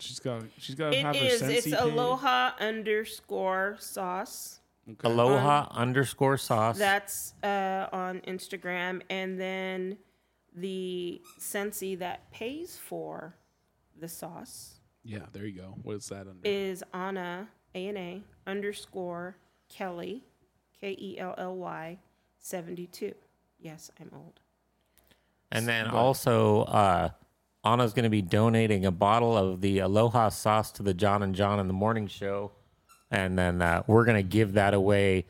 Speaker 5: she's got she's got to have
Speaker 3: It
Speaker 5: her
Speaker 3: is.
Speaker 5: Sensi
Speaker 3: It's
Speaker 5: page.
Speaker 3: aloha underscore sauce. Um,
Speaker 1: Aloha underscore sauce.
Speaker 3: That's uh, on Instagram, and then the Sensi that pays for the sauce
Speaker 5: Yeah, there you go. What's that under?
Speaker 3: is Anna A N A underscore Kelly K E L L Y seventy two. Yes, I'm old.
Speaker 1: And then also, uh, Anna's going to be donating a bottle of the Aloha sauce to the John and John in the Morning Show. And then uh, we're going to give that away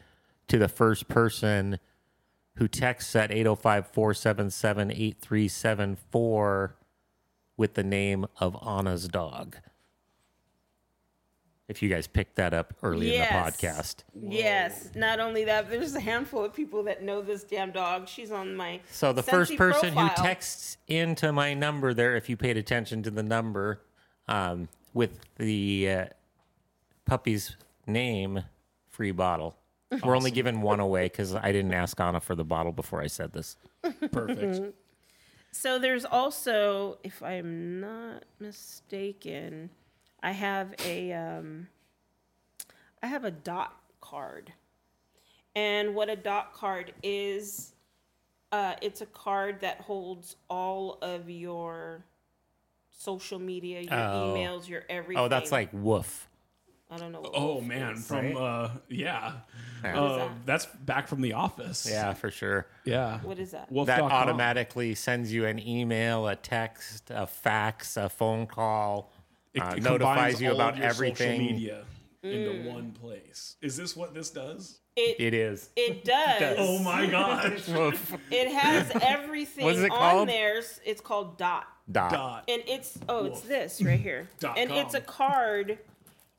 Speaker 1: to the first person who texts at 805 477 8374 with the name of Anna's dog. If you guys picked that up early
Speaker 3: Yes.
Speaker 1: in the podcast.
Speaker 3: Yes. Not only that, there's a handful of people that know this damn dog. She's on my
Speaker 1: So the first
Speaker 3: Sensi
Speaker 1: person who
Speaker 3: profile.
Speaker 1: texts into my number there, if you paid attention to the number um, with the uh, puppy's name, free bottle. We're only giving one away because I didn't ask Anna for the bottle before I said this.
Speaker 5: Perfect.
Speaker 3: So there's also, if I'm not mistaken, I have a um, I have a dot card, and what a dot card is, uh, it's a card that holds all of your social media, your
Speaker 1: Oh.
Speaker 3: emails, your everything.
Speaker 1: Oh, that's like woof.
Speaker 3: I don't know. What
Speaker 5: oh
Speaker 3: Wolf
Speaker 5: man,
Speaker 3: is.
Speaker 5: from uh, yeah, uh, that's back from The Office.
Speaker 1: Yeah, for sure.
Speaker 5: yeah.
Speaker 3: what is that?
Speaker 5: Wolf
Speaker 1: That
Speaker 5: dot com.
Speaker 1: automatically sends you an email, a text, a fax, a phone call.
Speaker 5: It
Speaker 1: uh,
Speaker 5: combines
Speaker 1: notifies you
Speaker 5: all of
Speaker 1: about
Speaker 5: your social
Speaker 1: everything.
Speaker 5: media into one place. Is this what this does?
Speaker 3: It it,
Speaker 1: It is.
Speaker 3: does.
Speaker 5: Oh my gosh.
Speaker 1: Woof.
Speaker 3: It has everything
Speaker 1: What is it
Speaker 3: on
Speaker 1: called?
Speaker 3: there. It's called dot.
Speaker 1: Dot.
Speaker 5: Dot.
Speaker 3: and it's oh it's this right here
Speaker 5: Dot
Speaker 3: and
Speaker 5: com.
Speaker 3: it's a card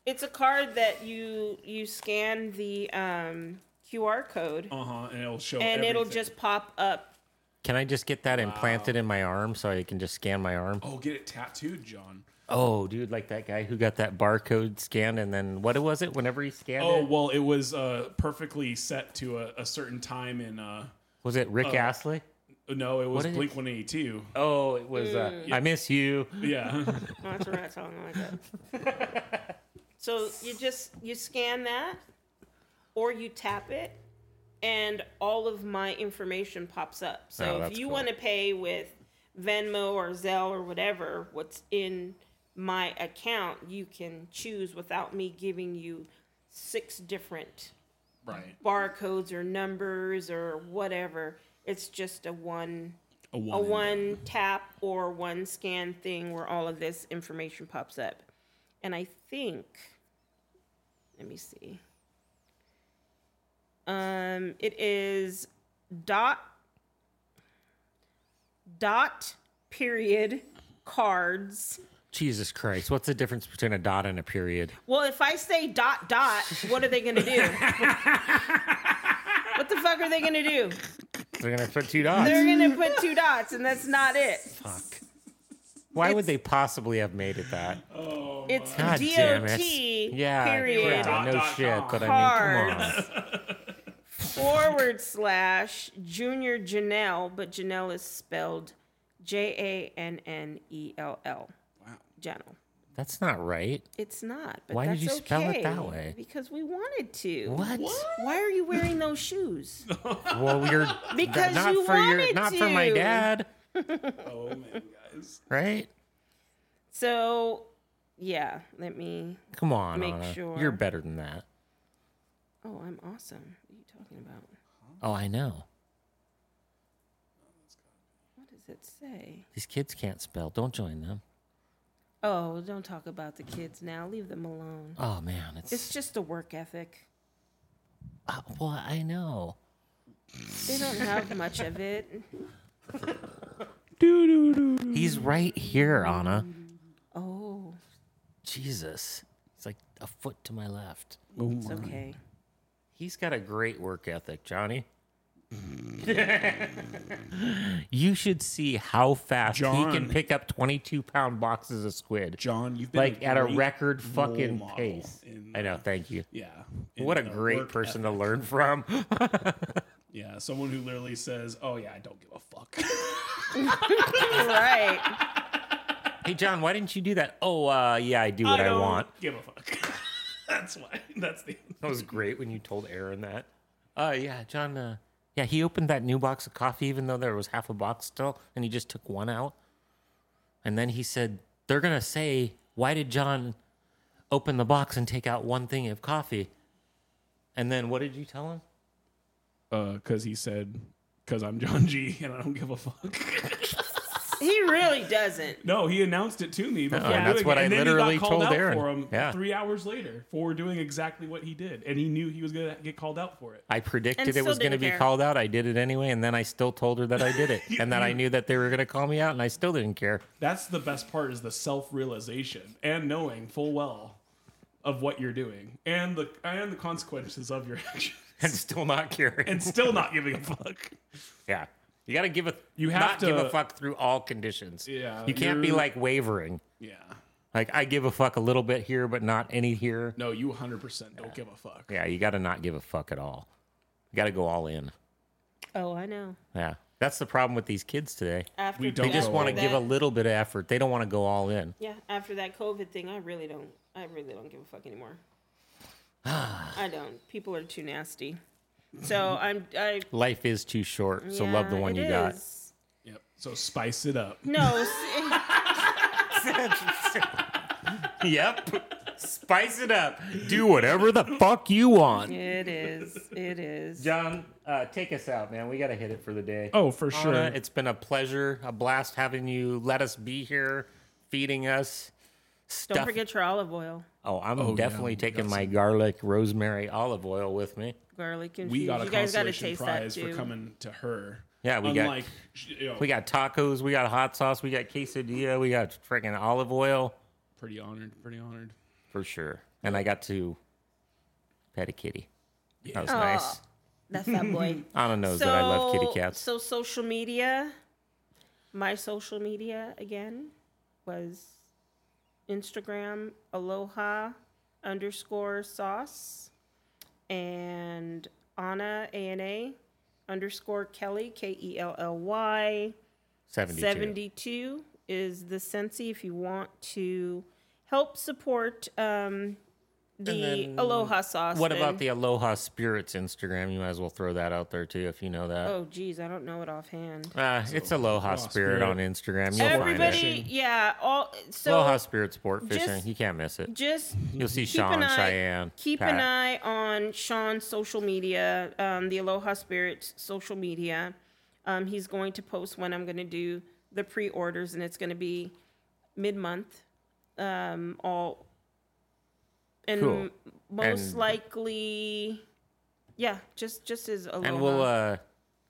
Speaker 3: it's a card that you you scan the um qr code
Speaker 5: Uh huh. And it'll show.
Speaker 3: and it'll
Speaker 5: everything.
Speaker 3: just pop up
Speaker 1: Can I just get that implanted in my arm so I can just scan my arm?
Speaker 5: Oh, get it tattooed, John.
Speaker 1: Oh, dude, like that guy who got that barcode scanned, and then what was it? Whenever he scanned
Speaker 5: Oh
Speaker 1: it,
Speaker 5: well, it was uh, perfectly set to a, a certain time in. Uh,
Speaker 1: was it Rick Astley?
Speaker 5: no, it was
Speaker 1: did it-
Speaker 5: Blink One Eighty Two.
Speaker 1: Oh, it was. Uh,
Speaker 3: Mm.
Speaker 1: I miss you.
Speaker 5: Yeah.
Speaker 3: oh, that's a rat song I like that so you just you scan that or you tap it and all of my information pops up
Speaker 1: Oh,
Speaker 3: so if
Speaker 1: that's
Speaker 3: you
Speaker 1: cool.
Speaker 3: want to pay with venmo or zelle or whatever what's in my account you can choose without me giving you six different
Speaker 5: right.
Speaker 3: barcodes or numbers or whatever. It's just a one
Speaker 5: A one.
Speaker 3: a
Speaker 5: and done.
Speaker 3: one tap or one scan thing where all of this information pops up. And I think let me see. Um it is dot dot period cards.
Speaker 1: Jesus Christ, what's the difference between a dot and a period?
Speaker 3: Well, if I say dot dot, what are they gonna do? what the fuck are they gonna do?
Speaker 1: They're gonna put two dots.
Speaker 3: They're gonna put two dots, and that's not it.
Speaker 1: Why would they possibly have made it that?
Speaker 3: It's
Speaker 1: God
Speaker 3: dot
Speaker 1: damn it! Yeah,
Speaker 3: period
Speaker 1: yeah, no
Speaker 5: Dot,
Speaker 1: shit.
Speaker 5: dot,
Speaker 1: But I mean, come on.
Speaker 3: cards forward slash Junior Janelle, but Janelle is spelled J A N N E L L. Wow, Janelle.
Speaker 1: That's not right.
Speaker 3: It's not. But
Speaker 1: Why did
Speaker 3: that's
Speaker 1: you spell it
Speaker 3: okay,
Speaker 1: that way?
Speaker 3: Because we wanted to.
Speaker 1: What?
Speaker 3: Why are you wearing those shoes?
Speaker 1: Well, you're
Speaker 3: Because
Speaker 1: not
Speaker 3: you
Speaker 1: for your,
Speaker 3: wanted
Speaker 1: not for my
Speaker 3: to.
Speaker 1: dad,
Speaker 5: Oh man, guys.
Speaker 1: right?
Speaker 3: So, yeah. Let me.
Speaker 1: Come on,
Speaker 3: Make
Speaker 1: Anna.
Speaker 3: sure.
Speaker 1: you're better than that.
Speaker 3: Oh, I'm awesome. What are you talking about?
Speaker 1: Oh, I know.
Speaker 3: What does it say?
Speaker 1: These kids can't spell. Don't join them.
Speaker 3: Oh, don't talk about the kids now. Leave them alone.
Speaker 1: Oh man, it's,
Speaker 3: It's just a work ethic.
Speaker 1: uh, well, I know.
Speaker 3: They don't have much of it.
Speaker 1: He's right here, Anna.
Speaker 3: Oh,
Speaker 1: Jesus, he's like a foot to my left.
Speaker 3: it's okay.
Speaker 1: He's got a great work ethic, Johnny. you should see how fast he can
Speaker 5: John.
Speaker 1: pick up 22 pound boxes of squid.
Speaker 5: John, you've been
Speaker 1: Like at a
Speaker 5: great
Speaker 1: record
Speaker 5: role
Speaker 1: fucking
Speaker 5: model
Speaker 1: pace.
Speaker 5: in-
Speaker 1: I know, thank you.
Speaker 5: Yeah. in,
Speaker 1: What a
Speaker 5: uh,
Speaker 1: great
Speaker 5: work
Speaker 1: person to
Speaker 5: ethic.
Speaker 1: learn from.
Speaker 5: Yeah, someone who literally says, "Oh yeah, I don't give a fuck."
Speaker 3: right.
Speaker 1: hey, John, why didn't you do that? Oh, uh, yeah, I do what I,
Speaker 5: don't
Speaker 1: want.
Speaker 5: Give a fuck. that's why. That's the.
Speaker 1: That was great when you told Aaron that. Uh, yeah, John. Uh, yeah, he opened that new box of coffee, even though there was half a box still, and he just took one out. And then he said, "They're gonna say, why did John open the box and take out one thing of coffee?" And then what did you tell him?
Speaker 5: Because Uh, he said, "Because I'm John G. and I don't give a fuck."
Speaker 3: He really doesn't.
Speaker 5: no, he announced it to me. Before
Speaker 1: and that's
Speaker 5: doing
Speaker 1: what
Speaker 5: it,
Speaker 1: I
Speaker 5: and then
Speaker 1: literally
Speaker 5: he got
Speaker 1: told
Speaker 5: called out
Speaker 1: Aaron.
Speaker 5: for him
Speaker 1: Yeah.
Speaker 5: three hours later for doing exactly what he did, and he knew he was gonna get called out for it.
Speaker 1: I predicted it
Speaker 3: still
Speaker 1: was going to
Speaker 3: didn't
Speaker 1: be
Speaker 3: care.
Speaker 1: called out. I did it anyway, and then I still told her that I did it, and that I knew that they were going to call me out, and I still didn't care.
Speaker 5: That's the best part is the self-realization and knowing full well of what you're doing and the and the consequences of your actions,
Speaker 1: And still not caring.
Speaker 5: and still not giving a fuck.
Speaker 1: yeah, you got to give a
Speaker 5: You have
Speaker 1: not give a
Speaker 5: to-
Speaker 1: fuck through all conditions.
Speaker 5: Yeah,
Speaker 1: you can't be
Speaker 5: you're-
Speaker 1: like wavering.
Speaker 5: Yeah.
Speaker 1: Like I give a fuck a little bit here, but not any here.
Speaker 5: No, you 100% don't give a fuck.
Speaker 1: Yeah, you got to not give a fuck at all. You got to go all in.
Speaker 3: Oh, I know.
Speaker 1: Yeah, that's the problem with these kids today.
Speaker 3: After
Speaker 5: We
Speaker 1: They
Speaker 5: don't
Speaker 1: just
Speaker 5: go
Speaker 1: want to
Speaker 5: all
Speaker 1: give a
Speaker 3: Oh. that-
Speaker 1: little bit of effort. They don't want to go all in.
Speaker 3: Yeah, after that COVID thing, I really don't. I really don't give a fuck anymore. I don't. People are too nasty. So I'm. I
Speaker 1: Life is too short, so love the
Speaker 3: yeah,
Speaker 1: one
Speaker 3: it
Speaker 1: you got.
Speaker 3: is.
Speaker 5: Yep. So spice it up.
Speaker 3: No, see,
Speaker 1: yep. Spice it up. Do whatever the fuck you want.
Speaker 3: it is. It is.
Speaker 1: John, uh, take us out, man. We got to hit it for the day.
Speaker 5: Oh, for sure.
Speaker 1: Anna, it's been a pleasure, a blast having you let us be here, feeding us. Stuff.
Speaker 3: Don't forget your olive oil,
Speaker 1: Oh, I'm
Speaker 5: yeah,
Speaker 1: definitely
Speaker 5: we got
Speaker 1: taking my
Speaker 5: some-
Speaker 1: garlic rosemary olive oil with me.
Speaker 3: garlic, and
Speaker 5: we got a
Speaker 3: you guys gotta
Speaker 5: consolation
Speaker 3: taste
Speaker 5: prize
Speaker 3: that too.
Speaker 5: for coming to her.
Speaker 1: Yeah, we got-
Speaker 5: Unlike, got you know,
Speaker 1: We got tacos, we got hot sauce, we got quesadilla, we got freaking olive oil
Speaker 5: pretty honored, pretty honored.
Speaker 1: for sure. And I got to pet a kitty. That was nice.
Speaker 3: That's that boy.
Speaker 1: Anna knows that I love kitty cats.
Speaker 3: So social media, my social media again was Instagram aloha underscore sauce and Anna A N A underscore Kelly K E L L Y
Speaker 1: 72.
Speaker 3: 72 is the Sensi if you want to help support um, the
Speaker 1: then
Speaker 3: Aloha sauce.
Speaker 1: What about
Speaker 3: and-
Speaker 1: the Aloha Spirits Instagram? You might as well throw that out there too if you know that.
Speaker 3: Oh, geez, I don't know it offhand.
Speaker 1: Uh, it's Aloha
Speaker 5: Aloha
Speaker 1: Spirit
Speaker 5: Spirit.
Speaker 1: on Instagram. You'll find it.
Speaker 3: Oh. Everybody, yeah, all so
Speaker 1: Aloha Spirit Sport Fishing.
Speaker 3: just-
Speaker 1: you can't miss it.
Speaker 3: just
Speaker 1: You'll see
Speaker 3: keep
Speaker 1: Sean,
Speaker 3: an eye,
Speaker 1: Cheyenne.
Speaker 3: keep
Speaker 1: Pat.
Speaker 3: an eye on Sean's social media, um, the Aloha Spirits social media. Um, he's going to post when I'm going to do the pre-orders, and it's going to be mid-month. Um, all and
Speaker 1: Cool.
Speaker 3: m- most
Speaker 1: And-
Speaker 3: likely, yeah, just just as Aloha.
Speaker 1: And we'll uh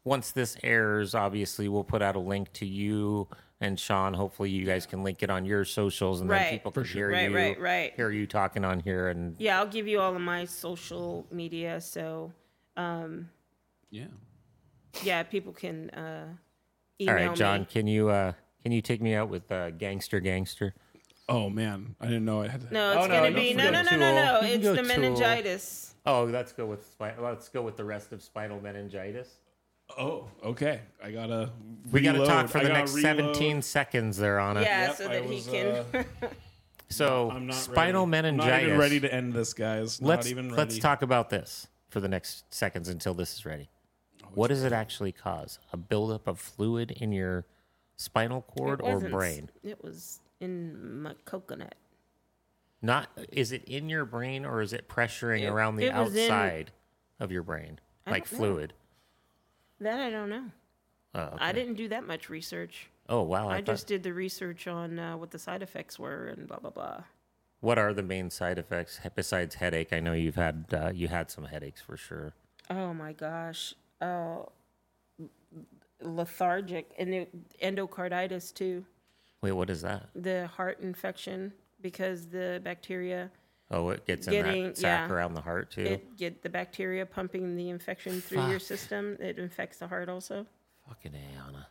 Speaker 1: once this airs, obviously we'll put out a link to you and Sean. Hopefully you guys can link it on your socials and then
Speaker 3: Right.
Speaker 1: people
Speaker 3: For
Speaker 1: can hear
Speaker 3: Right,
Speaker 1: you
Speaker 3: right, right.
Speaker 1: hear you talking on here and
Speaker 3: yeah, I'll give you all of my social media, so
Speaker 5: Yeah.
Speaker 3: yeah, people can uh,
Speaker 1: all
Speaker 3: email
Speaker 1: right, John,
Speaker 3: me.
Speaker 1: can you uh can you take me out with uh, gangster gangster?
Speaker 2: Oh man, I didn't know I had that.
Speaker 3: No, it's
Speaker 1: Oh, no,
Speaker 3: gonna
Speaker 1: you
Speaker 3: be
Speaker 1: can
Speaker 3: no,
Speaker 1: go
Speaker 3: no, no,
Speaker 1: Tool.
Speaker 3: no,
Speaker 1: You
Speaker 3: no.
Speaker 1: can
Speaker 3: It's
Speaker 1: go
Speaker 3: the
Speaker 1: Tool.
Speaker 3: meningitis.
Speaker 1: Oh, let's go with spi- let's go with the rest of spinal meningitis.
Speaker 5: Oh, okay. I gotta.
Speaker 1: We got to
Speaker 5: reload.
Speaker 1: talk for
Speaker 5: I
Speaker 1: the
Speaker 5: gotta
Speaker 1: next
Speaker 5: reload.
Speaker 1: 17 seconds there on it.
Speaker 3: Yeah,
Speaker 5: Yep,
Speaker 3: so
Speaker 5: I
Speaker 3: that he
Speaker 5: was,
Speaker 3: can.
Speaker 5: uh,
Speaker 1: So,
Speaker 5: I'm not
Speaker 1: spinal
Speaker 5: ready. I'm
Speaker 1: meningitis.
Speaker 5: Not even ready to end this, guys. Not
Speaker 1: let's
Speaker 5: even ready.
Speaker 1: let's talk about this for the next seconds until this is ready.
Speaker 5: Oh,
Speaker 1: What does it actually cause? A buildup of fluid in your spinal cord or
Speaker 3: wasn't s-
Speaker 1: brain?
Speaker 3: It was in my coconut.
Speaker 1: Not is it in your brain or is it pressuring
Speaker 3: It-
Speaker 1: around the
Speaker 3: it was in-
Speaker 1: outside of your brain,
Speaker 3: I
Speaker 1: like
Speaker 3: don't know.
Speaker 1: fluid?
Speaker 3: That I don't know.
Speaker 1: Oh, okay.
Speaker 3: I didn't do that much research.
Speaker 1: Oh wow!
Speaker 3: I,
Speaker 1: I,
Speaker 3: just
Speaker 1: just
Speaker 3: did the research on uh, what the side effects were and blah blah blah.
Speaker 1: what are the main side effects he- besides headache? I know you've had uh, you had some headaches for sure.
Speaker 3: Oh my gosh. Oh, lethargic and it, endocarditis too.
Speaker 1: Wait, what is that?
Speaker 3: The heart infection because the bacteria
Speaker 1: Oh, it gets in
Speaker 3: Getting-
Speaker 1: that sac
Speaker 3: yeah.
Speaker 1: around the heart too.
Speaker 3: it get the bacteria pumping the infection through your
Speaker 1: Fuck.
Speaker 3: system. It infects the heart also.
Speaker 1: Fucking a, Anna.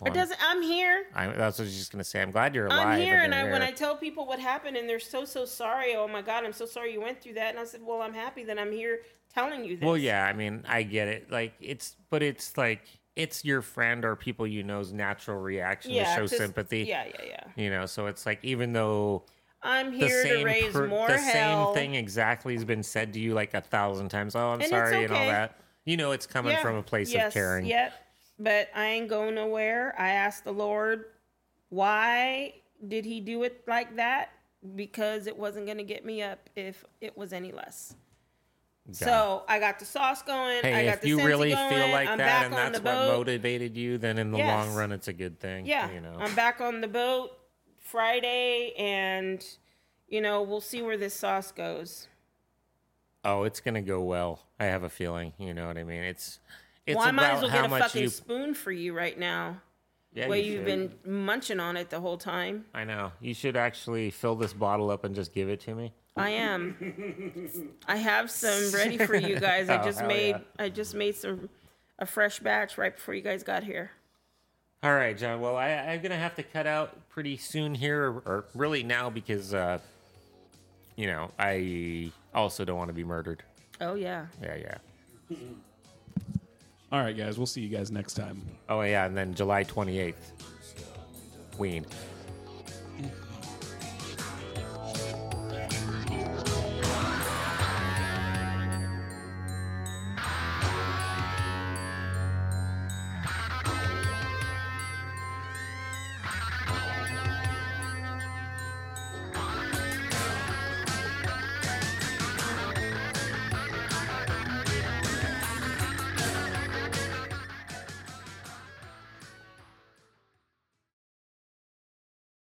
Speaker 1: Well,
Speaker 3: It doesn't. I'm here.
Speaker 1: I, that's what I was just gonna say. I'm glad you're alive.
Speaker 3: I'm here, and I,
Speaker 1: you're
Speaker 3: when
Speaker 1: here.
Speaker 3: I tell people what happened, and they're so so sorry. Oh my God, I'm so sorry you went through that. And I said, well, I'm happy that I'm here telling you this.
Speaker 1: Well, yeah, I mean, I get it. Like it's, but it's like it's your friend or people you know's natural reaction to show
Speaker 3: 'cause-
Speaker 1: sympathy.
Speaker 3: Yeah, yeah, yeah.
Speaker 1: You know, so it's like even though
Speaker 3: I'm
Speaker 1: the
Speaker 3: here to
Speaker 1: same
Speaker 3: raise
Speaker 1: per-
Speaker 3: more
Speaker 1: the
Speaker 3: hell.
Speaker 1: same thing exactly has been said to you like a thousand times. Oh, I'm
Speaker 3: it's
Speaker 1: sorry, and all
Speaker 3: okay.
Speaker 1: that. You know, it's coming
Speaker 3: Yeah.
Speaker 1: from a place
Speaker 3: yes,
Speaker 1: of caring.
Speaker 3: Yep. But I ain't going nowhere. I asked the Lord, why did he do it like that? Because it wasn't going to get me up if it was any less. So I got the sauce going. I
Speaker 1: Hey,
Speaker 3: got
Speaker 1: if
Speaker 3: the
Speaker 1: you
Speaker 3: Sensi
Speaker 1: really
Speaker 3: going.
Speaker 1: feel like
Speaker 3: I'm
Speaker 1: that
Speaker 3: back
Speaker 1: and
Speaker 3: on
Speaker 1: that's
Speaker 3: the
Speaker 1: what
Speaker 3: boat.
Speaker 1: motivated you, then in the long
Speaker 3: Yes.
Speaker 1: run, it's a good thing.
Speaker 3: Yeah,
Speaker 1: You know,
Speaker 3: I'm back on the boat Friday, and you know we'll see where this sauce goes.
Speaker 1: oh, it's going to go well. I have a feeling. You know what I mean? It's, it's
Speaker 3: well, I
Speaker 1: about
Speaker 3: might as well
Speaker 1: how
Speaker 3: get a
Speaker 1: much
Speaker 3: fucking
Speaker 1: you.
Speaker 3: spoon for you right now.
Speaker 1: Yeah,
Speaker 3: where
Speaker 1: you
Speaker 3: you've
Speaker 1: should.
Speaker 3: been munching on it the whole time.
Speaker 1: I know. You should actually fill this bottle up and just give it to me.
Speaker 3: I am. I have some ready for you guys. I
Speaker 1: Oh,
Speaker 3: just
Speaker 1: hell
Speaker 3: made
Speaker 1: yeah.
Speaker 3: I just made some a fresh batch right before you guys got here.
Speaker 1: All right, John. Well, I, I'm gonna have to cut out pretty soon here, or, or really now, because uh, you know I also don't want to be murdered.
Speaker 3: Oh yeah.
Speaker 1: Yeah, yeah.
Speaker 5: All right, guys. We'll see you guys next time.
Speaker 1: Oh yeah, and then July 28th, Ween.